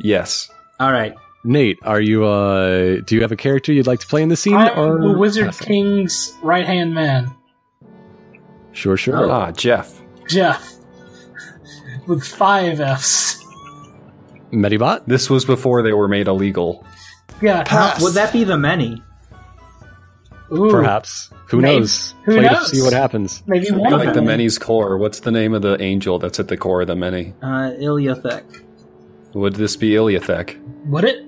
S3: Yes.
S1: All right.
S4: Nate, are you? Uh, do you have a character you'd like to play in the scene?
S7: I'm
S4: or
S7: the Wizard
S4: passing?
S7: King's right hand man,
S4: Sure,
S7: Oh.
S4: sure.
S3: Ah, Jeff.
S7: Jeff, with five Fs.
S4: Medibot.
S3: This was before they were made illegal.
S7: Yeah.
S2: Pass.
S1: Would that be the many?
S7: Ooh,
S4: Perhaps. Who
S7: Maybe.
S4: knows?
S7: Who
S4: Play
S7: knows?
S4: to see what happens.
S7: Maybe
S1: Something
S7: one.
S1: Okay.
S3: Like the many's core. What's the name of the angel that's at the core of the many?
S1: Uh, Iliothek.
S3: Would this be Iliathek?
S7: Would it?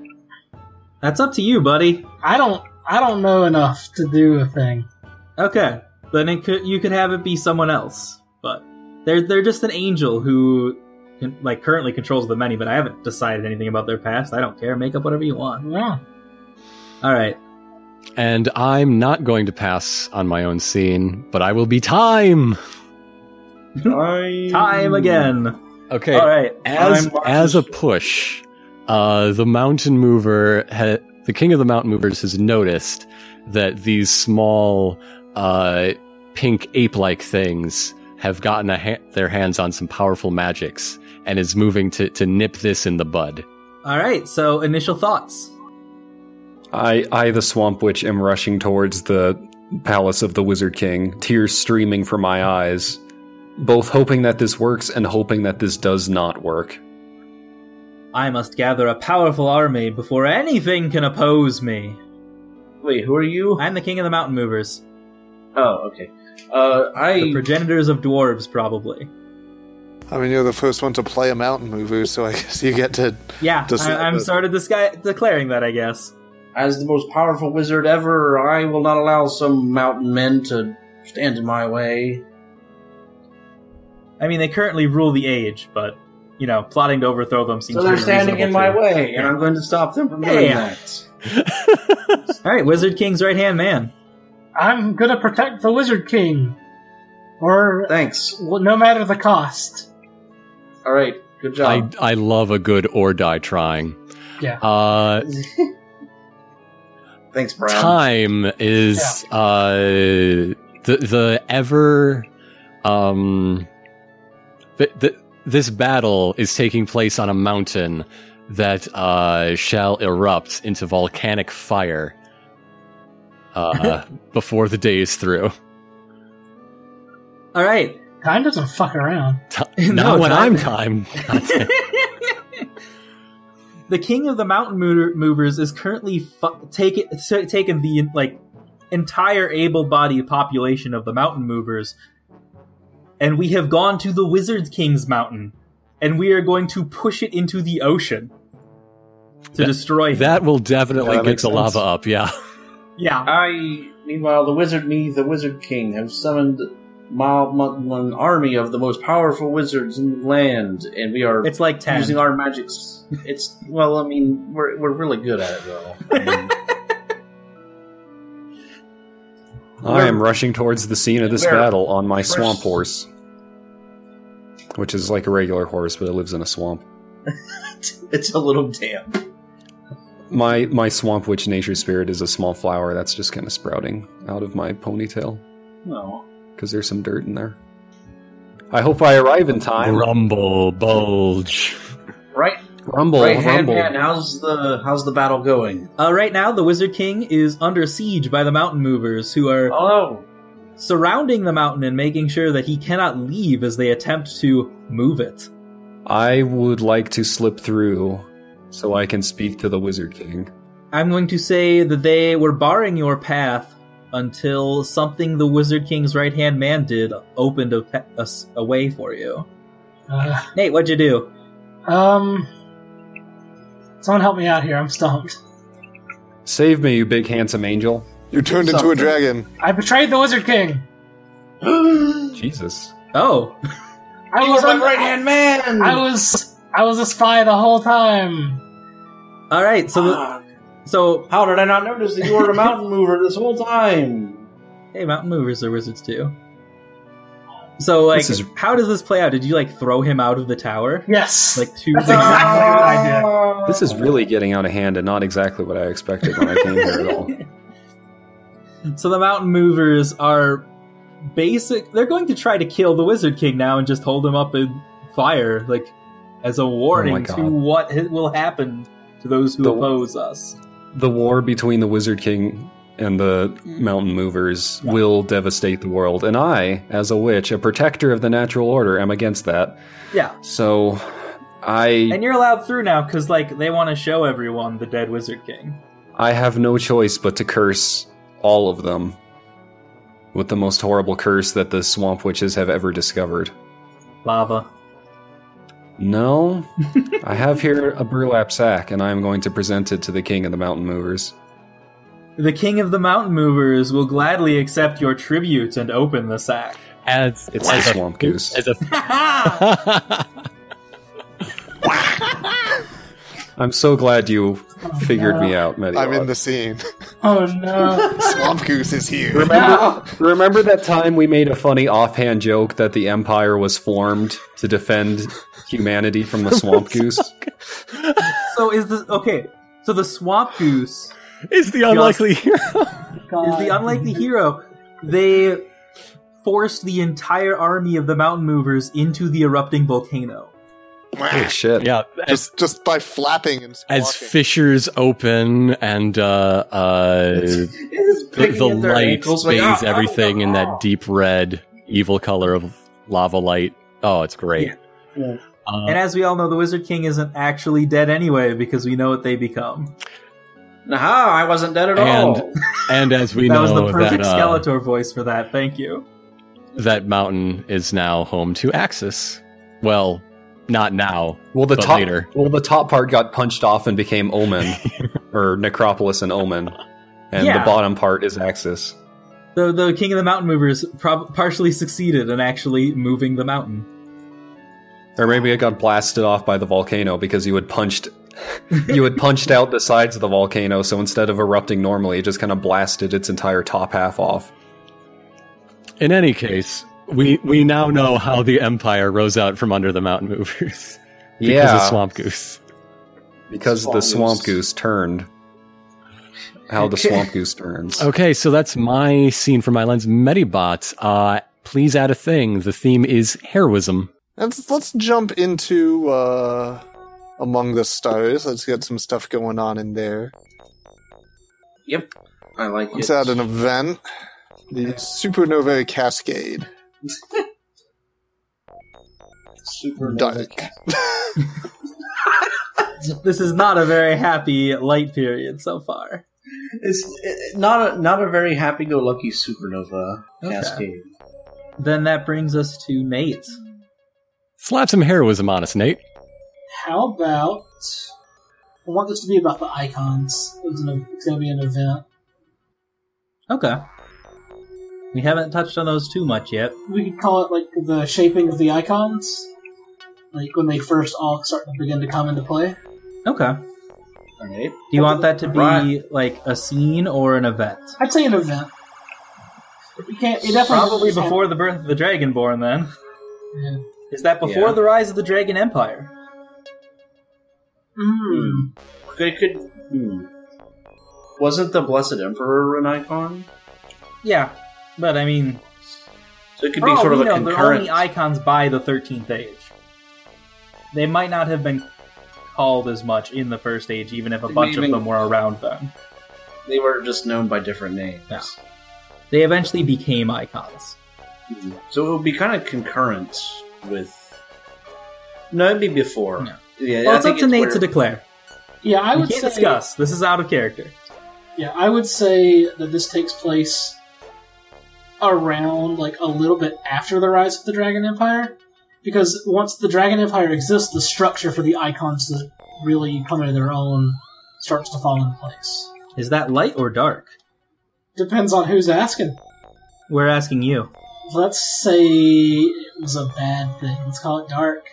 S1: That's up to you, buddy.
S7: I don't. I don't know enough to do a thing.
S1: Okay. Then it could, you could have it be someone else, but they're they're just an angel who can, like currently controls the many. But I haven't decided anything about their past. I don't care. Make up whatever you want.
S7: Yeah.
S1: All right.
S4: And I'm not going to pass on my own scene, but I will be time.
S6: Time,
S1: Time again.
S4: Hmm. Okay.
S1: All right.
S4: as
S6: Time
S4: as a push, uh, the mountain mover, ha- the king of the mountain movers, has noticed that these small uh, pink ape-like things have gotten a ha- their hands on some powerful magics and is moving to to nip this in the bud. <laughs>
S1: All right. So initial thoughts.
S3: I, I, the swamp witch, am rushing towards the palace of the wizard king, tears streaming from my eyes, both hoping that this works and hoping that this does not work.
S1: I must gather a powerful army before anything can oppose me.
S5: Wait, who are you?
S1: I'm the king of the mountain movers.
S5: Oh, okay. Uh,
S1: The
S5: I
S1: progenitors of dwarves, probably.
S2: I mean, you're the first one to play a mountain mover, so I guess you get to.
S1: Yeah,
S2: Does-
S1: I, I'm started this guy declaring that. I guess.
S5: as the most powerful wizard ever, I will not allow some mountain men to stand in my way.
S1: I mean, they currently rule the age, but you know, plotting to overthrow them seems.
S5: So they're
S1: pretty
S5: standing in
S1: reasonable,
S5: my
S1: too.
S5: way, and I'm going to stop them from doing
S1: Yeah.
S5: that.
S1: All right, Wizard King's right hand man.
S7: I'm gonna protect the Wizard King, or
S5: Thanks.
S7: well, no matter the cost.
S5: All right. Good
S4: I
S5: job.
S4: I love a good or die trying.
S7: Yeah.
S4: Uh,
S5: <laughs> Thanks, Brown.
S4: time is uh the the ever um th- th- this battle is taking place on a mountain that uh shall erupt into volcanic fire
S3: <laughs>
S4: uh before the day is through
S1: All right,
S7: Time doesn't fuck around.
S4: Ti-
S1: No,
S4: not when
S1: time-
S4: i'm
S3: <laughs>
S4: time
S1: the King of the Mountain Mo- Movers is currently fu- taking taken the like entire able-bodied population of the Mountain Movers, and we have gone to the Wizard King's mountain, and we are going to push it into the ocean to
S4: That-
S1: destroy them.
S4: that will definitely
S3: Yeah, that
S4: get
S3: makes
S4: the
S3: sense.
S4: lava up yeah
S1: Yeah,
S5: I, meanwhile, the wizard, me, the wizard king, have summoned my, my- an army of the most powerful wizards in the land, and we are
S1: it's like ten.
S5: Uh, using our magics. It's well, I mean, we're we're really good at it though.
S1: <laughs>
S3: I am rushing towards the scene of this
S5: Where-
S3: battle on my
S5: First-
S3: swamp horse, which is like a regular horse, but it lives in a swamp.
S5: It's a little damp.
S3: My my swamp witch nature spirit is a small flower that's just kind of sprouting out of my ponytail
S5: No,
S3: because there's some dirt in there. I hope I arrive in time.
S4: rumble bulge
S5: right,
S3: rumble,
S5: right hand
S3: rumble.
S5: man. How's the how's the battle going?
S1: Uh, right now, the Wizard King is under siege by the Mountain Movers, who are
S5: Oh,
S1: surrounding the mountain and making sure that he cannot leave as they attempt to move it.
S3: I would like to slip through so I can speak to the wizard king.
S1: I'm going to say that they were barring your path until something the Wizard King's right hand man did opened a, pa- a s- a way for you.
S7: Uh,
S1: Nate, what'd you do?
S7: um, someone help me out here. I'm stumped.
S3: Save me, you big handsome angel.
S2: You turned into a dragon.
S7: I betrayed the Wizard King.
S3: Jesus.
S1: Oh, <laughs>
S7: I
S5: he
S7: was
S5: was my
S7: un-
S5: right hand man.
S7: I was I was a spy the whole time.
S1: all right. So, the,
S5: Ah,
S1: so
S5: how did I not notice that you were a mountain mover this whole time?
S1: hey, mountain movers are wizards too. So, like,
S3: This is-
S1: how does this play out? Did you like throw him out of the tower?
S7: Yes.
S1: Like two.
S7: That's exactly what I
S3: This is really getting out of hand and not exactly what I expected when I came here at all.
S1: <laughs> So the mountain movers are basic. They're going to try to kill the wizard king now and just hold him up in fire, like as a warning to
S3: God.
S1: what hi- will happen to those who
S3: The-
S1: oppose us.
S3: The war between the Wizard King and the Mountain Movers will devastate the world, and I, as a witch, a protector of the natural order, am against that.
S1: Yeah,
S3: So, I
S1: and you're allowed through now because like they want to show everyone the dead wizard king.
S3: I have no choice but to curse all of them with the most horrible curse that the swamp witches have ever discovered.
S1: Lava. <laughs>
S3: No, I have here a burlap sack, and I am going to present it to the King of the Mountain Movers.
S1: The king of the mountain movers will gladly accept your tribute and open the sack.
S4: As it's
S3: It's the
S4: as a,
S3: swamp goose.
S4: as a <laughs>
S3: I'm so glad you
S1: Oh,
S3: figured me out, Medio.
S2: I'm in the scene.
S7: <laughs>
S2: <laughs>
S7: Oh no!
S2: Swamp Goose is here.
S7: No.
S3: Remember that time we made a funny offhand joke that the Empire was formed to defend humanity from the swamp goose?
S1: So is this okay? So the swamp goose
S4: is the unlikely hero.
S1: is
S7: God.
S1: the unlikely hero. They forced the entire army of the mountain movers into the erupting volcano.
S3: Holy shit.
S4: Yeah, as
S2: Just, just by flapping and
S4: as
S2: squawking.
S4: fissures open and uh, uh, the, the light bathes
S3: "Ah,
S4: everything in that deep red evil color of lava light. Oh, it's great.
S1: Yeah.
S5: Yeah.
S4: Uh,
S1: and as we all know, the Wizard King isn't actually dead anyway because we know what they become.
S5: Nah, I wasn't dead at
S4: And-
S5: all.
S4: and as we
S1: that
S4: know,
S1: was the perfect
S4: that, uh,
S1: Skeletor voice for that. Thank you.
S4: that mountain is now home to Axis. Well, not now.
S3: Well, the
S4: But
S3: top
S4: later.
S3: well the top part got punched off and became
S4: <laughs>
S3: Omen, or Necropolis and Omen, and
S1: Yeah.
S3: the bottom part is Axis.
S1: The the King of the Mountain Movers prob- partially succeeded in actually moving the mountain.
S3: Or maybe it got blasted off by the volcano because you had punched you had punched out the sides of the volcano, so instead of erupting normally, it just kind of blasted its entire top half off.
S4: In any case, we we now know how the Empire rose out from under the mountain movers <laughs> because of Swamp Goose.
S3: because the
S5: Swamp
S3: swamp goose turned. How the swamp goose turns.
S4: Okay, so that's my scene from my lens. Medibot, uh, please add a thing. The theme is heroism.
S2: Let's let's jump into uh, Among the Stars. Let's get some stuff going on in there.
S5: Yep, I like
S2: It's
S5: it.
S2: at an event, the Supernova Cascade.
S5: Super
S2: Dark.
S1: This is not a very happy light period so far.
S5: It's it, not a not a very happy-go-lucky supernova
S1: Okay.
S5: cascade.
S1: Then that brings us to Nate.
S4: Slap some heroism on us, Nate.
S7: How about? I want this to be about the icons. It's, an, it's gonna be an event.
S1: Okay. We haven't touched on those too much yet.
S7: We could call it like the shaping of the icons, like when they first all start to begin to come into play.
S1: Okay.
S5: All right.
S1: Do you want that to be
S5: Right.
S1: like a scene or an event?
S7: I'd say an event. You can't. It definitely
S1: Probably before the birth of the Dragonborn, then.
S7: Yeah.
S1: Is that before
S5: Yeah.
S1: the rise of the Dragon Empire?
S7: Mm.
S5: They could. Hmm. Wasn't the Blessed Emperor an icon?
S1: Yeah, but I mean,
S5: So it could
S1: for
S5: be
S1: all
S5: sort of
S1: we
S5: a
S1: know, they're
S5: concurrent.
S1: only icons by the 13th Age. They might not have been called as much in the First Age, even if a
S5: Didn't
S1: bunch of
S5: even-
S1: them were around then.
S5: they were just known by different names.
S1: Yeah. They eventually became icons.
S5: So it would be kind of concurrent with. No, it'd be before.
S1: Yeah.
S5: Yeah,
S1: well,
S5: I
S1: it's
S5: think
S1: up to Nate
S5: where-
S1: to declare.
S7: Yeah, I
S1: I
S7: would
S1: we can't
S7: say.
S1: discuss. This is out of character.
S7: Yeah, I would say that this takes place around like a little bit after the rise of the Dragon Empire, because once the Dragon Empire exists, the structure for the icons to really come into their own starts to fall into place.
S1: Is that light or dark?
S7: Depends on who's asking.
S1: We're asking you.
S7: Let's say it was a bad thing. Let's call it dark.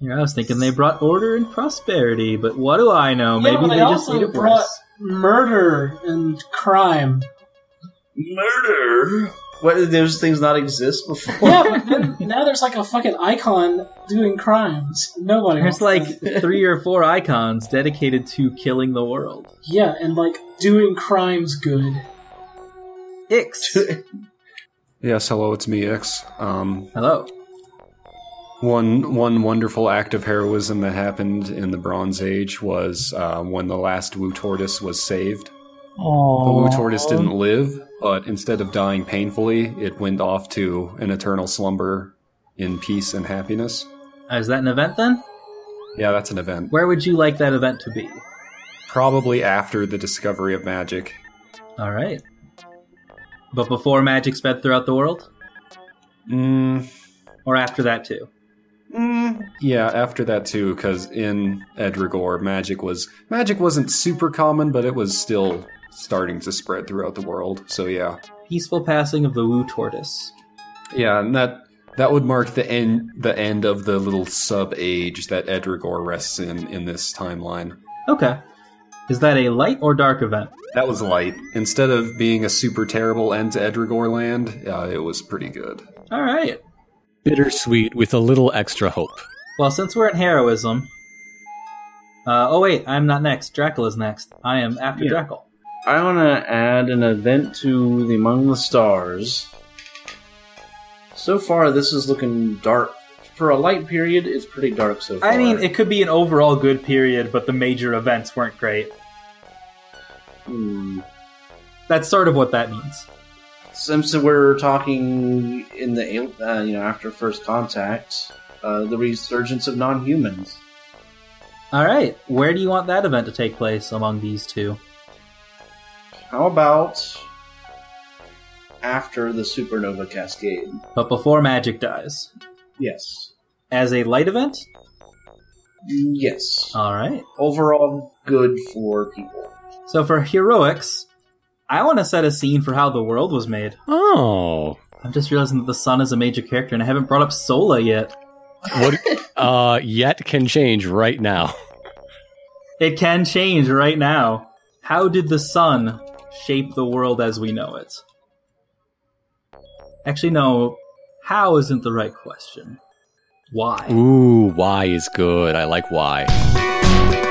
S1: Yeah, I was thinking they brought order and prosperity, but what do I know? Maybe
S7: but
S1: they,
S7: they
S1: just
S7: also
S1: need a
S7: brought-
S1: voice.
S7: Murder and
S1: <laughs>
S7: crime.
S5: Murder. What did those things not exist before?
S7: Yeah, but then, now there's like a fucking icon doing crimes. Nobody.
S1: There's
S7: wants
S1: like
S7: that.
S1: three or four icons dedicated to killing the world.
S7: Yeah, and like doing crimes good. <laughs>
S1: Ix.
S3: Yes, hello, it's me, X. Um,
S1: Hello.
S3: One one wonderful act of heroism that happened in the Bronze Age was uh, when the last Wu Tortoise was saved. The Wu Tortoise didn't live, but instead of dying painfully, it went off to an eternal slumber in peace and happiness.
S1: Uh, Is that an event then?
S3: Yeah, that's an event.
S1: Where would you like that event to be?
S3: Probably after the discovery of magic.
S1: All right. But before magic spread throughout the world,
S3: Mm,
S1: or after that too?
S3: yeah, after that too, because in Edrigor, magic was magic wasn't super common, but it was still starting to spread throughout the world. So yeah,
S1: Peaceful passing of the Wu Tortoise.
S3: Yeah, and that that would mark the end the end of the little sub age that Edrigor rests in in this timeline.
S1: Okay. Is that a light or dark event?
S3: That was light. Instead of being a super terrible end to Edrigor land, uh, it was pretty good.
S1: All right.
S4: Bittersweet with a little extra hope.
S1: Well, since we're in heroism. Uh, oh, wait, I'm not next. Dracula's next. I am after
S5: Yeah.
S1: Dracul.
S5: <laughs> I want to add an event to the Among the Stars. So far, this is looking dark. For a light period, it's pretty dark so far.
S1: I mean, it could be an overall good period, but the major events weren't great.
S5: Hmm.
S1: That's sort of what that means.
S5: Since we're talking in the uh, you know after first contact, uh, the resurgence of non-humans.
S1: All right. Where do you want that event to take place among these two?
S5: How about after the supernova cascade?
S1: But before magic dies.
S5: Yes.
S1: As a light event?
S5: Yes.
S1: All right.
S5: Overall, good for people.
S1: So for heroics, I want to set a scene for how the world was made.
S4: Oh.
S1: I'm just realizing that the sun is a major character, and I haven't brought up Sola yet.
S4: What uh yet can change right now.
S1: It can change right now. How did the sun shape the world as we know it? Actually, no. How isn't the right question. Why?
S4: Ooh, why is good. I like why.